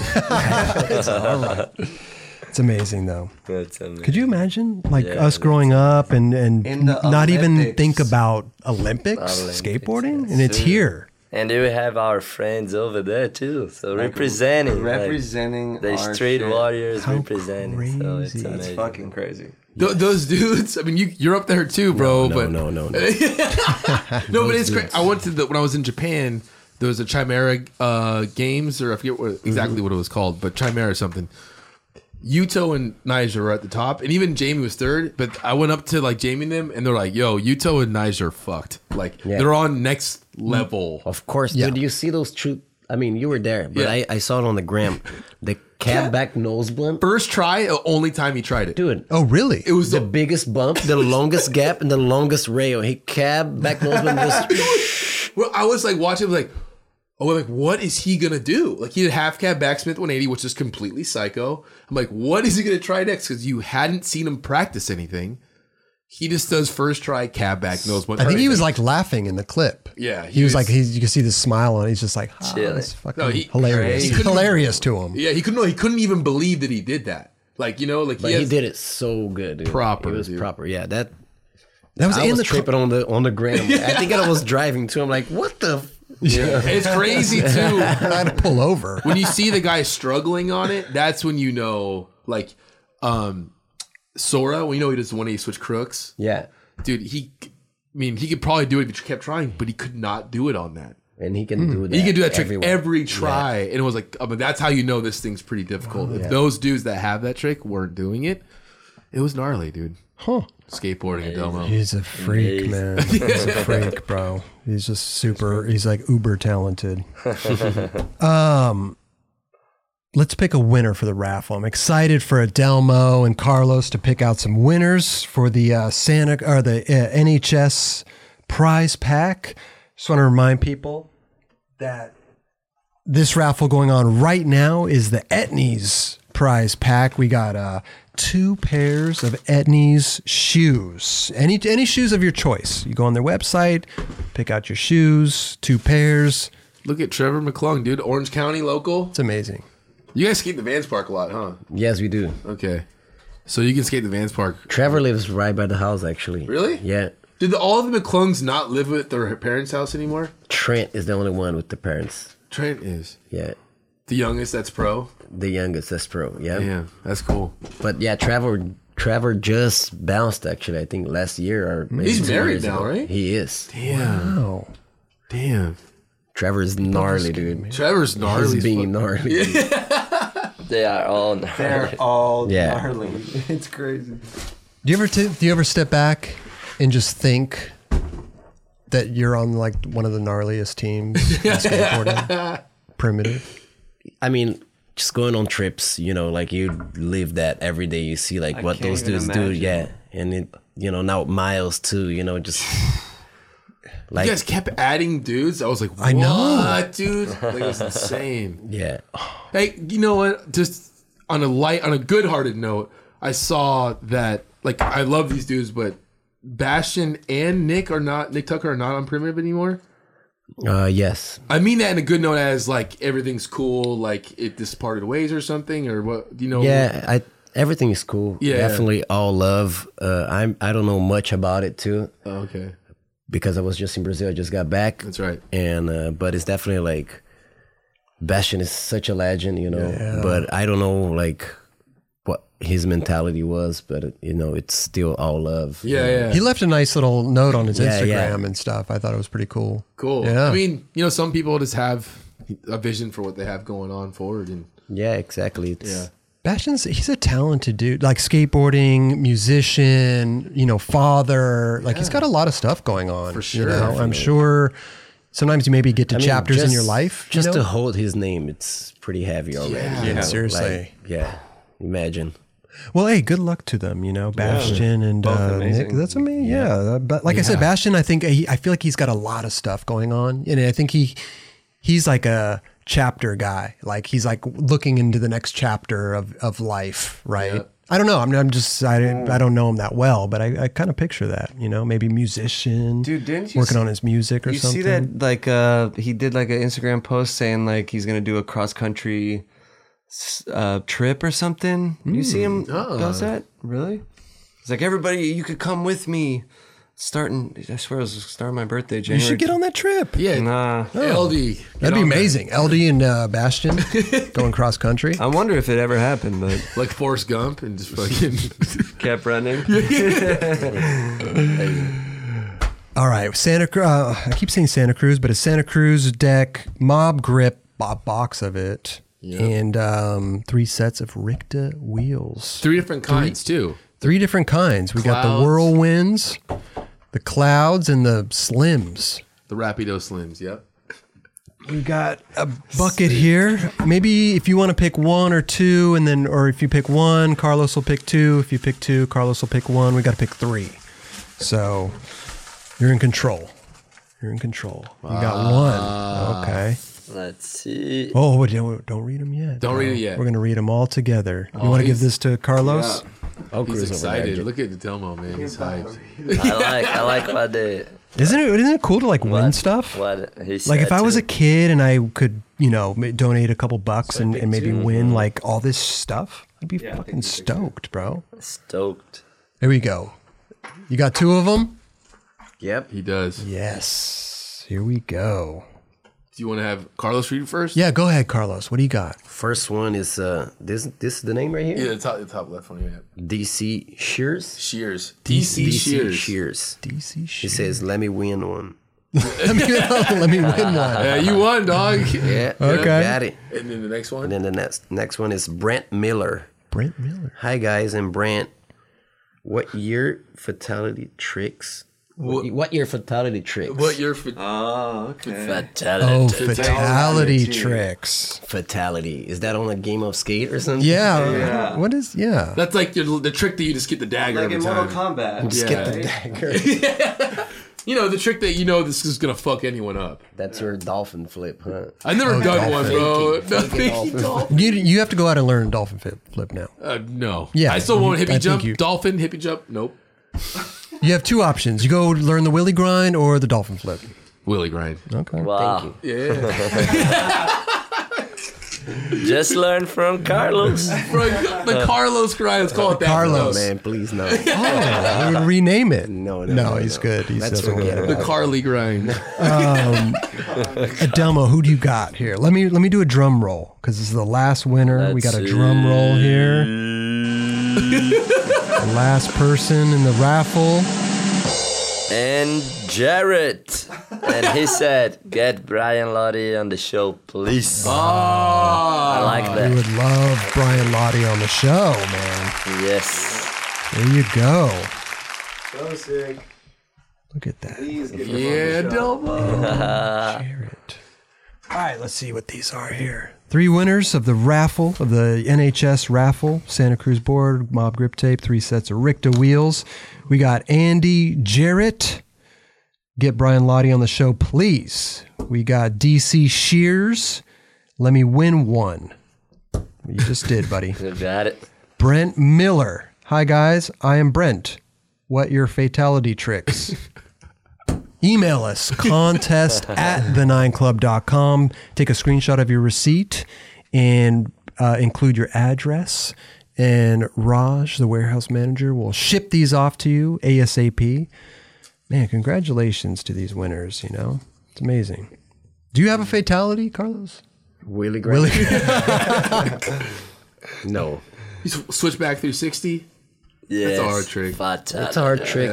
S1: It's amazing though.
S5: That's amazing.
S1: Could you imagine like us growing up and and
S2: In the
S1: not even
S2: Olympics.
S1: think about Olympics,
S5: Olympics,
S1: skateboarding,
S5: yes,
S1: and it's
S5: sir.
S1: here.
S5: And we have our friends over there too. So representing, like,
S2: representing
S5: the
S2: our
S5: street
S2: shit.
S5: warriors
S1: How
S5: representing. So it's
S1: crazy. That's
S5: amazing.
S2: Fucking crazy.
S3: Th- those dudes. I mean, you you're up there too, bro.
S4: no,
S3: but
S4: no, no, no.
S3: No, but it's great. I went to the when I was in Japan. There was a Chimera uh, games, or I forget what, exactly what it was called, but Chimera or something. Yuto and Niger were at the top, and even Jamie was third. But I went up to like Jamie and them, and they're like, "Yo, Yuto and Niger fucked. Like
S4: Yeah.
S3: they're on next level."
S4: Of course, dude. You see those true? I mean, you were there, but
S3: Yeah.
S4: I, I saw it on the gram. The cab back nose blimp,
S3: First try, uh, only time he tried it.
S4: dude.
S1: Oh, really?
S3: It was
S4: The
S3: the,
S4: biggest bump, the longest gap, and the longest rail. He cab back nose blimp. Just,
S3: Well, I was like watching, I was like, oh, like what is he gonna do? Like he did half cab backsmith 180, which is completely psycho. I'm like, what is he gonna try next? Because you hadn't seen him practice anything. He just does first try cab back nose one.
S1: I think he was like laughing in the clip.
S3: Yeah,
S1: he,
S3: he
S1: was,
S3: was-
S1: like he's, you can see the smile on. it. He's just like, ah,
S5: Chilling.
S1: that's fucking
S3: No, he-
S1: hilarious,
S3: he couldn't-
S1: hilarious to him.
S3: yeah, he couldn't. No, he couldn't even believe that he did that. Like you know, like
S4: but
S3: he,
S4: he
S3: has-
S4: did it so good, dude.
S3: Proper,
S4: It was
S3: dude.
S4: proper. Yeah, that.
S1: That was
S4: I
S1: in
S4: was
S1: the clip.
S4: tripping on the on the gram. I think I was driving too. I'm like, what the? F-?
S3: And it's crazy too.
S1: I had to pull over.
S3: when you see the guy struggling on it, that's when you know, like, um, Sora. We know he does the 180 switch crooks.
S4: Yeah,
S3: dude, he. I mean, he could probably do it if he kept trying, but he could not do it on that.
S4: and he can do that.
S3: He could do that trick
S4: everywhere.
S3: every try, and it was like, oh, but that's how you know this thing's pretty difficult. If those dudes that have that trick weren't doing it, it was gnarly, dude.
S1: Huh.
S3: Skateboarding and Domo.
S1: He's a freak,
S5: Amazing.
S1: man. He's a freak, bro. He's just super. He's like uber talented. um, let's pick a winner for the raffle. I'm excited for Adelmo and Carlos to pick out some winners for the uh, Santa or the uh, NHS prize pack. Just want to remind people that this raffle going on right now is the Etnies prize pack. We got uh, two pairs of Etnies shoes. Any any shoes of your choice. You go on their website, pick out your shoes, two pairs.
S3: Look at Trevor McClung, dude. Orange County local.
S1: It's amazing.
S3: You guys skate the Vans Park a lot, huh?
S4: Yes, we do.
S3: Okay, so you can skate the Vans Park.
S4: Trevor lives right by the house, actually.
S3: Really?
S4: Yeah.
S3: Did the, all the McClungs not live at their parents' house anymore?
S4: Trent is the only one with the parents.
S3: Trent is
S4: Yeah.
S3: the youngest. That's pro.
S4: The youngest, that's pro. Yeah.
S3: Yeah, that's cool.
S4: But yeah, Trevor Trevor just bounced actually, I think last year or maybe
S3: He's
S4: two
S3: married
S4: years
S3: now,
S4: ago.
S3: right?
S4: He is.
S3: Damn.
S1: Oh.
S3: Damn.
S4: Trevor's gnarly, dude.
S3: Trevor's gnarly.
S4: He's
S3: as
S4: being gnarly.
S5: They are all
S2: They're all
S4: Yeah.
S2: gnarly. It's crazy.
S1: Do you ever t- do you ever step back and just think that you're on like one of the gnarliest teams in skateboarding? Primitive.
S4: I mean, just going on trips, you know, like you live that every day. You see like what
S2: can't
S4: those
S2: even
S4: dudes do,
S2: imagine.
S4: yeah. And it, you know, now miles too, you know, just
S3: fuck.
S4: like
S3: You guys kept adding dudes. I was like, what,
S1: I know.
S3: dude? Like, it was insane.
S4: yeah.
S3: Hey, you know what? Just on a light, on a good-hearted note, I saw that. Like, I love these dudes, but Bastion and Nick are not. Nick Tucker are not on primitive anymore.
S4: Uh yes.
S3: I mean that in a good note, as like everything's cool, like it this parted ways or something, or what? You know?
S4: Yeah, I everything is cool.
S3: Yeah.
S4: Definitely all love. Uh I'm I don't know much about it too
S3: Oh, okay,
S4: because I was just in Brazil, I just got back.
S3: that's right.
S4: and uh, but it's definitely like Bastion is such a legend, you know. But I don't know like what his mentality was, but you know, it's still all love.
S3: Yeah, yeah.
S1: He left a nice little note on his
S4: Yeah,
S1: Instagram
S4: yeah.
S1: and stuff. I thought it was pretty cool.
S3: Cool.
S1: Yeah.
S3: I mean, you know, some people just have a vision for what they have going on forward, and
S4: yeah, exactly. It's,
S3: Yeah.
S1: Bastion's he's a talented dude, like skateboarding, musician, you know, father. Like he's got a lot of stuff going on. For
S3: sure.
S1: I'm sure sometimes you maybe get to
S4: I mean,
S1: chapters in
S4: just-
S1: your life. you
S4: Just
S1: know?
S4: to hold his name, it's pretty heavy already.
S3: Yeah.
S4: you know,
S1: Seriously.
S4: like, yeah. Imagine.
S1: Well, hey, good luck to them. You know, Bastion and
S2: Both
S1: uh, Nick.
S2: amazing.
S1: That's amazing. Yeah, that- but like I said, Bastion, I think he, I feel like he's got a lot of stuff going on, and I think he he's like a chapter guy. Like he's like looking into the next chapter of of life, right? I don't know. I'm, I'm just I didn't, I don't know him that well, but I, I kind of picture that. You know, maybe musician,
S2: Dude, didn't you
S1: working
S2: see-
S1: on his music or
S2: You
S1: something?
S2: see that like uh he did like an Instagram post saying like he's gonna do a cross country uh, trip or something. You see him
S1: Hmm. Oh.
S2: does that really? It's like everybody, you could come with me. Starting, I swear it was starting my birthday.
S1: You
S2: January.
S1: should get on that trip.
S3: yeah,
S2: Nah,
S3: LD. get
S1: That'd be
S3: on that.
S1: amazing. LD and uh, Bastion going cross country.
S2: I wonder if it ever happened, but
S3: Like Forrest Gump and just fucking.
S2: kept running.
S1: All right, Santa Cruz. Uh, I keep saying Santa Cruz, but it's Santa Cruz deck mob grip bo- box of it, and um, three sets of Richta wheels.
S3: Three different kinds too.
S1: Three different kinds. We got the
S3: Clouds.
S1: whirlwinds, the clouds, and the slims.
S3: The Rapido Slims. Yep.
S1: We got a bucket here. Maybe if you want to pick one or two, and then, or if you pick one, Carlos will pick two. If you pick two, Carlos will pick one. We got to pick three. So you're in control. You're in control. You got
S3: Ah.
S1: one. Okay.
S5: Let's see.
S1: Oh, wait, don't don't read them yet.
S3: Don't read it yet. Oh,
S1: We're going to read them all together. You want to give this
S3: he's-
S1: to Carlos?
S4: Oh,
S3: He's
S4: Cruz over there.
S3: excited. Look at Delmo, man. He's hyped.
S5: I like I like what they
S1: Isn't it, isn't it cool to like win
S5: what-
S1: stuff?
S5: What he said
S1: Like if I was
S5: too.
S1: a kid and I could, you know, ma- donate a couple bucks and, and maybe win like all this stuff, I'd be fucking stoked, bro.
S5: stoked.
S1: Here we go. You got two of them?
S4: Yep.
S3: He does.
S1: Yes. Here we go.
S3: Do you want to have Carlos read it first?
S1: Yeah, go ahead, Carlos. What do you got?
S4: First one is uh this this is the name right here?
S3: Yeah, the top, the top left one. Yeah.
S4: DC Shears.
S3: Shears. DC, Shears.
S4: Shears.
S1: DC
S4: He
S1: shit.
S4: says, Let me win one.
S1: Let me, let me win one.
S3: Yeah, you won, dog.
S4: Yeah.
S1: Okay.
S4: Got it.
S3: And then the next one.
S4: And then the next next one is Brent Miller.
S1: Brent Miller.
S4: Hi guys, I'm Brant. What year fatality tricks? What, year fatality tricks?
S3: What your fa-
S2: Oh, okay.
S5: Fatality.
S1: Oh,
S3: Fatality
S1: fatality
S2: too.
S1: tricks.
S4: fatality? Is that on a game of skate or something?
S1: Yeah. What is, yeah.
S3: That's like your, the trick that you just get the dagger
S2: Like
S3: every
S2: in Mortal
S3: time.
S2: Kombat.
S4: Just get the
S3: Yeah.
S4: dagger.
S3: You know the trick that you know this is gonna fuck anyone up.
S4: That's your dolphin flip, huh?
S3: I've never done one, bro. No,
S4: dolphin.
S3: thinking dolphin.
S1: You, you have to go out and learn dolphin flip, flip now.
S3: Uh, no.
S1: Yeah, Mm-hmm.
S3: I still won't
S1: I
S3: hippie
S1: think
S3: jump.
S1: you-
S3: Dolphin hippie jump. Nope.
S1: You have two options. You go learn the Willy grind or the dolphin flip.
S3: Willy grind.
S1: Okay.
S5: wow.
S4: Thank
S3: Yeah.
S5: Just learn from Carlos.
S3: bro, the Carlos grind. Let's call it that.
S1: Carlos.
S4: Oh man, please no.
S1: Oh, we would rename it.
S4: No, no,
S1: no,
S4: no,
S1: he's
S4: no.
S1: good. He's
S4: Let's
S1: definitely
S4: forget
S1: good.
S3: The Carly grind.
S1: Adelmo, who do you got here? Let me let me do a drum roll because this is the last winner. we
S5: Let's
S1: got a drum roll here. Last person in the raffle.
S5: And Jarrett. And he said, get Brian Lottie on the show, please. Oh.
S3: Ah,
S5: I like
S1: We
S5: that.
S1: would love Brian Lottie on the show, man.
S5: Yes.
S1: There you go.
S2: So sick.
S1: Look at that.
S2: Please get
S3: Yeah, double.
S1: Jarrett. All right, let's see what these are here. Three winners of the raffle, of the NHS raffle, Santa Cruz board, mob grip tape, three sets of Richta wheels. We got Andy Jarrett. Get Brian Lottie on the show, please. We got DC Shears. Let me win one. You just did, buddy.
S5: You got it.
S1: Brent Miller. Hi, guys. I am Brent. What your fatality tricks? Email us contest at the nineclub.com. Take a screenshot of your receipt and uh, include your address. And Raj, the warehouse manager, will ship these off to you ASAP. Man, congratulations to these winners. You know, it's amazing. Do you have a fatality, Carlos?
S4: Willie Graham. no.
S3: You sw- switch back 360.
S5: Yes.
S3: a hard trick.
S5: Fatal.
S4: It's a hard trick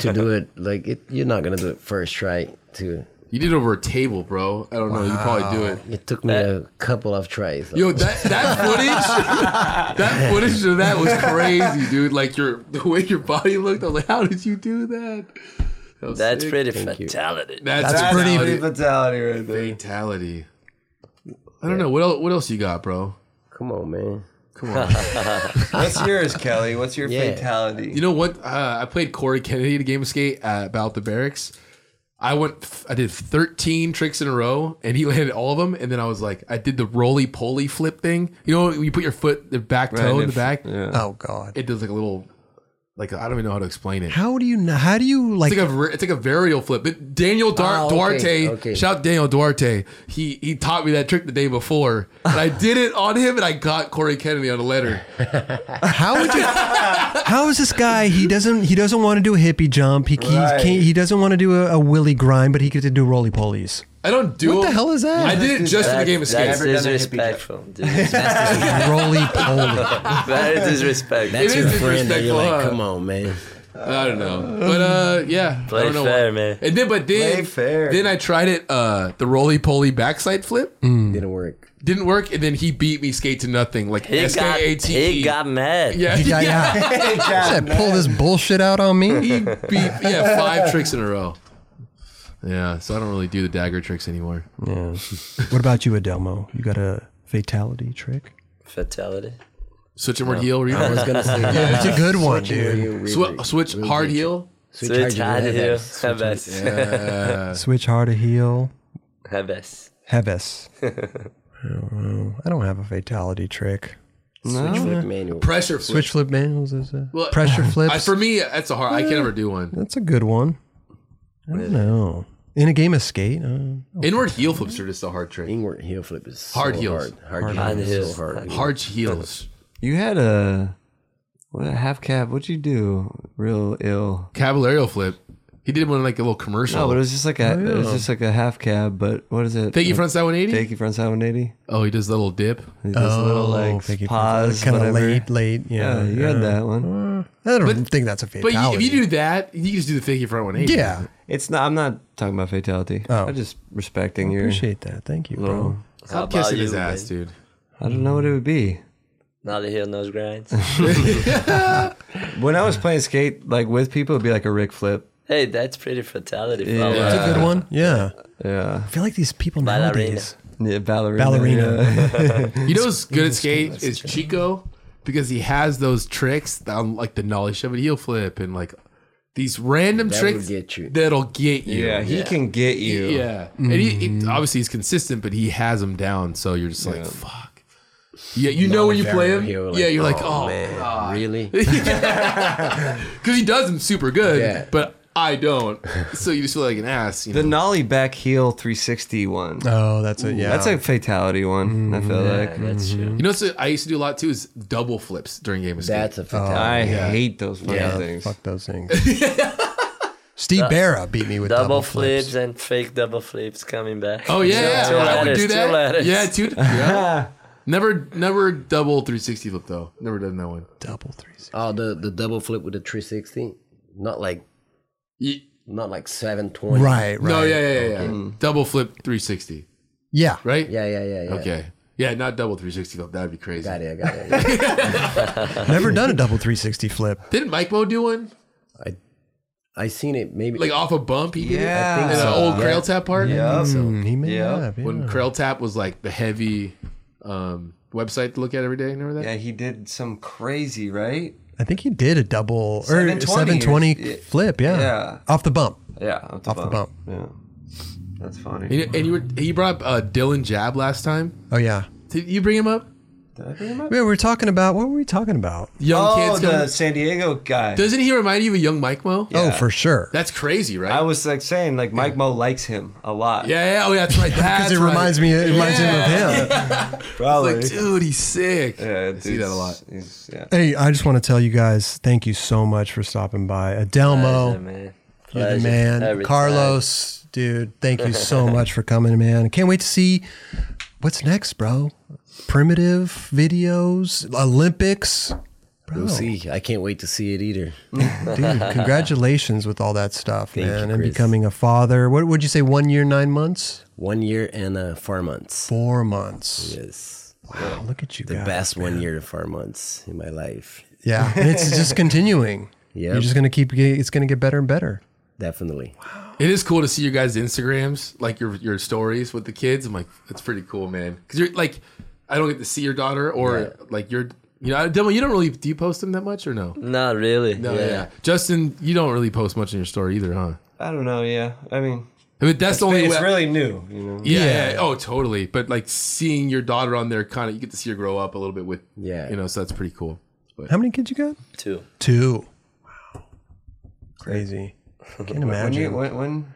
S4: to do it. Like it, you're not gonna do it first try. To
S3: You did it over a table, bro. I don't know. You probably do it.
S4: it took me a couple of tries.
S3: Yo, that that footage, that footage of that was crazy, dude. Like your the way your body looked. I was like, how did you do that? That was
S5: That's
S3: sick.
S5: pretty fatality.
S3: That's,
S1: That's
S3: fatality.
S1: pretty-
S2: fatality right there.
S3: fatality. I don't know what else. What else you got, bro?
S4: Come on, man.
S2: What's yours, Kelly? What's your
S4: Yeah.
S2: fatality?
S3: You know what? Uh, I played Corey Kennedy at a game of skate at about the barracks. I went, I did 13 tricks in a row, and he landed all of them. And then I was like, I did the roly poly flip thing. You know, when you put your foot, the back toe in the
S2: if-
S3: back.
S1: Oh, God.
S3: It does like a little, like I don't even know how to explain it.
S1: How do you know? How do you like?
S3: It's like a ver- it's like a varial flip. But Daniel Dar-
S4: Ah, okay,
S3: Duarte,
S4: okay.
S3: shout Daniel Duarte. He he taught me that trick the day before, and I did it on him, and I got Corey Kennedy on a letter.
S1: How would you? how is this guy? He doesn't. He doesn't want to do a hippie jump. He he
S2: Right.
S1: can't, he doesn't want to do a, a willy grind, but he could do roly polies.
S3: I don't do
S1: What the
S3: it-
S1: hell is that?
S3: I did it just for the game of skate.
S5: That's
S2: Never done a hippie
S5: disrespectful. Disrespect-
S1: roly poly.
S5: Very disrespectful.
S4: That's
S3: It
S4: your
S3: is
S4: friend. That you're
S3: disrespectful,
S4: like,
S3: huh?
S4: come on, man.
S3: I don't know, but uh, yeah, I
S5: Play
S3: don't know
S5: fair,
S3: why.
S5: man.
S3: And then, but then,
S2: Play fair.
S3: then I tried it, uh, the roly poly backside flip
S4: Didn't work.
S3: didn't work, and then he beat me skate to nothing, like
S5: He
S3: S K
S5: got,
S3: A T E.
S5: he got mad.
S3: yeah,
S1: Yeah,
S3: yeah,
S1: yeah. Said, pull this bullshit out on me.
S3: he beat yeah five tricks in a row. Yeah, so I don't really do the dagger tricks anymore.
S1: What about you, Adelmo? You got a fatality trick?
S5: Fatality.
S3: Switch inward heel, reverse.
S4: I was gonna say,
S1: It's a good one, dude.
S4: you
S3: Swi- switch hard heel.
S4: Switch
S5: So it's
S4: hard
S5: hard
S4: heel,
S5: here.
S4: heavy.
S5: Hebes.
S1: Switch hard to heel.
S5: Hebes.
S1: Hebes. I don't know. I don't have a fatality trick.
S4: Switch flip manual.
S3: Pressure flip.
S1: Switch flip manuals is a
S3: Well,
S1: pressure flips.
S3: I, for me, that's a hard. I can't ever do one.
S1: That's a good one. I don't know. In a game of skate, uh,
S3: Inward heel flips are just a hard trick.
S4: Inward heel flip is so
S3: Hard heels.
S4: Hard, hard,
S5: Hard
S4: heels.
S5: heels.
S4: So hard.
S3: Hard heels.
S10: You had a what a half cab. What'd you do? Real ill.
S3: Caballero flip. He did one like a little commercial.
S10: No, but it was just like a it was just like a half cab. But what is it?
S3: Thank you,
S10: Like,
S3: front side 180.
S10: Thank you, front side 180.
S3: Oh, he does the little dip.
S10: This
S1: Oh,
S10: little like pause,
S1: kind of
S10: whatever.
S1: late, late. Yeah, Eh,
S10: Yeah, you had that one.
S1: I don't think that's a
S3: But
S1: fatality.
S3: you, if you do that, you can just do the fake front 180.
S1: yeah,
S10: It's not. I'm not talking about fatality.
S1: Oh.
S10: I'm just respecting your.
S1: appreciate that. Thank you,
S10: little-
S1: bro.
S5: How
S3: Stop
S5: about
S3: kissing
S5: you,
S3: his ass,
S5: man?
S3: dude.
S10: I don't know what it would be.
S5: Not a heel nose grinds.
S10: When I was playing skate, like with people, it'd be like a Rick flip.
S5: hey, that's pretty fatality.
S10: Yeah.
S5: Fowler.
S1: That's a good one. Yeah,
S10: uh, Yeah,
S1: I feel like these people
S5: Ballerina.
S1: nowadays,
S10: yeah ballerina.
S1: ballerina.
S10: yeah.
S3: You know who's good at skate is Chico because he has those tricks that I'm like the nollie shove and heel flip and like these random
S4: That would
S3: tricks
S4: get you.
S3: that'll get you.
S2: Yeah, he can get you.
S3: Yeah. And he, he- obviously he's consistent, but he has them down. So you're just like, fuck. Yeah, you know when you play him.
S4: Heel,
S3: yeah, you're like,
S4: oh,
S3: oh,
S4: man, really?
S3: because he does them super good,
S4: Yeah.
S3: but I don't. So you just feel like an ass. You know?
S10: The nollie back heel 360 one.
S1: Oh, that's a yeah. Mm-hmm.
S10: That's a fatality one. I feel
S5: Yeah,
S10: like.
S5: that's true.
S3: You know, so I used to do a lot too is double flips during game of skate.
S4: That's a fatality.
S10: I hate those fucking things.
S1: fuck those things. Steve Barra beat me with
S5: Double,
S1: double,
S5: flips. and fake double flips coming back.
S3: oh yeah,
S5: Two
S3: yeah, I would
S5: letters,
S3: do
S5: two
S3: that.
S5: letters.
S3: Yeah, two. yeah. Never, never double 360 flip though. Never done that one.
S1: Double 360.
S4: Oh, the, the double flip with the 360? Not like
S3: Ye-
S4: not like 720.
S1: Right, right.
S3: No, yeah, yeah, yeah. yeah. Double flip 360,
S1: Yeah.
S3: right?
S4: Yeah, yeah, yeah, yeah.
S3: Okay. Yeah, not double 360 flip. That'd be crazy.
S4: Got it, I got it.
S1: Never done a double 360 flip.
S3: Didn't Mike Mo do one
S4: I seen it maybe.
S3: like off a bump? He did it
S4: I
S3: in
S4: think
S3: an
S4: so.
S3: old
S4: yeah.
S3: Crail Tap part.
S2: Yeah.
S1: Mm, he may
S2: Yeah.
S1: have, yeah.
S3: When Crail Tap was like the heavy um, website to look at every day. Remember that?
S2: Yeah, he did some crazy, right?
S1: I think he did a double or
S2: 720 or-
S1: 720
S2: yeah.
S1: flip. Yeah.
S2: Yeah.
S1: Off the bump.
S2: Yeah, off the,
S1: Off the bump.
S2: Yeah, that's funny.
S3: And, and you were you brought up uh, Dylan Jab last time.
S1: Oh, yeah.
S3: Did you bring him up?
S2: Did I bring him up?
S1: We were talking about what were we talking about?
S3: Young
S2: Oh,
S3: kids.
S2: the
S3: Coming.
S2: San Diego guy.
S3: Doesn't he remind you of a young Mike Mo?
S1: Oh,
S2: Yeah.
S1: for sure.
S3: That's crazy, right?
S2: I was like saying, like Mike Mo likes him a lot.
S3: yeah, yeah, oh, yeah, that's right.
S1: Because
S3: That's
S1: it reminds
S3: right.
S1: me, it reminds him of him.
S2: probably.
S3: Like, dude, he's sick.
S2: yeah,
S3: I see that a lot.
S2: dude's- he's- yeah.
S1: Hey, I just want to tell you guys, thank you so much for stopping by.
S5: Pleasure,
S1: Adelmo,
S5: man.
S1: you're the
S5: Pleasure.
S1: man.
S5: Every
S1: Carlos, dude, thank you so much for coming, man. Can't wait to see what's next, bro. Primitive videos, Olympics.
S3: Oh.
S4: We'll see. I can't wait to see it either.
S1: Dude, congratulations with all that stuff, man,
S4: you,
S1: and
S4: Chris.
S1: becoming a father. What would you say? One year, nine months,
S4: One year and uh, four months.
S1: four months.
S4: Yes.
S1: Wow, look at you
S4: The
S1: guys.
S4: best one year to four months in my life.
S1: Yeah, and it's just continuing.
S4: Yep.
S1: You're just gonna keep. get- It's gonna get better and better.
S4: Definitely.
S3: It is cool to see your guys' Instagrams, like your your stories with the kids. I'm like, that's pretty cool, man. Because you're like, I don't get to see your daughter or like your, you know, Demo. You don't really do you post them that much or no?
S5: Not really.
S3: No, yeah.
S5: yeah.
S3: Justin, you don't really post much in your story either, huh?
S2: I don't know. Yeah, I mean,
S3: I mean, that's the only
S2: it's
S3: way.
S2: really new. You know,
S3: yeah, yeah, yeah. Oh, totally. But like seeing your daughter on there, kind of, you get to see her grow up a little bit with,
S4: Yeah.
S3: you know. So that's pretty cool. But
S1: How many kids you got?
S5: Too.
S1: Two. Wow, crazy. Can't
S2: when
S1: imagine.
S2: you when, when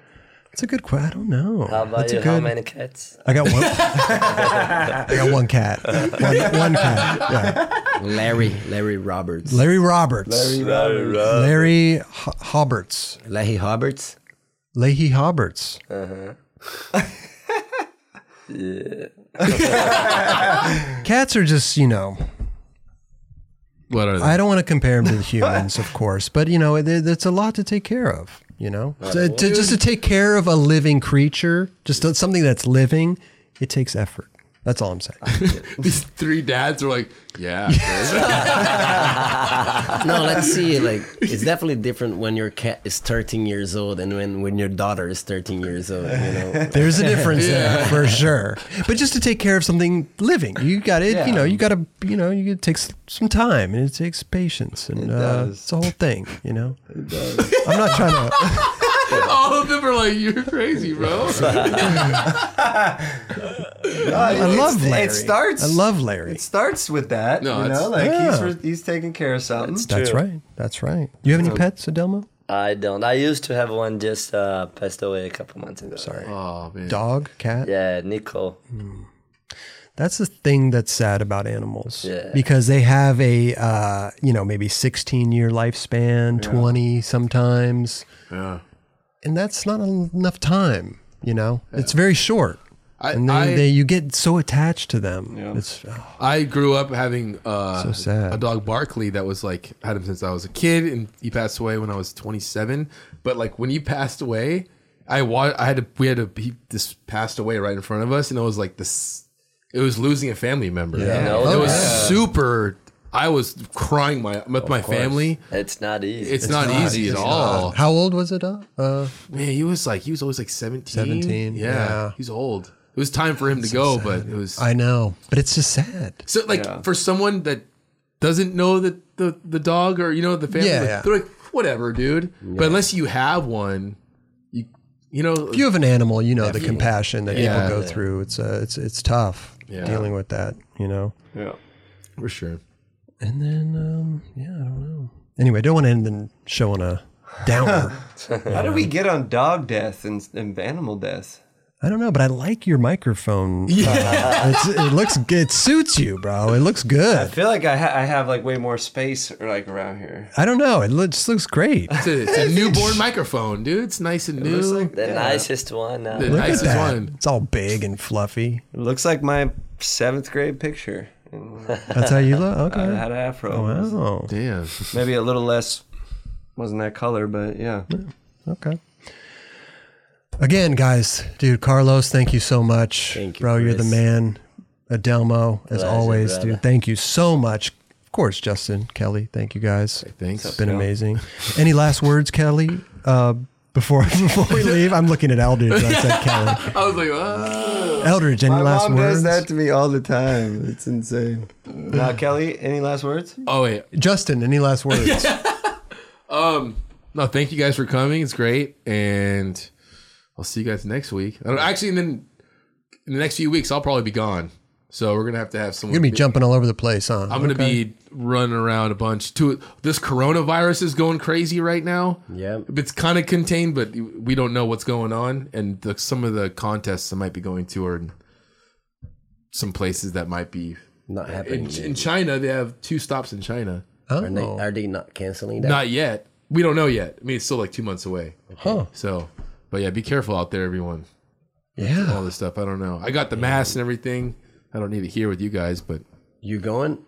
S1: That's a good question. I don't know.
S5: How about
S1: That's a
S5: you? How
S1: good-
S5: many cats?
S1: I got one. I got one cat. One, one cat. Yeah.
S4: Larry, Larry Roberts.
S1: Larry Roberts. Larry,
S5: Right.
S1: Ho- Hoberts.
S4: Larry Roberts.
S1: Leahy Hoberts. Cats are just, you know,
S3: what are they?
S1: I don't want to compare them to the humans, of course, but you know, it, it's a lot to take care of. You know, so to, just to take care of a living creature, just something that's living, it takes effort. That's all I'm saying.
S3: These three dads are like, yeah.
S4: No, let's see. Like, it's definitely different when your cat is 13 years old and when, when your daughter is 13 years old, you know?
S1: There's a difference there for sure. But just to take care of something living, you got it. You know, you got to. You know, you, it takes some time and it takes patience and uh,
S2: does.
S1: it's the whole thing. You know, I'm not trying to.
S3: All of them are like, you're crazy, bro.
S1: I love Larry.
S2: It starts.
S1: I love Larry.
S2: It starts with that.
S3: No,
S2: you
S3: it's-
S2: know, like he's
S1: Yeah.
S2: re- he's taking care of something.
S1: That's right. That's right. You have any pets, Adelmo?
S5: I don't. I used to have one just uh, passed away a couple months ago.
S1: Sorry.
S3: oh man.
S1: Dog, cat.
S5: Yeah, Nico.
S1: That's the thing that's sad about animals
S5: Yeah.
S1: because they have a uh, you know maybe 16 year lifespan, 20 sometimes,
S3: Yeah.
S1: and that's not enough time. You know, it's very short,
S3: I,
S1: and they,
S3: I,
S1: they you get so attached to them. It's oh,
S3: I grew up having uh,
S1: So sad.
S3: a dog Barkley that was like had him since I was a kid, and he passed away when I was 27. But like when he passed away, I wa- I had to we had to he just passed away right in front of us, and it was like this. It was losing a family member. Yeah,
S5: No,
S3: it was
S5: yeah.
S3: super. I was crying my with my family.
S5: It's not easy.
S3: It's, not, easy at all.
S1: how old was it? Uh, uh,
S3: Man, he was like he was always like 17.
S1: 17,
S3: Yeah,
S1: yeah.
S3: he's old. It was time for him to go, but it was
S1: I know, but it's just sad.
S3: So like for someone that doesn't know that the the dog or you know the family,
S1: Yeah,
S3: like,
S1: yeah.
S3: they're like whatever, dude. But unless you have one, you you know
S1: If you have an animal, you know the compassion that
S3: Yeah.
S1: people go through. It's uh, it's it's tough
S3: Yeah.
S1: dealing with that. You know.
S2: Yeah.
S3: for sure.
S1: And then, um, yeah, I don't know. Anyway, I don't want to end the show on a downer.
S2: How do we get on dog death and, and animal death?
S1: I don't know, but I like your microphone. Uh, it's, it looks good. It suits you, bro. It looks
S2: I
S1: good.
S2: feel like I, ha- I have like way more space like around here.
S1: I don't know. It looks, just looks great.
S3: It's a, it's a newborn microphone, dude. It's nice and new.
S2: looks like-
S5: the nicest one uh. now.
S3: the
S1: Look at
S3: nicest
S1: that.
S3: one.
S1: It's all big and fluffy.
S2: It looks like my seventh grade picture.
S1: That's how you look? Okay.
S2: I had an afro.
S1: Hmm. Oh, Wow.
S3: Damn.
S2: Maybe a little less. Wasn't that color, but yeah.
S1: Okay. Again, guys, dude, Carlos, thank you so much.
S4: Thank you,
S1: bro. You're the
S4: Chris.
S1: man. Adelmo, as
S5: Pleasure,
S1: always,
S5: brother.
S1: dude. Thank you so much. Of course, Justin, Kelly, thank you guys.
S3: Thanks.
S1: It's been amazing. Any last words, Kelly? Uh, before before we leave, I'm looking at Eldridge. when I said Kelly.
S3: I was like, ah.
S1: Eldridge, any
S10: My
S1: last
S10: mom does
S1: words?
S10: that to me all the time. It's insane.
S2: Now, Kelly, any last words?
S3: Oh wait.
S1: Justin, any last words?
S3: No, thank you guys for coming. It's great, and I'll see you guys next week. I don't, actually, and then in the next few weeks, I'll probably be gone. So we're gonna have to have someone.
S1: You're gonna be jumping all over the place, huh?
S3: I'm gonna be running around a bunch. To this coronavirus is going crazy right now.
S4: Yeah.
S3: It's kind of contained, but we don't know what's going on, and the, some of the contests I might be going to are in some places that might be
S4: Not
S3: in,
S4: happening.
S3: in China. They have two stops in China.
S1: Oh,
S4: Are they, are they not canceling that?
S3: Not yet. We don't know yet. I mean, it's still like two months away.
S1: huh?
S3: So, but yeah, be careful out there, everyone. all
S1: Yeah.
S3: this stuff. I don't know. I got the mask and everything. I don't need it here with you guys, but
S4: You going?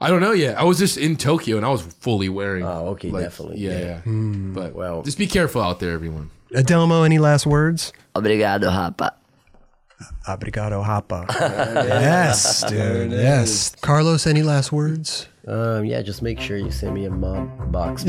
S3: I don't know yet. I was just in Tokyo and I was fully wearing.
S4: Oh, okay, definitely,
S3: Yeah,
S4: yeah. Hmm.
S3: yeah. But
S4: well.
S3: well, just be careful out there, everyone.
S1: Adelmo, any last words?
S5: Obrigado, rapa.
S1: Obrigado, Hapa. yes, dude. Yes. Carlos, any last words?
S4: Um, yeah, just make sure you send me a mom box.